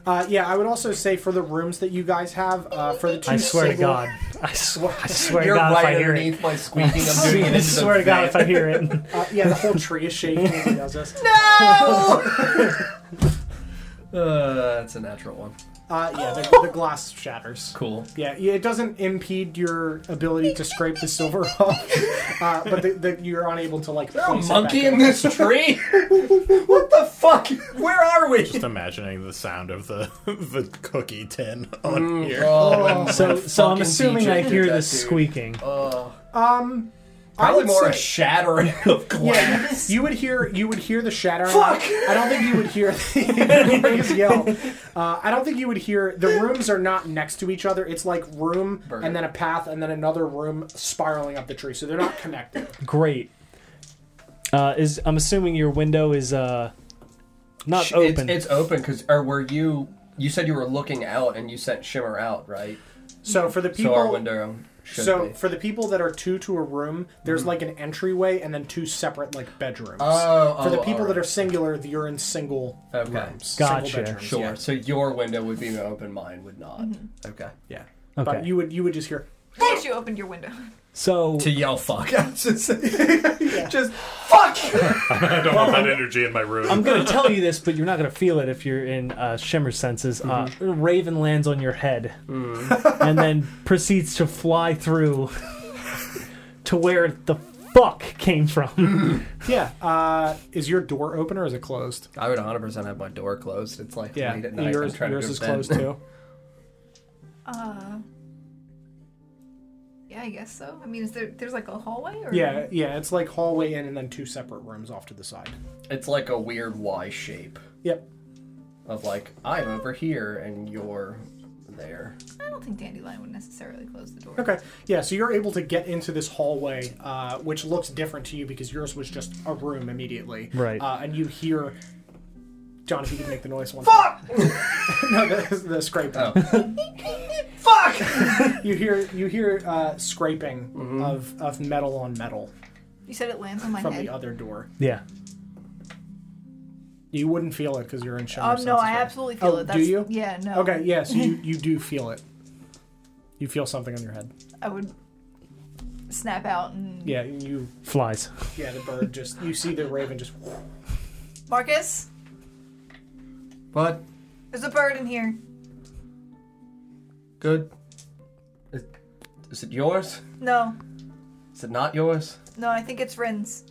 [SPEAKER 1] Uh, yeah, I would also say for the rooms that you guys have, uh, for the two
[SPEAKER 5] I swear to
[SPEAKER 1] single-
[SPEAKER 5] God. I swear. I swear to
[SPEAKER 3] You're
[SPEAKER 5] God
[SPEAKER 3] right
[SPEAKER 5] if I hear
[SPEAKER 3] underneath
[SPEAKER 5] it.
[SPEAKER 3] my squeaking.
[SPEAKER 5] I
[SPEAKER 3] I'm doing it into the
[SPEAKER 5] swear to God
[SPEAKER 3] vent.
[SPEAKER 5] if I hear it.
[SPEAKER 1] Uh, yeah, the whole tree is shaking when he does this.
[SPEAKER 3] No! Uh, that's a natural one.
[SPEAKER 1] Uh, yeah, the, the glass shatters.
[SPEAKER 3] Cool.
[SPEAKER 1] Yeah, yeah, it doesn't impede your ability to scrape the silver off, uh, but the, the, you're unable to like.
[SPEAKER 3] a
[SPEAKER 1] place it
[SPEAKER 3] monkey
[SPEAKER 1] back
[SPEAKER 3] in
[SPEAKER 1] up.
[SPEAKER 3] this tree? what the fuck? Where are we?
[SPEAKER 11] Just imagining the sound of the the cookie tin on
[SPEAKER 3] Mm,
[SPEAKER 11] here.
[SPEAKER 3] oh.
[SPEAKER 5] So, so I'm
[SPEAKER 3] Fucking
[SPEAKER 5] assuming
[SPEAKER 3] DJ
[SPEAKER 5] I
[SPEAKER 3] did
[SPEAKER 5] hear
[SPEAKER 3] that,
[SPEAKER 5] this
[SPEAKER 3] dude.
[SPEAKER 5] squeaking.
[SPEAKER 3] Uh,
[SPEAKER 1] Um, I
[SPEAKER 3] probably
[SPEAKER 1] would
[SPEAKER 3] more a
[SPEAKER 1] say-
[SPEAKER 3] shattering of glass.
[SPEAKER 1] Yeah, you would hear you would hear the shattering.
[SPEAKER 3] Fuck!
[SPEAKER 1] I don't think you would hear the Maria's yell. Uh, I don't think you would hear. The rooms are not next to each other. It's like room
[SPEAKER 5] Burn
[SPEAKER 1] and
[SPEAKER 5] it.
[SPEAKER 1] then a path and then another room spiraling up the tree. So they're not connected.
[SPEAKER 5] Great. Uh, is I'm assuming your window is uh, not
[SPEAKER 3] Sh- it's-
[SPEAKER 5] open.
[SPEAKER 3] It's, open because, or were you? You said you were looking out, and you sent Shimmer out, right?
[SPEAKER 1] So for the
[SPEAKER 3] so our
[SPEAKER 1] people-
[SPEAKER 3] window. Should
[SPEAKER 1] so
[SPEAKER 3] be. Mm-hmm.
[SPEAKER 1] for the people that are two to a room, there's like an entryway and then two separate like bedrooms.
[SPEAKER 3] Oh,
[SPEAKER 1] for the
[SPEAKER 3] oh,
[SPEAKER 1] people
[SPEAKER 3] alright.
[SPEAKER 1] that are singular, you're in single
[SPEAKER 3] Okay.
[SPEAKER 1] rooms. Single bedrooms,
[SPEAKER 3] Sure.
[SPEAKER 1] yeah.
[SPEAKER 3] So your window would be open, mine would not. Okay.
[SPEAKER 1] Mm-hmm. Yeah.
[SPEAKER 5] Okay.
[SPEAKER 1] But you would you would just hear
[SPEAKER 9] Since you opened your window.
[SPEAKER 5] so
[SPEAKER 3] to yell fuck. just, just
[SPEAKER 11] I don't want that energy in my room.
[SPEAKER 5] I'm gonna tell you this, but you're not gonna feel it if you're in uh, shimmer senses. Uh,
[SPEAKER 1] Mm-hmm.
[SPEAKER 5] Raven lands on your head
[SPEAKER 1] Mm.
[SPEAKER 5] and then proceeds to fly through to where the fuck came from.
[SPEAKER 1] Yeah. Uh, is your door open or is it closed?
[SPEAKER 3] I would 100 percent have my door closed. It's like
[SPEAKER 1] Yeah.
[SPEAKER 3] late at night.
[SPEAKER 1] Yours-
[SPEAKER 3] I'm trying
[SPEAKER 1] yours
[SPEAKER 3] to
[SPEAKER 1] is
[SPEAKER 3] go to bed.
[SPEAKER 1] closed too.
[SPEAKER 9] Uh. Yeah, I guess so. I mean, is there there's like a hallway or
[SPEAKER 1] Yeah, yeah. It's like hallway in and then two separate rooms off to the side.
[SPEAKER 3] it's like a weird Y shape
[SPEAKER 1] Yep.
[SPEAKER 3] of like I'm over here and you're there.
[SPEAKER 9] I don't think Dandelion would necessarily close the door.
[SPEAKER 1] Okay. Yeah. So you're able to get into this hallway, uh, which looks different to you because yours was just a room immediately.
[SPEAKER 5] Right.
[SPEAKER 1] Uh, and you hear. John, if you can make the noise one. Fuck! no, the, the scraping. Oh. Fuck! you hear you hear uh, scraping of of metal on metal
[SPEAKER 9] You said it lands on my
[SPEAKER 1] from
[SPEAKER 9] head.
[SPEAKER 1] the other door.
[SPEAKER 5] Yeah.
[SPEAKER 1] You wouldn't feel it because you're in shadow.
[SPEAKER 9] Um, no, I absolutely feel
[SPEAKER 1] oh,
[SPEAKER 9] it.
[SPEAKER 1] do
[SPEAKER 9] That's-
[SPEAKER 1] you?
[SPEAKER 9] yeah, no.
[SPEAKER 1] Okay, yeah, so you, you do feel it. You feel something on your head.
[SPEAKER 9] I would snap out and
[SPEAKER 1] Yeah, and you.
[SPEAKER 5] Flies.
[SPEAKER 1] Yeah, the bird just. You see the raven just.
[SPEAKER 9] Marcus,
[SPEAKER 3] But
[SPEAKER 9] there's a bird in here.
[SPEAKER 3] good. Is, is it yours?
[SPEAKER 9] No,
[SPEAKER 3] Is it not yours?
[SPEAKER 9] no, I think it's Ren's.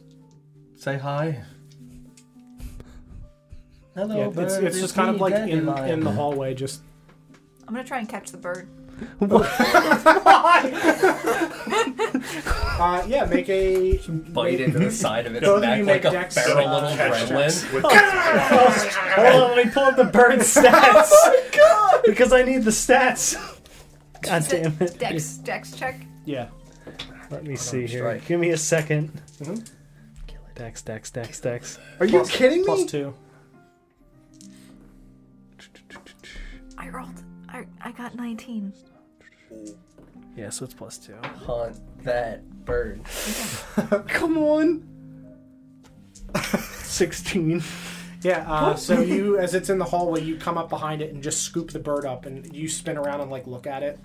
[SPEAKER 3] Say hi. Hello,
[SPEAKER 1] Yeah, it's, it's just kind of like in, in the hallway, just.
[SPEAKER 9] I'm gonna try and catch the bird.
[SPEAKER 1] Uh, yeah, make a.
[SPEAKER 3] Bite into the side of its
[SPEAKER 1] Both of
[SPEAKER 3] neck
[SPEAKER 1] you
[SPEAKER 3] like a
[SPEAKER 1] make dex,
[SPEAKER 3] feral
[SPEAKER 1] uh,
[SPEAKER 3] little
[SPEAKER 1] catch checks.
[SPEAKER 3] gremlin.
[SPEAKER 5] Oh, Hold on, let me pull up the bird stats.
[SPEAKER 1] Oh
[SPEAKER 5] Because I need the stats. God damn it.
[SPEAKER 9] Dex, Dex check.
[SPEAKER 1] Yeah.
[SPEAKER 5] Let me see here. Give me a 2nd Dex, dex, dex, dex.
[SPEAKER 1] Mm-hmm. Are
[SPEAKER 5] you
[SPEAKER 1] kidding me? Plus two.
[SPEAKER 9] I rolled. I I got 19.
[SPEAKER 5] Yeah, so it's plus two.
[SPEAKER 3] Hunt that bird.
[SPEAKER 5] Come on. 16.
[SPEAKER 1] Yeah, uh, so you, as it's in the hallway, you come up behind it and just scoop the bird up and you spin around and, like, look at it.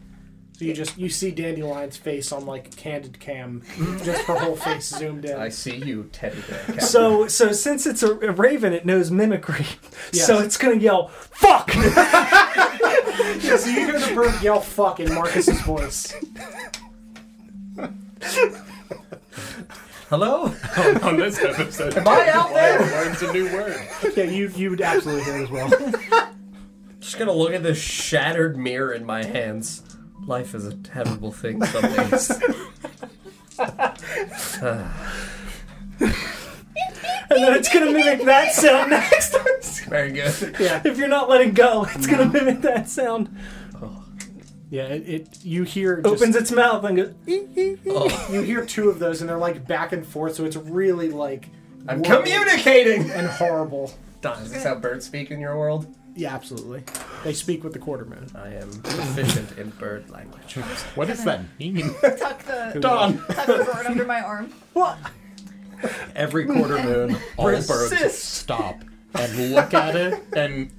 [SPEAKER 1] So you just. You see Dandelion's face on, like, candid cam.
[SPEAKER 11] Mm-hmm.
[SPEAKER 1] just her whole face zoomed in.
[SPEAKER 3] I see you, teddy bear. cat.
[SPEAKER 5] So, so since it's a, a raven, it knows mimicry.
[SPEAKER 1] Yes.
[SPEAKER 5] So it's gonna yell, "Fuck!"
[SPEAKER 1] Yeah, so you hear the bird yell fuck in Marcus's voice.
[SPEAKER 3] Hello?
[SPEAKER 11] on this episode.
[SPEAKER 3] Am I out there?
[SPEAKER 11] Learns a new word.
[SPEAKER 1] Yeah, you you would absolutely hear it as well.
[SPEAKER 3] Just gonna look at this shattered mirror in my hands. Life is a terrible thing some days.
[SPEAKER 5] and then it's gonna mimic that sound next.
[SPEAKER 3] Very good.
[SPEAKER 1] Yeah.
[SPEAKER 5] If you're not letting go, it's gonna mimic that sound.
[SPEAKER 1] Yeah, it, it you hear just-
[SPEAKER 5] Opens its mouth and goes. "Ee, ee, ee."
[SPEAKER 3] Oh.
[SPEAKER 1] you hear two of those and they're like back and forth, so it's really like
[SPEAKER 3] I'm
[SPEAKER 1] warped
[SPEAKER 3] communicating!
[SPEAKER 1] and horrible.
[SPEAKER 3] Don, is this how birds speak in your world?
[SPEAKER 1] Yeah, absolutely. They speak with the quarter moon.
[SPEAKER 3] I am proficient in bird language.
[SPEAKER 11] What does that mean?
[SPEAKER 9] Tuck the
[SPEAKER 11] Don.
[SPEAKER 9] tuck the bird under my arm.
[SPEAKER 1] What?
[SPEAKER 12] Every quarter moon, all birds
[SPEAKER 3] Resist.
[SPEAKER 12] stop and look at it and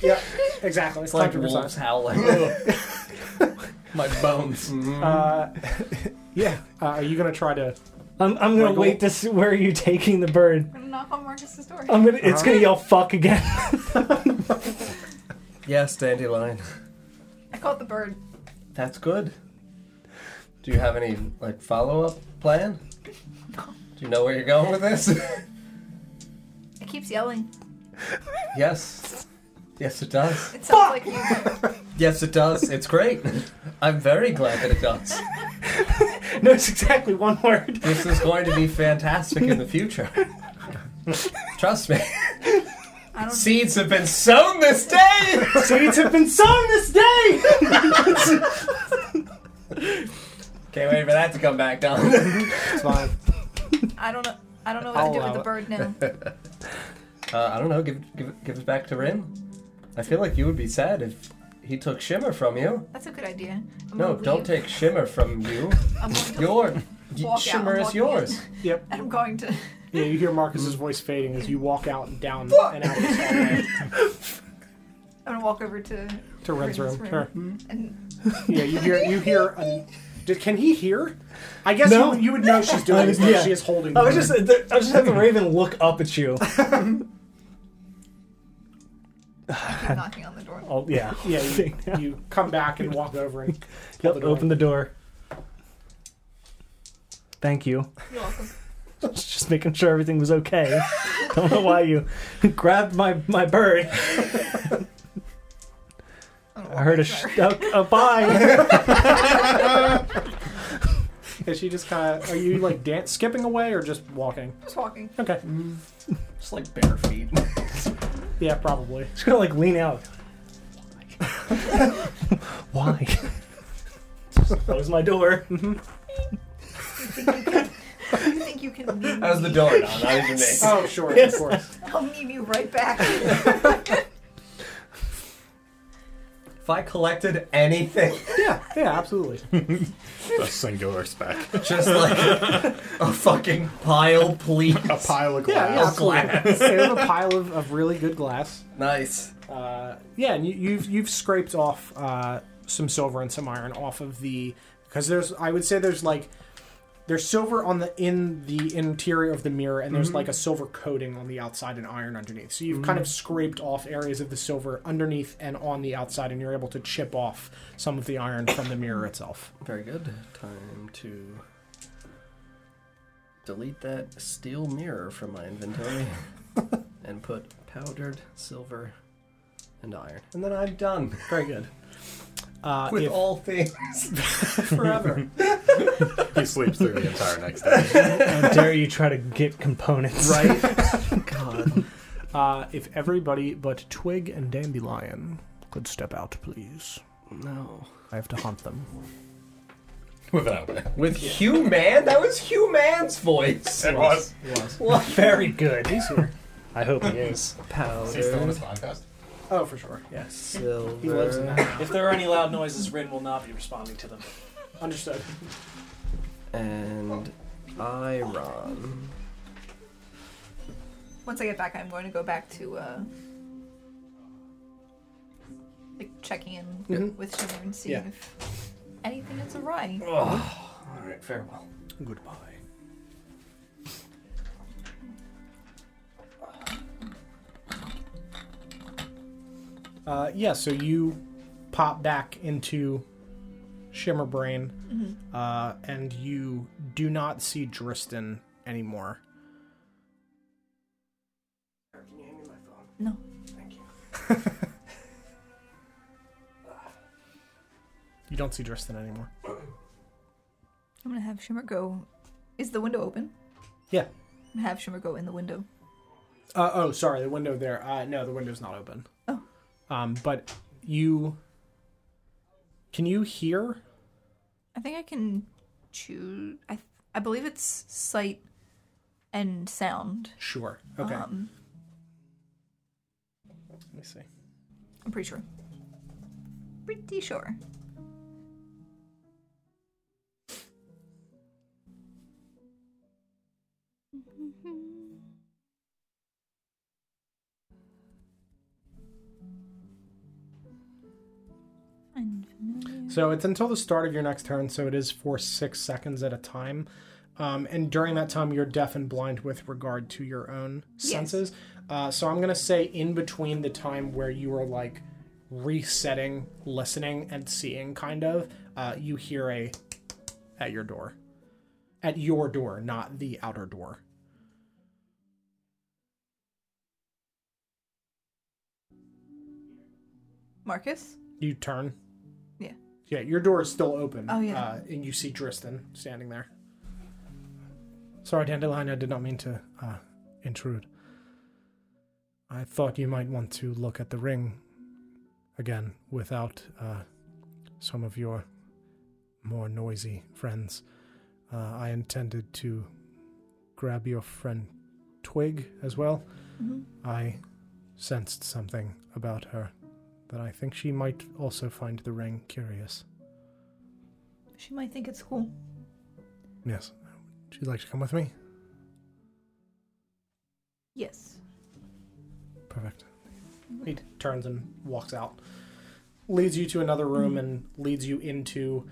[SPEAKER 1] Yeah, exactly. It's
[SPEAKER 3] It's like
[SPEAKER 1] 100%.
[SPEAKER 3] wolves howling. Ugh. My bones.
[SPEAKER 1] Uh, yeah. Uh, are you gonna try to
[SPEAKER 5] I'm, I'm gonna
[SPEAKER 6] Wiggle.
[SPEAKER 5] wait to see where are you taking the bird.
[SPEAKER 9] I'm gonna knock on Marcus's door.
[SPEAKER 5] I'm gonna. It's gonna yell fuck again.
[SPEAKER 10] Yes, dandelion.
[SPEAKER 9] I caught the bird.
[SPEAKER 10] That's good. Do you have any like follow-up plan? Do you know where you're going with this?
[SPEAKER 9] It keeps yelling.
[SPEAKER 10] yes. Yes, it does.
[SPEAKER 9] It sounds like you.
[SPEAKER 10] Yes, it does. It's great. I'm very glad that it does.
[SPEAKER 5] no, it's exactly one word.
[SPEAKER 10] This is going to be fantastic in the future. Trust me. Seeds have been sown this day.
[SPEAKER 5] Seeds have been sown this day.
[SPEAKER 10] Can't wait for that to come back down. it's
[SPEAKER 1] fine.
[SPEAKER 9] I don't know. I don't know what to do with Oh, the bird now.
[SPEAKER 10] uh, I don't know. Give it, give it, give it back to Rin. I feel like you would be sad if he took Shimmer from you.
[SPEAKER 9] That's a good idea. I'm
[SPEAKER 10] no,
[SPEAKER 9] gonna
[SPEAKER 10] don't
[SPEAKER 9] leave.
[SPEAKER 10] take Shimmer from you.
[SPEAKER 9] I'm going to
[SPEAKER 10] Your
[SPEAKER 9] walk out.
[SPEAKER 10] Shimmer
[SPEAKER 9] I'm
[SPEAKER 10] is
[SPEAKER 9] walking
[SPEAKER 10] yours.
[SPEAKER 9] in.
[SPEAKER 1] Yep.
[SPEAKER 9] And I'm going to.
[SPEAKER 1] Yeah, you hear Marcus's voice fading as you walk out and down and out of this hallway
[SPEAKER 9] I'm gonna walk over to.
[SPEAKER 1] to Ren's room. Sure. Hmm?
[SPEAKER 9] And
[SPEAKER 1] Yeah, you hear. You hear. A, did, can he hear? I guess
[SPEAKER 5] No.
[SPEAKER 1] you, you would know she's doing this.
[SPEAKER 5] Yeah.
[SPEAKER 1] She is holding.
[SPEAKER 5] I was
[SPEAKER 1] the-
[SPEAKER 5] just. I was just having Raven look up at you.
[SPEAKER 9] keep knocking on the door.
[SPEAKER 5] Oh yeah.
[SPEAKER 1] Yeah, you, you come back and walk over and pull
[SPEAKER 5] Yep,
[SPEAKER 1] the door.
[SPEAKER 5] open the door. Thank you.
[SPEAKER 9] You're welcome.
[SPEAKER 5] Just making sure everything was okay. Don't know why you grabbed my my bird. I heard a sh- oh, oh, bye.
[SPEAKER 1] Is she just kind of? Are you like dance, skipping away, or just walking?
[SPEAKER 9] Just walking.
[SPEAKER 1] Okay.
[SPEAKER 5] Mm-hmm.
[SPEAKER 2] Just like bare feet.
[SPEAKER 1] Yeah, probably.
[SPEAKER 5] Just gonna like lean out. Why? Just close my door. Mm-hmm.
[SPEAKER 9] You think you can leave
[SPEAKER 10] That was the
[SPEAKER 9] me?
[SPEAKER 10] door, no, not even me.
[SPEAKER 1] Oh, sure,
[SPEAKER 5] Yes.
[SPEAKER 1] of course.
[SPEAKER 9] I'll meet you right back.
[SPEAKER 10] If I collected anything,
[SPEAKER 1] Yeah, yeah, absolutely.
[SPEAKER 11] A singular speck.
[SPEAKER 10] just like a fucking pile, please. A
[SPEAKER 11] pile of
[SPEAKER 1] Yeah, yeah, absolutely.
[SPEAKER 10] glass.
[SPEAKER 1] they have a pile of, of really good glass.
[SPEAKER 10] Nice.
[SPEAKER 1] Uh, yeah, and you, you've you've scraped off uh, some silver and some iron off of the because there's I would say there's like there's silver on the in the interior of the mirror and
[SPEAKER 10] Mm-hmm.
[SPEAKER 1] there's
[SPEAKER 5] Mhm.
[SPEAKER 1] like a silver coating on the outside and iron underneath. So you've kind
[SPEAKER 5] Mhm.
[SPEAKER 1] of scraped off areas of the silver underneath and on the outside, and you're able to chip off some of the iron from the mirror itself.
[SPEAKER 10] Very good. Time to delete that steel mirror from my inventory and put powdered silver and iron. And then I'm done.
[SPEAKER 1] Very good. Uh,
[SPEAKER 10] With
[SPEAKER 1] if-
[SPEAKER 10] all things forever.
[SPEAKER 11] He sleeps through the entire next day.
[SPEAKER 5] How dare you try to get components?
[SPEAKER 1] Right? God. Uh, if everybody but Twig and Dandelion could step out, please.
[SPEAKER 10] No.
[SPEAKER 1] I have to hunt them.
[SPEAKER 11] Without
[SPEAKER 10] With Hugh Man? That was Hugh Man's voice.
[SPEAKER 11] It was.
[SPEAKER 10] What?
[SPEAKER 5] Very good. He's here. I hope he is.
[SPEAKER 10] Powder.
[SPEAKER 11] Is he still on his podcast?
[SPEAKER 1] Oh, for sure.
[SPEAKER 10] Yes.
[SPEAKER 1] He loves it.
[SPEAKER 10] Silver.
[SPEAKER 5] If there are any loud noises, Rin will not be responding to them.
[SPEAKER 1] Understood.
[SPEAKER 10] And Iron.
[SPEAKER 9] Once I get back, I'm going to go back to uh, like checking in
[SPEAKER 1] Mhm.
[SPEAKER 9] with Shimmer and seeing
[SPEAKER 1] Yeah.
[SPEAKER 9] if anything is awry.
[SPEAKER 10] Alright, farewell.
[SPEAKER 1] Goodbye. Uh, yeah, so you pop back into Shimmer Brain,
[SPEAKER 4] Mhm.
[SPEAKER 9] Mm-hmm.
[SPEAKER 1] uh, and you do not see Dristan anymore.
[SPEAKER 10] Can you hand me my phone?
[SPEAKER 9] No.
[SPEAKER 10] Thank you.
[SPEAKER 1] You don't see Dristan anymore.
[SPEAKER 9] I'm gonna have Shimmer go. Is the window open?
[SPEAKER 1] Yeah.
[SPEAKER 9] I'm gonna have Shimmer go in the window.
[SPEAKER 1] Uh, oh, sorry, the window there. Uh, no, the window's not open.
[SPEAKER 9] Oh.
[SPEAKER 1] Um, but you. Can you hear?
[SPEAKER 9] I think I can choose. I I believe it's sight and sound.
[SPEAKER 1] Sure. Okay.
[SPEAKER 9] Um,
[SPEAKER 1] Let me see.
[SPEAKER 9] I'm pretty sure. Pretty sure.
[SPEAKER 1] So it's until the start of your next turn, so it is for six seconds at a time. Um, and during that time, you're deaf and blind with regard to your own
[SPEAKER 13] Yes.
[SPEAKER 1] senses. Uh, so I'm going to say in between the time where you are like resetting, listening, and seeing, kind of, uh, you hear a at your door. At your door, not the outer door.
[SPEAKER 9] Marcus?
[SPEAKER 1] You turn.
[SPEAKER 9] Yeah.
[SPEAKER 1] Yeah, your door is still open.
[SPEAKER 9] Oh, yeah.
[SPEAKER 1] Uh, and you see Dristan standing there. Sorry, Dandelion, I did not mean to uh, intrude. I thought you might want to look at the ring again without uh, some of your more noisy friends. Uh, I intended to grab your friend Twig as well.
[SPEAKER 4] Mhm.
[SPEAKER 1] I sensed something about her that I think she might also find the ring curious.
[SPEAKER 9] She might think it's cool.
[SPEAKER 1] Yes. Would you like to come with me?
[SPEAKER 9] Yes.
[SPEAKER 1] Perfect. He turns and walks out. Leads you to another room and leads you into.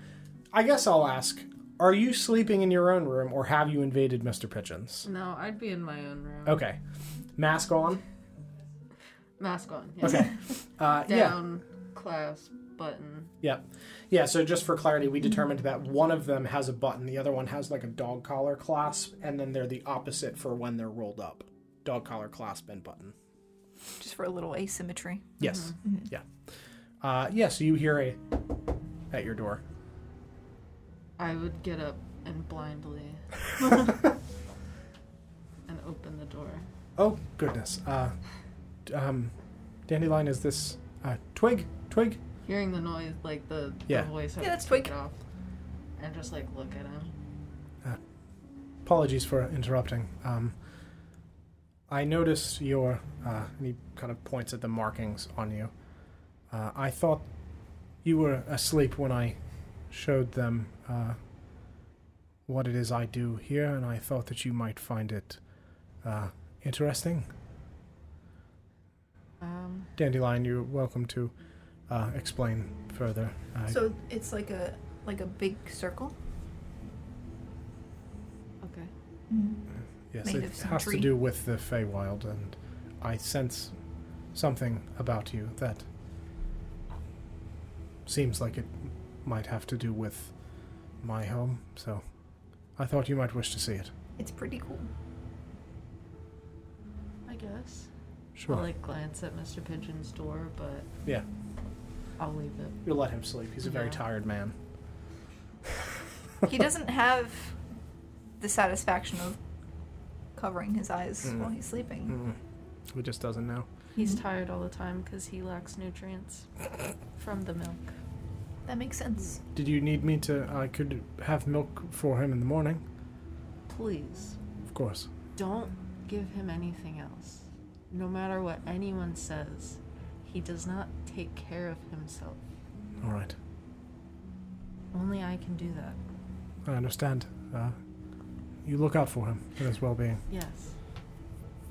[SPEAKER 1] I guess I'll ask Are you sleeping in your own room or have you invaded Mr. Pigeon's?
[SPEAKER 6] No, I'd be in my own room.
[SPEAKER 1] Okay. Mask on?
[SPEAKER 6] Mask on. yeah.
[SPEAKER 1] Okay. Uh, yeah.
[SPEAKER 6] Down, clasp, button.
[SPEAKER 1] Yep. Yeah, so just for clarity, we determined that one of them has a button, the other one has like a dog collar clasp, and then they're the opposite for when they're rolled up dog collar clasp and button.
[SPEAKER 9] Just for a little asymmetry.
[SPEAKER 1] Yes.
[SPEAKER 9] Mm-hmm.
[SPEAKER 1] Yeah. Uh, yeah, so you hear a at your door.
[SPEAKER 6] I would get up and blindly and open the door.
[SPEAKER 1] Oh goodness. Uh, d- um, dandelion, is this uh, twig? Twig?
[SPEAKER 6] Hearing the noise, like the,
[SPEAKER 1] Yeah.
[SPEAKER 6] the voice, I
[SPEAKER 9] Yeah,
[SPEAKER 6] would
[SPEAKER 9] that's
[SPEAKER 6] take it off and just like look at him.
[SPEAKER 1] Uh, Apologies for interrupting. Um, I noticed your. Uh, and he kind of points at the markings on you. Uh, I thought you were asleep when I showed them uh, what it is I do here, and I thought that you might find it uh, interesting.
[SPEAKER 6] Um,
[SPEAKER 1] Dandelion, you're welcome to uh, explain further. I-
[SPEAKER 9] So it's like a like a big circle. Mm-hmm.
[SPEAKER 6] Okay.
[SPEAKER 1] Yes,
[SPEAKER 9] Made
[SPEAKER 1] it
[SPEAKER 9] of some
[SPEAKER 1] has
[SPEAKER 9] tree.
[SPEAKER 1] to do with the Feywild, and I sense something about you that seems like it might have to do with my home, so I thought you might wish to see it.
[SPEAKER 9] It's pretty cool.
[SPEAKER 6] I guess.
[SPEAKER 1] Sure.
[SPEAKER 6] I'll like glance at Mr. Pigeon's door, but
[SPEAKER 1] Yeah.
[SPEAKER 6] I'll leave it.
[SPEAKER 1] You'll let him sleep. He's a very
[SPEAKER 6] Yeah.
[SPEAKER 1] tired man.
[SPEAKER 9] He doesn't have the satisfaction of covering his eyes
[SPEAKER 1] Mm.
[SPEAKER 9] while he's sleeping.
[SPEAKER 1] Mm. He just doesn't know.
[SPEAKER 9] Mm-hmm.
[SPEAKER 6] He's tired all the time because he lacks nutrients from the milk.
[SPEAKER 9] That makes sense.
[SPEAKER 1] Did you need me to? I could have milk for him in the morning,
[SPEAKER 6] Please,
[SPEAKER 1] of course.
[SPEAKER 6] don't give him anything else. No matter what anyone says, he does not take care of himself.
[SPEAKER 1] All right.
[SPEAKER 6] Only I can do that.
[SPEAKER 1] I understand. Uh, you look out for him and his well being.
[SPEAKER 6] Yes,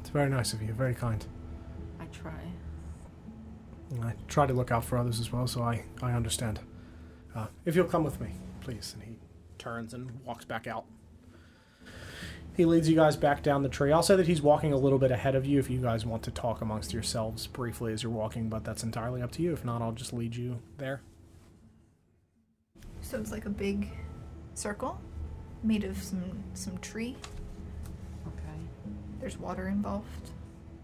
[SPEAKER 1] It's very nice of you, very kind.
[SPEAKER 6] I try.
[SPEAKER 1] And I try to look out for others as well, so I, I understand. Uh, if you'll come with me, please. And he turns and walks back out. He leads you guys back down the tree. I'll say that he's walking a little bit ahead of you if you guys want to talk amongst yourselves briefly as you're walking, but that's entirely up to you. If not, I'll just lead you there.
[SPEAKER 9] So it's like a big circle made of some some tree.
[SPEAKER 6] Okay.
[SPEAKER 9] There's water involved.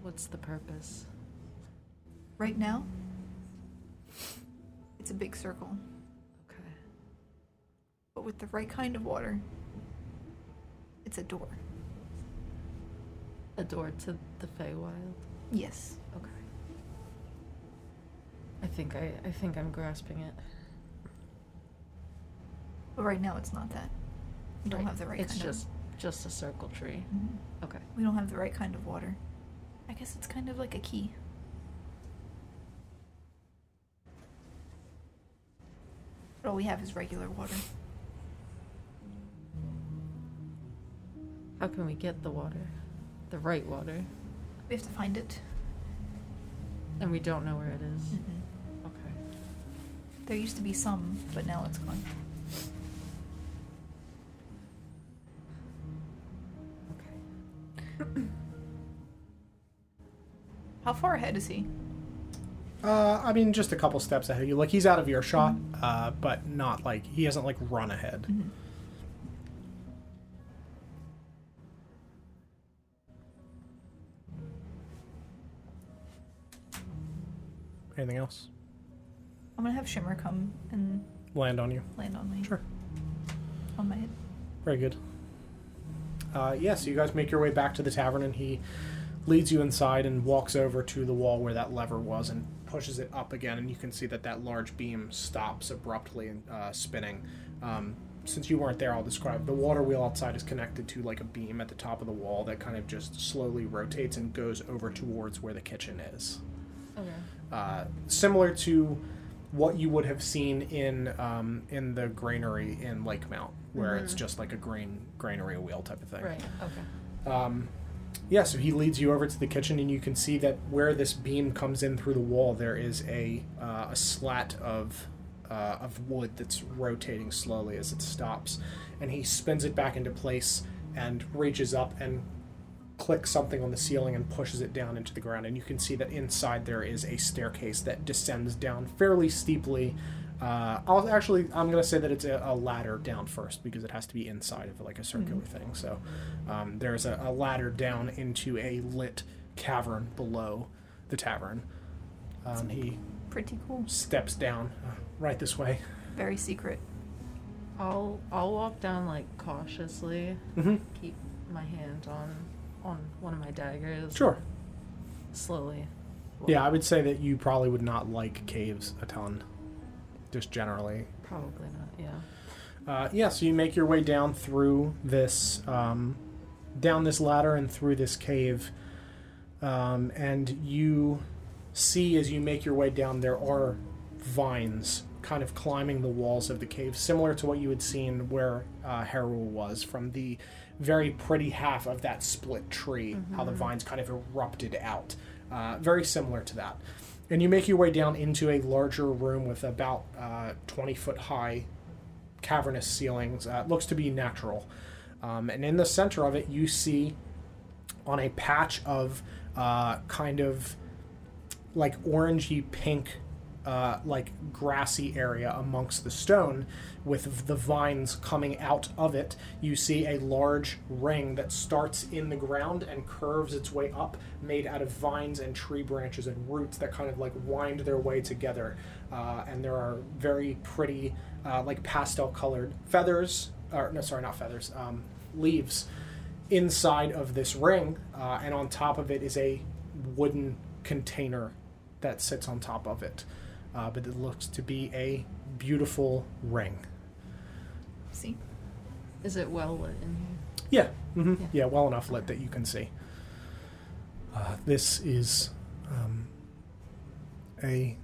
[SPEAKER 6] What's the purpose?
[SPEAKER 9] Right now, it's a big circle,
[SPEAKER 6] Okay.
[SPEAKER 9] but with the right kind of water, it's a door.
[SPEAKER 6] A door to the Feywild.
[SPEAKER 9] Yes.
[SPEAKER 6] Okay. I think I, I think I'm grasping it.
[SPEAKER 9] But right now, it's not that. We don't have the right
[SPEAKER 6] It's
[SPEAKER 9] kind Mm-hmm.
[SPEAKER 6] just just a circle tree. Okay.
[SPEAKER 9] of. We don't have the right kind of water. I guess it's kind of like a key. But all we have is regular water.
[SPEAKER 6] How can we get the water? The right water.
[SPEAKER 9] We have to find it.
[SPEAKER 6] And we don't know where it is.
[SPEAKER 9] Mm-hmm.
[SPEAKER 6] Okay.
[SPEAKER 9] There used to be some, but now it's gone. How far ahead is he?
[SPEAKER 1] Uh, I mean, just a couple steps ahead of you. Like he's out of earshot, uh, but not like he hasn't like run ahead. Anything else?
[SPEAKER 9] I'm gonna have Shimmer come and
[SPEAKER 1] Land on you.
[SPEAKER 9] land on me. Sure. On my head.
[SPEAKER 1] Very good. Uh, yeah, so you guys make your way back to the tavern, and he leads you inside and walks over to the wall where that lever was and pushes it up again. And you can see that that large beam stops abruptly and uh, spinning. Um, since you weren't there, I'll describe. The water wheel outside is connected to like a beam at the top of the wall that kind of just slowly rotates and goes over towards where the kitchen is
[SPEAKER 6] Okay.
[SPEAKER 1] uh, similar to what you would have seen in um, in the granary in Lake Mount, where it's
[SPEAKER 6] Mhm.
[SPEAKER 1] just like a grain granary wheel type of thing.
[SPEAKER 6] Right. Okay.
[SPEAKER 1] Um, yeah, so he leads you over to the kitchen, and you can see that where this beam comes in through the wall, there is a uh, a slat of uh, of wood that's rotating slowly as it stops, and he spins it back into place and reaches up and clicks something on the ceiling and pushes it down into the ground, and you can see that inside there is a staircase that descends down fairly steeply. Uh, I'll actually, I'm gonna say that it's a, a ladder down first because it has to be inside of like a circular
[SPEAKER 9] Hmm.
[SPEAKER 1] thing. So um, there's a, a ladder down into a lit cavern below the tavern. Um, he
[SPEAKER 9] Pretty cool.
[SPEAKER 1] steps down uh, right this way.
[SPEAKER 9] Very secret.
[SPEAKER 6] I'll I'll walk down like cautiously.
[SPEAKER 1] Mhm.
[SPEAKER 6] Keep my hand on on one of my daggers.
[SPEAKER 1] Sure.
[SPEAKER 6] Slowly.
[SPEAKER 1] Yeah, I would say that you probably would not like caves a ton, just generally.
[SPEAKER 6] Probably not. Yeah.
[SPEAKER 1] Uh, yeah, so you make your way down through this, um, down this ladder and through this cave, um, and you see as you make your way down there are vines kind of climbing the walls of the cave, similar to what you had seen where uh, Harul was from the very pretty half of that split tree, how the
[SPEAKER 13] Mhm.
[SPEAKER 1] vines kind of erupted out. Uh, very similar to that. And you make your way down into a larger room with about uh, 20 foot high cavernous ceilings. Uh, it looks to be natural. Um, and in the center of it, you see on a patch of uh, kind of like orangey pink, uh, like grassy area amongst the stone, with v- the vines coming out of it, you see a large ring that starts in the ground and curves its way up, made out of vines and tree branches and roots that kind of like wind their way together. Uh, and there are very pretty, uh, like pastel colored feathers, or no, sorry, not feathers, um, leaves inside of this ring, uh, and on top of it is a wooden container that sits on top of it. Uh, but it looks to be a beautiful ring.
[SPEAKER 9] See.
[SPEAKER 6] Is it well lit in here?
[SPEAKER 1] Yeah. hmm Yeah. well enough lit that you can see. Uh, this is um, a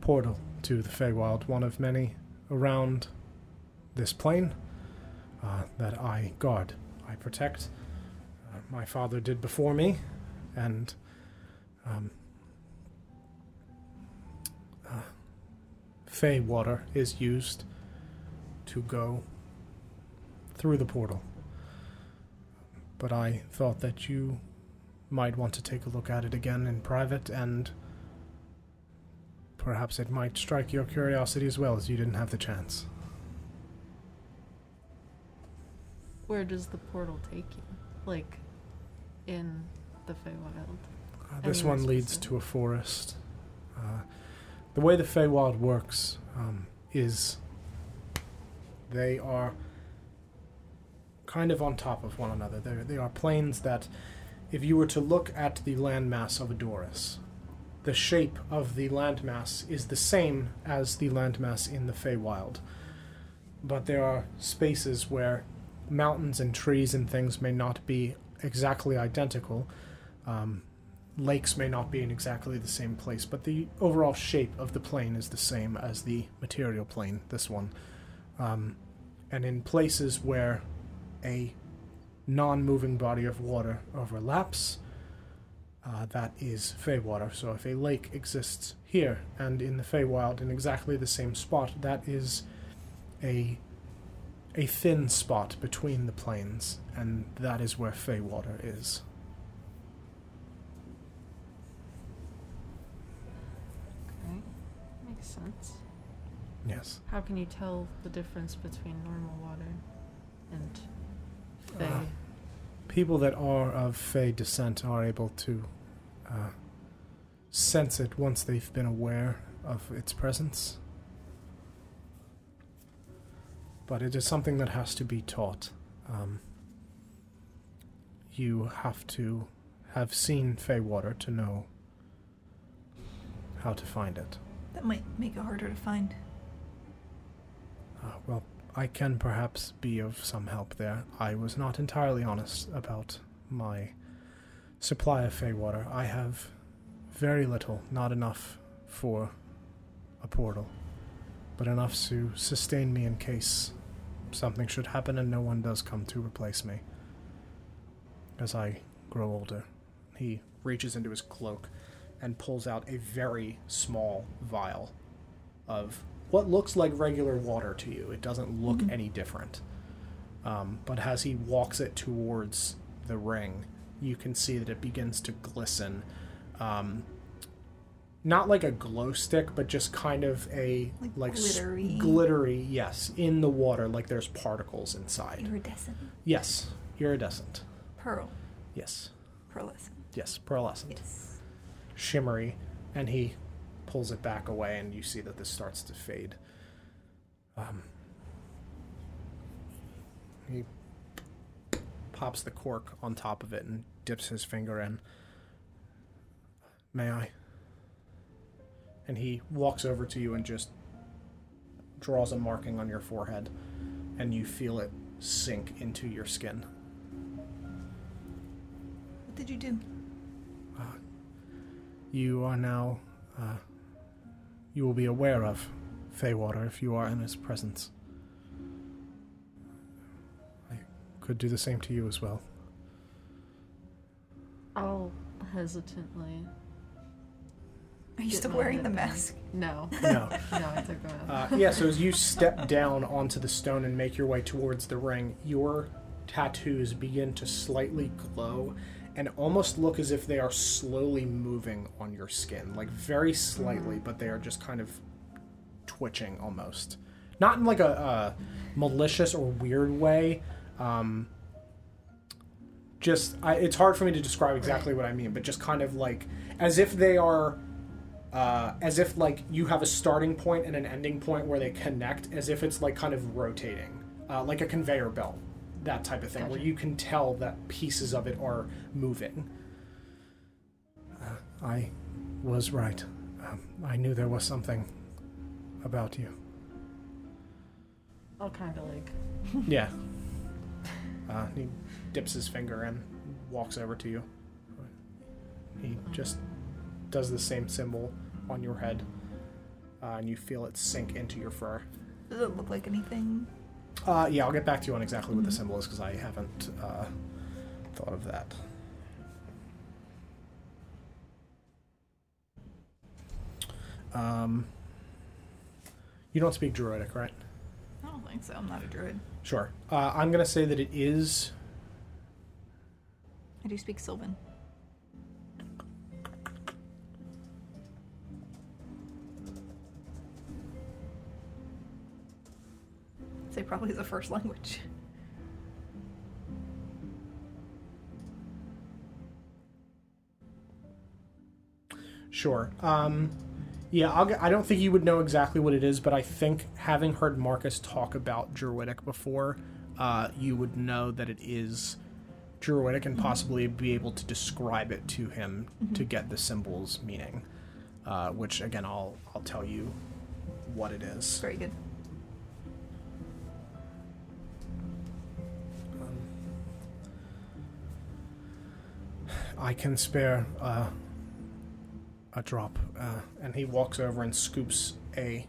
[SPEAKER 1] portal to the Feywild, one of many around this plane uh, that I guard, I protect. Uh, my father did before me, and um, uh, Fey water is used to go through the portal but I thought that you might want to take a look at it again in private, and perhaps it might strike your curiosity as well, as you didn't have the chance.
[SPEAKER 6] Where does the portal take you? Like, in the Feywild.
[SPEAKER 1] Uh, this
[SPEAKER 6] Anywhere
[SPEAKER 1] one leads to a forest. Uh, the way the Feywild works um, is they are kind of on top of one another. They're, they are planes that, if you were to look at the landmass of Adoris, the shape of the landmass is the same as the landmass in the Feywild. But there are spaces where mountains and trees and things may not be exactly identical. Um, lakes may not be in exactly the same place, but the overall shape of the plane is the same as the material plane, this one. Um, and in places where a non moving body of water overlaps, uh, that is Feywater. So if a lake exists here and in the Feywild in exactly the same spot, that is a a thin spot between the planes, and that is where Feywater is.
[SPEAKER 6] makes sense.
[SPEAKER 1] Yes.
[SPEAKER 6] How can you tell the difference between normal water and they?
[SPEAKER 1] Uh, people that are of Fey descent are able to uh, sense it once they've been aware of its presence. But it is something that has to be taught. Um, you have to have seen Fey water to know how to find it.
[SPEAKER 9] That might make it harder to find.
[SPEAKER 1] Uh, well, I can perhaps be of some help there. I was not entirely honest about my supply of fey water. I have very little, not enough for a portal, but enough to sustain me in case something should happen and no one does come to replace me as I grow older. He reaches into his cloak and pulls out a very small vial of Mm-hmm. what looks like regular water to you. It doesn't look any different. Um, but as he walks it towards the ring, you can see that it begins to glisten. Um, not like a glow stick, but just kind of a like, s-
[SPEAKER 9] glittery.
[SPEAKER 1] glittery, yes, in the water, like there's particles inside.
[SPEAKER 9] Iridescent.
[SPEAKER 1] Yes, iridescent.
[SPEAKER 9] Pearl.
[SPEAKER 1] Yes.
[SPEAKER 9] Pearlescent.
[SPEAKER 1] Yes, pearlescent.
[SPEAKER 9] Yes.
[SPEAKER 1] Shimmery, and he pulls it back away, and you see that this starts to fade. Um, he pops the cork on top of it and dips his finger in. May I? And he walks over to you and just draws a marking on your forehead, and you feel it sink into your skin.
[SPEAKER 9] What did you do?
[SPEAKER 1] you are now uh, you will be aware of Feywater if you are in his presence. I could do the same to you as well.
[SPEAKER 6] I'll hesitantly.
[SPEAKER 9] Are you
[SPEAKER 6] get
[SPEAKER 9] still
[SPEAKER 6] my
[SPEAKER 9] wearing
[SPEAKER 6] head
[SPEAKER 9] the
[SPEAKER 6] down.
[SPEAKER 9] mask?
[SPEAKER 6] No.
[SPEAKER 1] No.
[SPEAKER 6] no, I took that.
[SPEAKER 1] Uh, yeah, so as you step down onto the stone and make your way towards the ring, your tattoos begin to slightly glow and almost look as if they are slowly moving on your skin. Like very slightly, but they are just kind of twitching almost. Not in like a, a malicious or weird way. Um, just, I, it's hard for me to describe exactly what I mean, but just kind of like as if they are uh, as if like you have a starting point and an ending point where they connect, as if it's like kind of rotating, uh, like a conveyor belt, that type of thing, where you can tell that pieces of it are moving. I was right. Um, I knew there was something about you.
[SPEAKER 6] I'll kind of like.
[SPEAKER 1] Yeah. Uh, he dips his finger in, walks over to you. He just does the same symbol on your head, uh, and you feel it sink into your fur.
[SPEAKER 9] Does it look like anything?
[SPEAKER 1] Uh, yeah, I'll get back to you on exactly what the symbol is because I haven't uh, thought of that. Um, you don't speak Druidic, right?
[SPEAKER 9] I don't think so. I'm not a druid.
[SPEAKER 1] Sure. Uh, I'm going to say that it is.
[SPEAKER 9] I do speak Sylvan. Say probably the first language.
[SPEAKER 1] Sure. Um, yeah, I'll, g- I don't think you would know exactly what it is, but I think having heard Marcus talk about Druidic before, uh, you would know that it is Druidic
[SPEAKER 9] Mm-hmm.
[SPEAKER 1] and possibly be able to describe it to him to get the symbol's meaning. Uh, which again, I'll I'll tell you what it is.
[SPEAKER 9] Very good.
[SPEAKER 1] um, I can spare uh, a drop. Uh, and he walks over and scoops a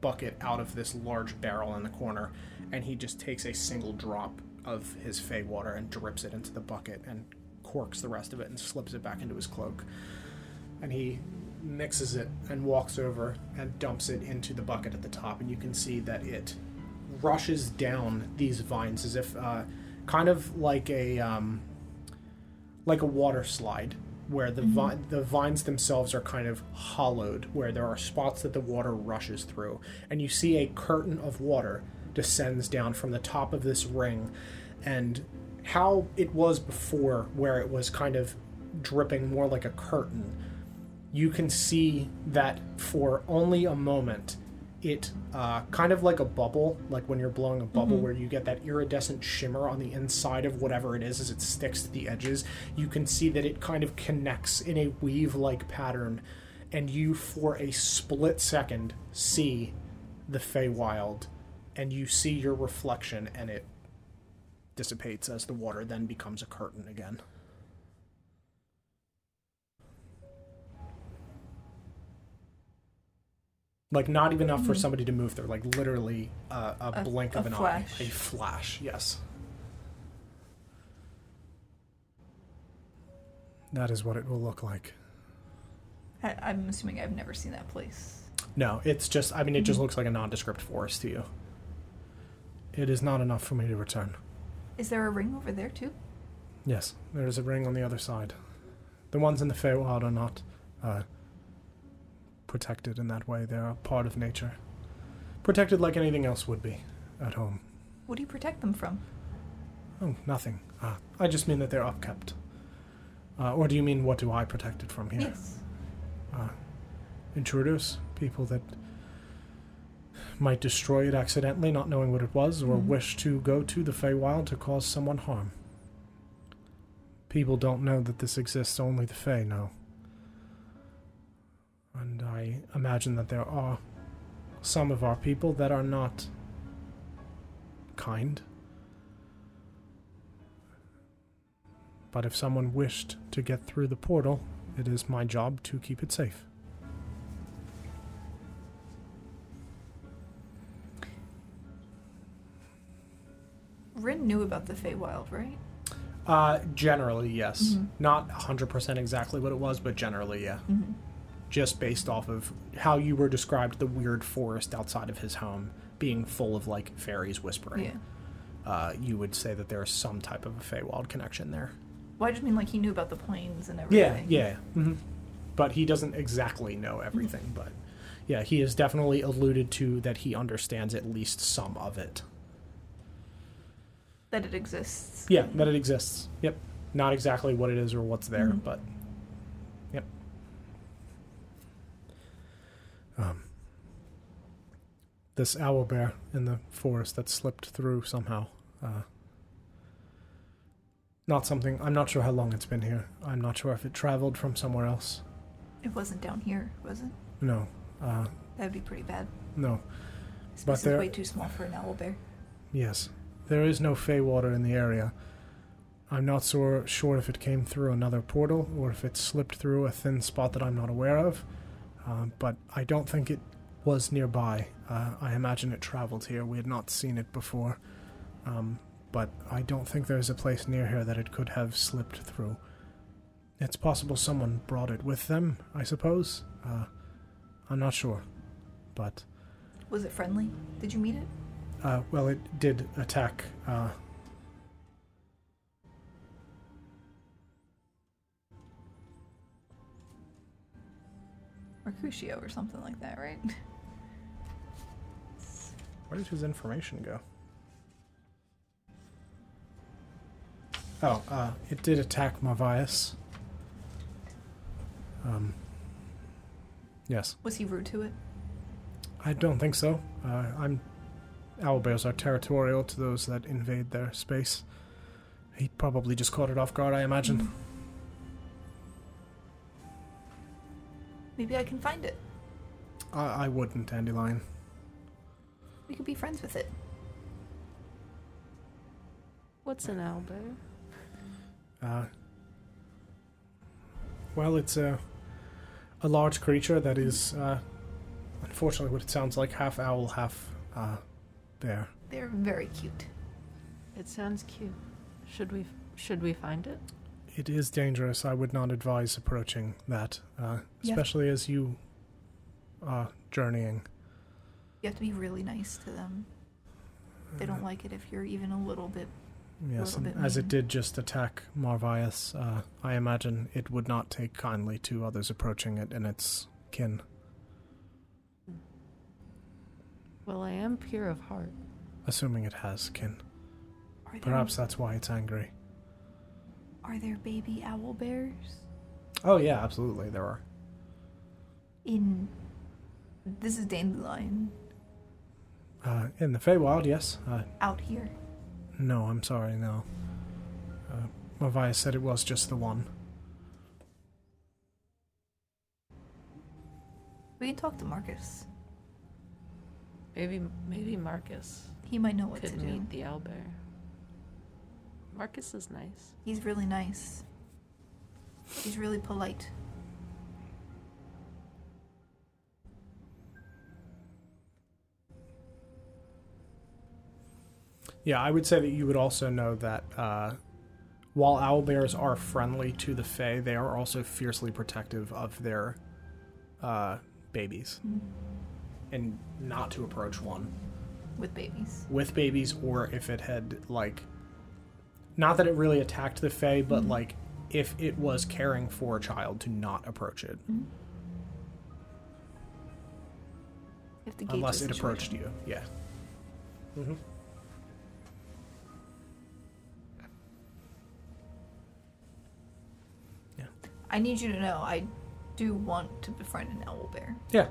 [SPEAKER 1] bucket out of this large barrel in the corner, and he just takes a single drop of his fey water and drips it into the bucket and corks the rest of it and slips it back into his cloak. And he mixes it and walks over and dumps it into the bucket at the top, and you can see that it rushes down these vines as if uh, kind of like a um, like a water slide where the vi- the vines themselves are kind of hollowed, where there are spots that the water rushes through, and you see a curtain of water descends down from the top of this ring, and how it was before, where it was kind of dripping more like a curtain, you can see that for only a moment, it uh, kind of like a bubble, like when you're blowing a bubble,
[SPEAKER 13] Mhm.
[SPEAKER 1] where you get that iridescent shimmer on the inside of whatever it is as it sticks to the edges. You can see that it kind of connects in a weave like pattern, and you, for a split second, see the Feywild, and you see your reflection, and it dissipates as the water then becomes a curtain again. Like not even enough for
[SPEAKER 13] Mhm.
[SPEAKER 1] somebody to move through. Like literally uh, a,
[SPEAKER 13] A-
[SPEAKER 1] blink
[SPEAKER 13] a
[SPEAKER 1] of an
[SPEAKER 13] flash.
[SPEAKER 1] eye, a flash. Yes, that is what it will look like.
[SPEAKER 9] I, I'm assuming I've never seen that place.
[SPEAKER 1] No, it's just. I mean, it
[SPEAKER 13] Mm-hmm.
[SPEAKER 1] just
[SPEAKER 9] Mhm.
[SPEAKER 1] looks like a nondescript forest to you. It is not enough for me to return.
[SPEAKER 9] Is there a ring over there too?
[SPEAKER 1] Yes, there is a ring on the other side. The ones in the Feywild are not uh, protected in that way. They are part of nature, protected like anything else would be at home.
[SPEAKER 9] What do you protect them from?
[SPEAKER 1] Oh, nothing. Uh, I just mean that they're upkept. Uh, or do you mean what do I protect it from here?
[SPEAKER 9] Yes.
[SPEAKER 1] Uh, intruders, people that might destroy it accidentally, not knowing what it was, or
[SPEAKER 13] Mhm.
[SPEAKER 1] wish to go to the Feywild to cause someone harm. People don't know that this exists, only the Fey know. And I imagine that there are some of our people that are not kind. But if someone wished to get through the portal, it is my job to keep it safe.
[SPEAKER 9] Rin knew about the Feywild, right?
[SPEAKER 1] Uh, generally, yes.
[SPEAKER 9] Mhm.
[SPEAKER 1] Not 100% exactly what it was, but generally, yeah.
[SPEAKER 9] Mhm.
[SPEAKER 1] Just based off of how you were described the weird forest outside of his home being full of, like, fairies whispering. Uh, you would say that there is some type of a Feywild connection there.
[SPEAKER 9] Well, I just mean like he knew about the planes and
[SPEAKER 1] Yeah,
[SPEAKER 9] everything.
[SPEAKER 1] yeah. hmm But he doesn't exactly know everything, but yeah, he has definitely alluded to that he understands at least some of it.
[SPEAKER 9] That it exists.
[SPEAKER 1] Yeah, that it exists. Yep. Not exactly what it is or what's there, but yep. Um, this owl bear in the forest that slipped through somehow. Uh, not something. I'm not sure how long it's been here. I'm not sure if it traveled from somewhere else.
[SPEAKER 9] It wasn't down here, was it?
[SPEAKER 1] No. Uh,
[SPEAKER 9] That'd be pretty bad.
[SPEAKER 1] no.
[SPEAKER 9] This
[SPEAKER 1] But
[SPEAKER 9] place
[SPEAKER 1] there-
[SPEAKER 9] is way too small for an owl bear.
[SPEAKER 1] Yes. There is no Fey water in the area. I'm not so sure if it came through another portal or if it slipped through a thin spot that I'm not aware of, um, but I don't think it was nearby. Uh, I imagine it traveled here. We had not seen it before, um, but I don't think there's a place near here that it could have slipped through. It's possible someone brought it with them, I suppose. Uh, I'm not sure, but
[SPEAKER 9] Was it friendly? Did you meet it?
[SPEAKER 1] uh, well, it did attack. Uh,
[SPEAKER 9] Mercutio or something like that, right?
[SPEAKER 1] where did his information go? Oh, uh, it did attack Marvias. Um, yes.
[SPEAKER 9] Was he rude to it?
[SPEAKER 1] I don't think so. Uh, I'm. Owlbears are territorial to those that invade their space. He probably just caught it off guard, I imagine.
[SPEAKER 9] Maybe I can find it.
[SPEAKER 1] I, I wouldn't, Dandelion.
[SPEAKER 9] We could be friends with it.
[SPEAKER 6] What's an owl bear?
[SPEAKER 1] Uh, well, it's a, a large creature that is, uh, unfortunately, what it sounds like half owl, half uh, bear.
[SPEAKER 9] They're very cute.
[SPEAKER 6] It sounds cute. Should we should we find it?
[SPEAKER 1] It is dangerous. I would not advise approaching that, uh,
[SPEAKER 9] Yeah.
[SPEAKER 1] especially as you are journeying.
[SPEAKER 9] You have to be really nice to them. They don't like it if you're even a little bit
[SPEAKER 1] Yes,
[SPEAKER 9] little
[SPEAKER 1] and
[SPEAKER 9] bit
[SPEAKER 1] Uh, as it
[SPEAKER 9] mean.
[SPEAKER 1] did just attack Marvius, uh, I imagine it would not take kindly to others approaching it and its kin.
[SPEAKER 6] Well, I am pure of heart.
[SPEAKER 1] Assuming it has kin.
[SPEAKER 9] Are there-
[SPEAKER 1] Perhaps that's why it's angry.
[SPEAKER 9] Are there baby owl bears
[SPEAKER 1] Oh, yeah, absolutely, there are.
[SPEAKER 9] in? This is dandelion
[SPEAKER 1] Uh, in the Feywild, yes. Uh,
[SPEAKER 9] out here.
[SPEAKER 1] no, I'm sorry, no. Uh, Marvius said it was just the one.
[SPEAKER 9] We can talk to Marcus.
[SPEAKER 6] Maybe maybe Marcus.
[SPEAKER 9] He might know what
[SPEAKER 6] could
[SPEAKER 9] to do.
[SPEAKER 6] meet the owlbear. Marcus is nice.
[SPEAKER 9] He's really nice. He's really polite.
[SPEAKER 1] Yeah, I would say that you would also know that uh, while owlbears are friendly to the Fae, they are also fiercely protective of their uh, babies. And not to approach one.
[SPEAKER 9] With babies.
[SPEAKER 1] With babies, or if it had, like, not that it really attacked the Fae, but,
[SPEAKER 9] Mhm.
[SPEAKER 1] like, if it was caring for a child, to not approach it.
[SPEAKER 9] If the
[SPEAKER 1] Unless it
[SPEAKER 9] gauge is
[SPEAKER 1] approached you, yeah. Mm-hmm.
[SPEAKER 9] I need you to know I do want to befriend an owl bear.
[SPEAKER 1] Yeah.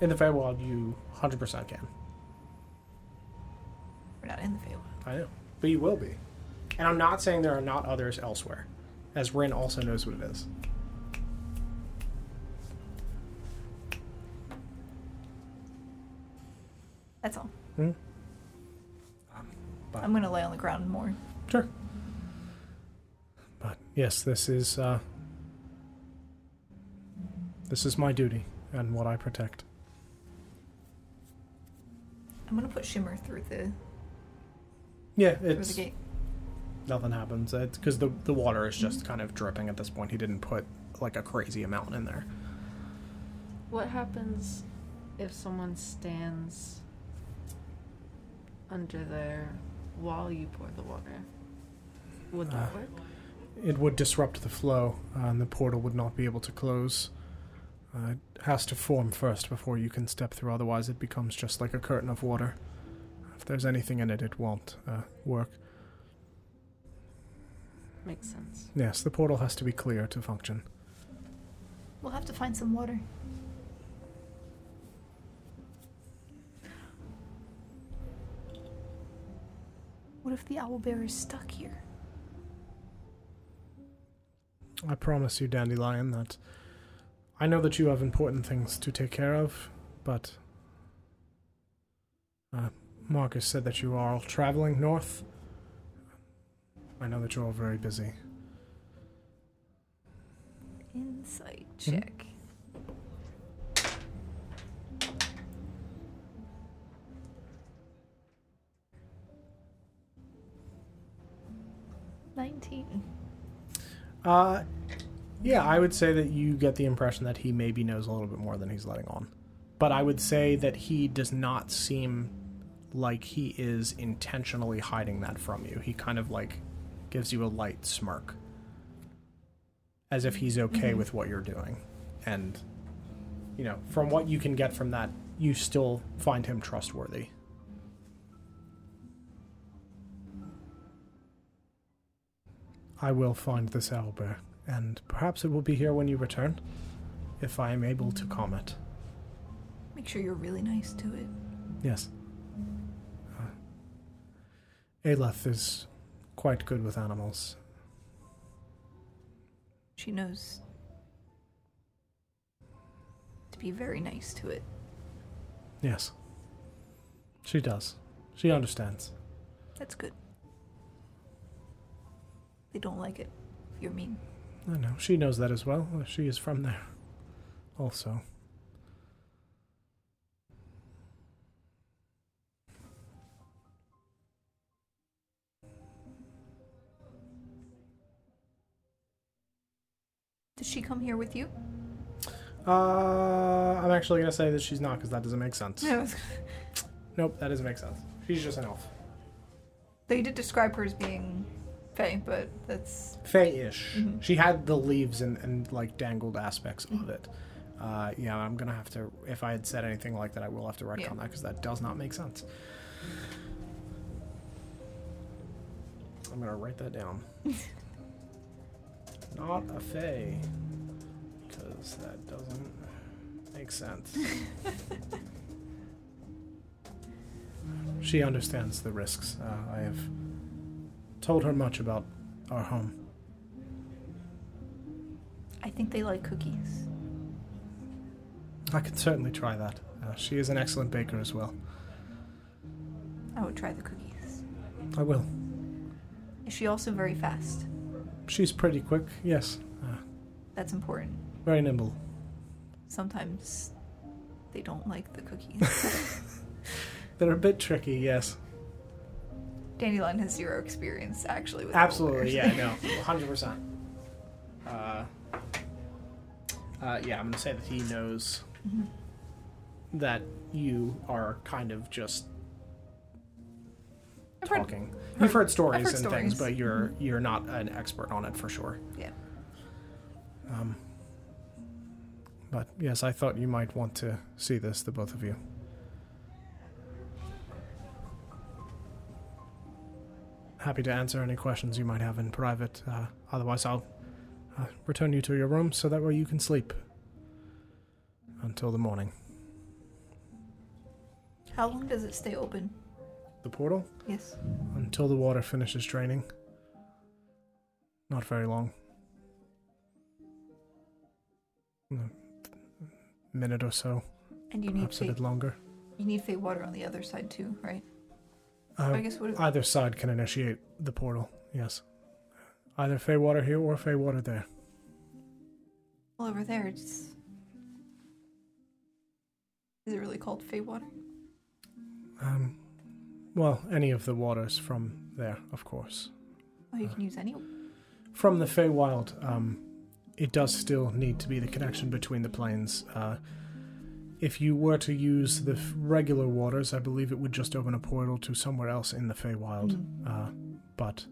[SPEAKER 1] In the Feywild, you 100% can.
[SPEAKER 9] We're not in the Feywild.
[SPEAKER 1] I know. But you will be. And I'm not saying there are not others elsewhere, as Rin also knows what it is.
[SPEAKER 9] That's all.
[SPEAKER 1] Hmm?
[SPEAKER 9] I'm gonna lay on the ground more.
[SPEAKER 1] Sure. But yes, this is uh, this is my duty and what I protect.
[SPEAKER 9] I'm gonna put Shimmer through the
[SPEAKER 1] Yeah,
[SPEAKER 9] through the
[SPEAKER 1] it's
[SPEAKER 9] gate.
[SPEAKER 1] nothing happens because the the water is just kind of dripping at this point. He didn't put like a crazy amount in there.
[SPEAKER 6] What happens if someone stands under there while you pour the water? Would that work?
[SPEAKER 1] It would disrupt the flow, uh, and the portal would not be able to close. Uh, it has to form first before you can step through, otherwise, it becomes just like a curtain of water. If there's anything in it, it won't uh, work.
[SPEAKER 6] Makes sense.
[SPEAKER 1] Yes, the portal has to be clear to function.
[SPEAKER 9] We'll have to find some water. What if the owl bear is stuck here?
[SPEAKER 1] I promise you, Dandelion, that I know that you have important things to take care of, but. Uh, Marcus said that you are all traveling north. I know that you're all very busy.
[SPEAKER 9] Insight check. Nineteen.
[SPEAKER 1] Uh, yeah, I would say that you get the impression that he maybe knows a little bit more than he's letting on. But I would say that he does not seem like he is intentionally hiding that from you. He kind of like gives you a light smirk. As if he's okay
[SPEAKER 7] Mhm.
[SPEAKER 1] with what you're doing. And, you know, from what you can get from that, you still find him trustworthy. I will find this owlbear, and perhaps it will be here when you return, if I am able to comment.
[SPEAKER 9] Make sure you're really nice to it.
[SPEAKER 1] Yes. Uh, Aeleth is quite good with animals.
[SPEAKER 9] She knows to be very nice to it.
[SPEAKER 1] Yes. She does. She understands.
[SPEAKER 9] That's good. They don't like it. if You're mean.
[SPEAKER 1] I know. She knows that as well. She is from there. Also.
[SPEAKER 9] Did she come here with you?
[SPEAKER 1] Uh, I'm actually going to say that she's not because that doesn't make sense.
[SPEAKER 9] No.
[SPEAKER 1] Nope, that doesn't make sense. She's just an elf.
[SPEAKER 9] They did describe her as being Fey, but that's
[SPEAKER 1] Fae-ish.
[SPEAKER 9] Mhm.
[SPEAKER 1] She had the leaves and, and like dangled aspects of it. Uh, yeah, I'm gonna have to. If I had said anything like that, I will have to write
[SPEAKER 9] Yeah.
[SPEAKER 1] on that because that does not make sense. I'm gonna write that down. not a fae, because that doesn't make sense. she understands the risks. Uh, I have told her much about our home.
[SPEAKER 9] I think they like cookies.
[SPEAKER 1] I could certainly try that. Uh, she is an excellent baker as well.
[SPEAKER 9] I would try the cookies.
[SPEAKER 1] I will.
[SPEAKER 9] Is she also very fast?
[SPEAKER 1] She's pretty quick, yes. Uh,
[SPEAKER 9] That's important.
[SPEAKER 1] very nimble.
[SPEAKER 9] Sometimes they don't like the cookies.
[SPEAKER 1] They're a bit tricky, yes.
[SPEAKER 9] Dandelion has zero experience actually with
[SPEAKER 1] Absolutely, yeah,
[SPEAKER 9] owlbears.
[SPEAKER 1] no. 100%. Uh, uh, yeah, I'm going to say that he knows
[SPEAKER 9] Mhm. Mm-hmm.
[SPEAKER 1] that you are kind of just
[SPEAKER 9] I've heard-
[SPEAKER 1] talking. You've heard stories
[SPEAKER 9] heard
[SPEAKER 1] and
[SPEAKER 9] stories.
[SPEAKER 1] things,
[SPEAKER 9] Mm-hmm.
[SPEAKER 1] but you're you're not an expert on it for sure.
[SPEAKER 9] Yeah.
[SPEAKER 1] Um, but yes, I thought you might want to see this, the both of you. Happy to answer any questions you might have in private. Uh, otherwise, I'll uh, return you to your room so that way you can sleep until the morning.
[SPEAKER 9] How long does it stay open?
[SPEAKER 1] The portal?
[SPEAKER 9] Yes.
[SPEAKER 1] Until the water finishes draining. Not very long. A minute or so.
[SPEAKER 9] And you need
[SPEAKER 1] Perhaps a
[SPEAKER 9] fake,
[SPEAKER 1] bit longer.
[SPEAKER 9] you need fake water on the other side too, right?
[SPEAKER 1] Uh,
[SPEAKER 9] I guess what-
[SPEAKER 1] either side can initiate the portal. Yes, either Fey water here or Fey water there.
[SPEAKER 9] Well, over there, it's. Is it really called Fey water?
[SPEAKER 1] Um, well, any of the waters from there, of course.
[SPEAKER 9] Oh, you can use any.
[SPEAKER 1] From the Feywild, um, it does still need to be the connection between the planes. Uh, if you were to use the f- regular waters, I believe it would just open a portal to somewhere else in the Feywild. Uh, but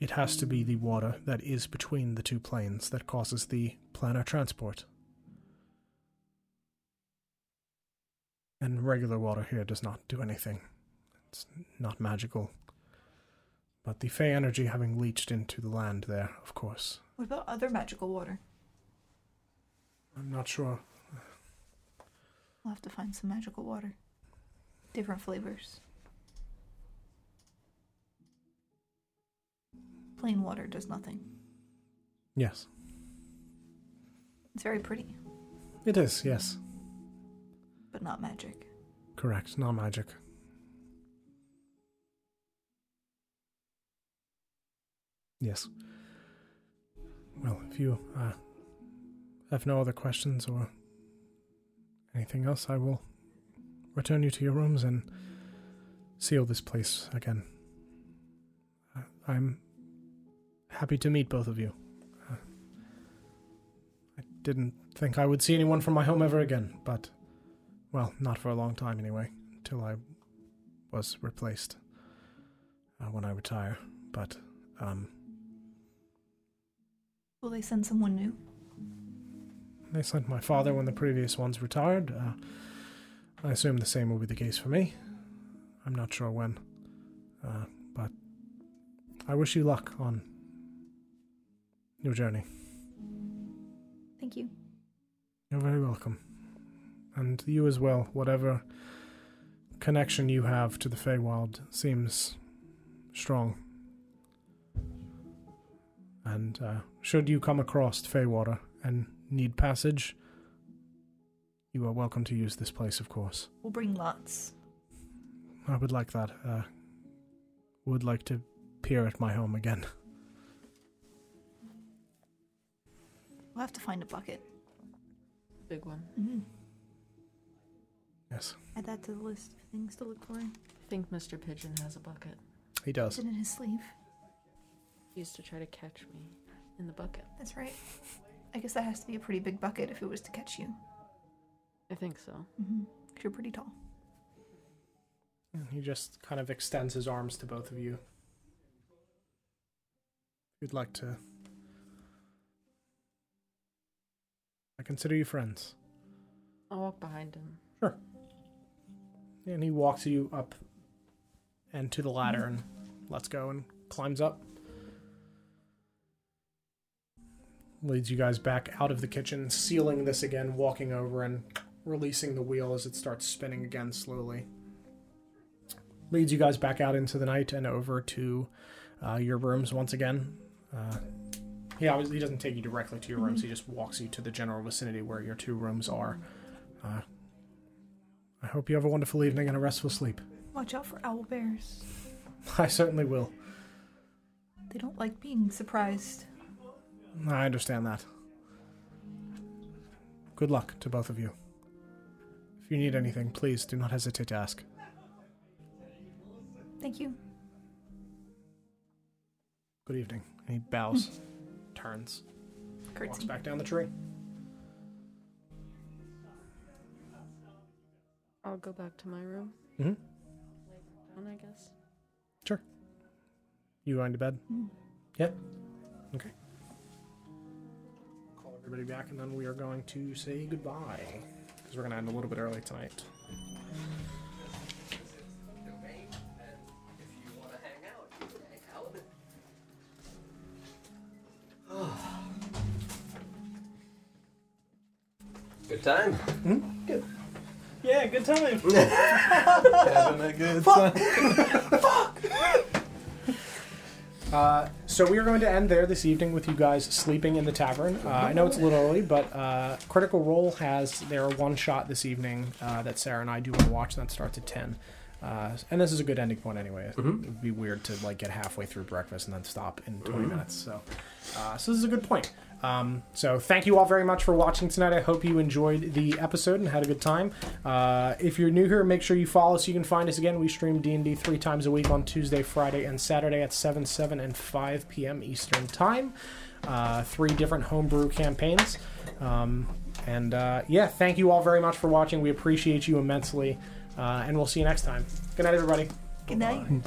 [SPEAKER 1] it has to be the water that is between the two planes that causes the planar transport. And regular water here does not do anything. It's not magical. But the Fey energy having leached into the land there, of course.
[SPEAKER 9] What about other magical water?
[SPEAKER 1] I'm not sure.
[SPEAKER 9] We'll have to find some magical water. Different flavors. Plain water does nothing.
[SPEAKER 1] Yes.
[SPEAKER 9] It's very pretty,
[SPEAKER 1] It is, yes.
[SPEAKER 9] but not magic.
[SPEAKER 1] Correct. Not magic. Yes. Well, if you uh, have no other questions or anything else, I will return you to your rooms and seal this place again. Uh, I'm happy to meet both of you. Uh, I didn't think I would see anyone from my home ever again, but, well, not for a long time anyway, until I was replaced uh, when I retire. But, um,.
[SPEAKER 9] Will they send someone new?
[SPEAKER 1] They sent my father when the previous ones retired. Uh, I assume the same will be the case for me. I'm not sure when. Uh, but I wish you luck on your journey.
[SPEAKER 9] Thank you.
[SPEAKER 1] You're very welcome. And you as well, whatever connection you have to the Feywild seems strong. And uh, should you come across Feywater and need passage, you are welcome to use this place, of course.
[SPEAKER 9] We'll bring lots.
[SPEAKER 1] I would like that. Uh, would like to peer at my home again.
[SPEAKER 9] We'll have to find a bucket.
[SPEAKER 6] Big one.
[SPEAKER 9] Mm-hmm.
[SPEAKER 1] Yes,
[SPEAKER 9] Add that to the list of things to look for.
[SPEAKER 6] I think Mr. Pigeon has a bucket.
[SPEAKER 1] he does.
[SPEAKER 9] Is it in his sleeve?
[SPEAKER 6] He used to try to catch me in the bucket.
[SPEAKER 9] That's right. I guess that has to be a pretty big bucket if it was to catch you.
[SPEAKER 6] I think so.
[SPEAKER 9] Mm-hmm. You're pretty tall.
[SPEAKER 1] He just kind of extends his arms to both of you. You'd like to. I consider you friends.
[SPEAKER 6] I'll walk behind him.
[SPEAKER 1] And he walks you up and to the ladder and lets go and climbs up. Leads you guys back out of the kitchen, sealing this again, walking over and releasing the wheel as it starts spinning again slowly. Leads you guys back out into the night and over to uh, your rooms once again. Uh, he obviously he doesn't take you directly to your rooms. He just walks you to the general vicinity where your two rooms are. Uh, I hope you have a wonderful evening and a restful sleep.
[SPEAKER 9] Watch out for owl bears.
[SPEAKER 1] I certainly will.
[SPEAKER 9] They don't like being surprised.
[SPEAKER 1] I understand that. Good luck to both of you. If you need anything, please do not hesitate to ask.
[SPEAKER 9] Thank you.
[SPEAKER 1] Good evening. And he bows, turns, walks
[SPEAKER 9] Curtsy.
[SPEAKER 1] back down the tree.
[SPEAKER 6] I'll go back to my room.
[SPEAKER 9] Mm-hmm.
[SPEAKER 1] Mhm.
[SPEAKER 6] Down, I guess.
[SPEAKER 1] You going to bed?
[SPEAKER 6] Mm.
[SPEAKER 1] Yep. Okay. Call everybody back, and then we are going to say goodbye because we're going to end a little bit early tonight.
[SPEAKER 3] Good time.
[SPEAKER 1] Hmm?
[SPEAKER 5] Good. Yeah, good time.
[SPEAKER 1] Having
[SPEAKER 3] a good
[SPEAKER 1] Uh, so we are going to end there this evening with you guys sleeping in the tavern. Uh, I know it's a little early, but uh, Critical Role has their one shot this evening uh, that Sarah and I do want to watch, and that starts at ten. Uh, and this is a good ending point anyway. It would be weird to like get halfway through breakfast and then stop in 20
[SPEAKER 13] Mhm.
[SPEAKER 1] minutes. So, uh, so this is a good point. Um, so thank you all very much for watching tonight. I hope you enjoyed the episode and had a good time. Uh, if you're new here, make sure you follow us. You can find us again. We stream D&D three times a week on Tuesday, Friday, and Saturday at 7, 7, and 5 p.m. Eastern Time. Uh, three different homebrew campaigns. Um, and uh, yeah, thank you all very much for watching. We appreciate you immensely. Uh, and we'll see you next time. Good night, everybody.
[SPEAKER 9] Good night.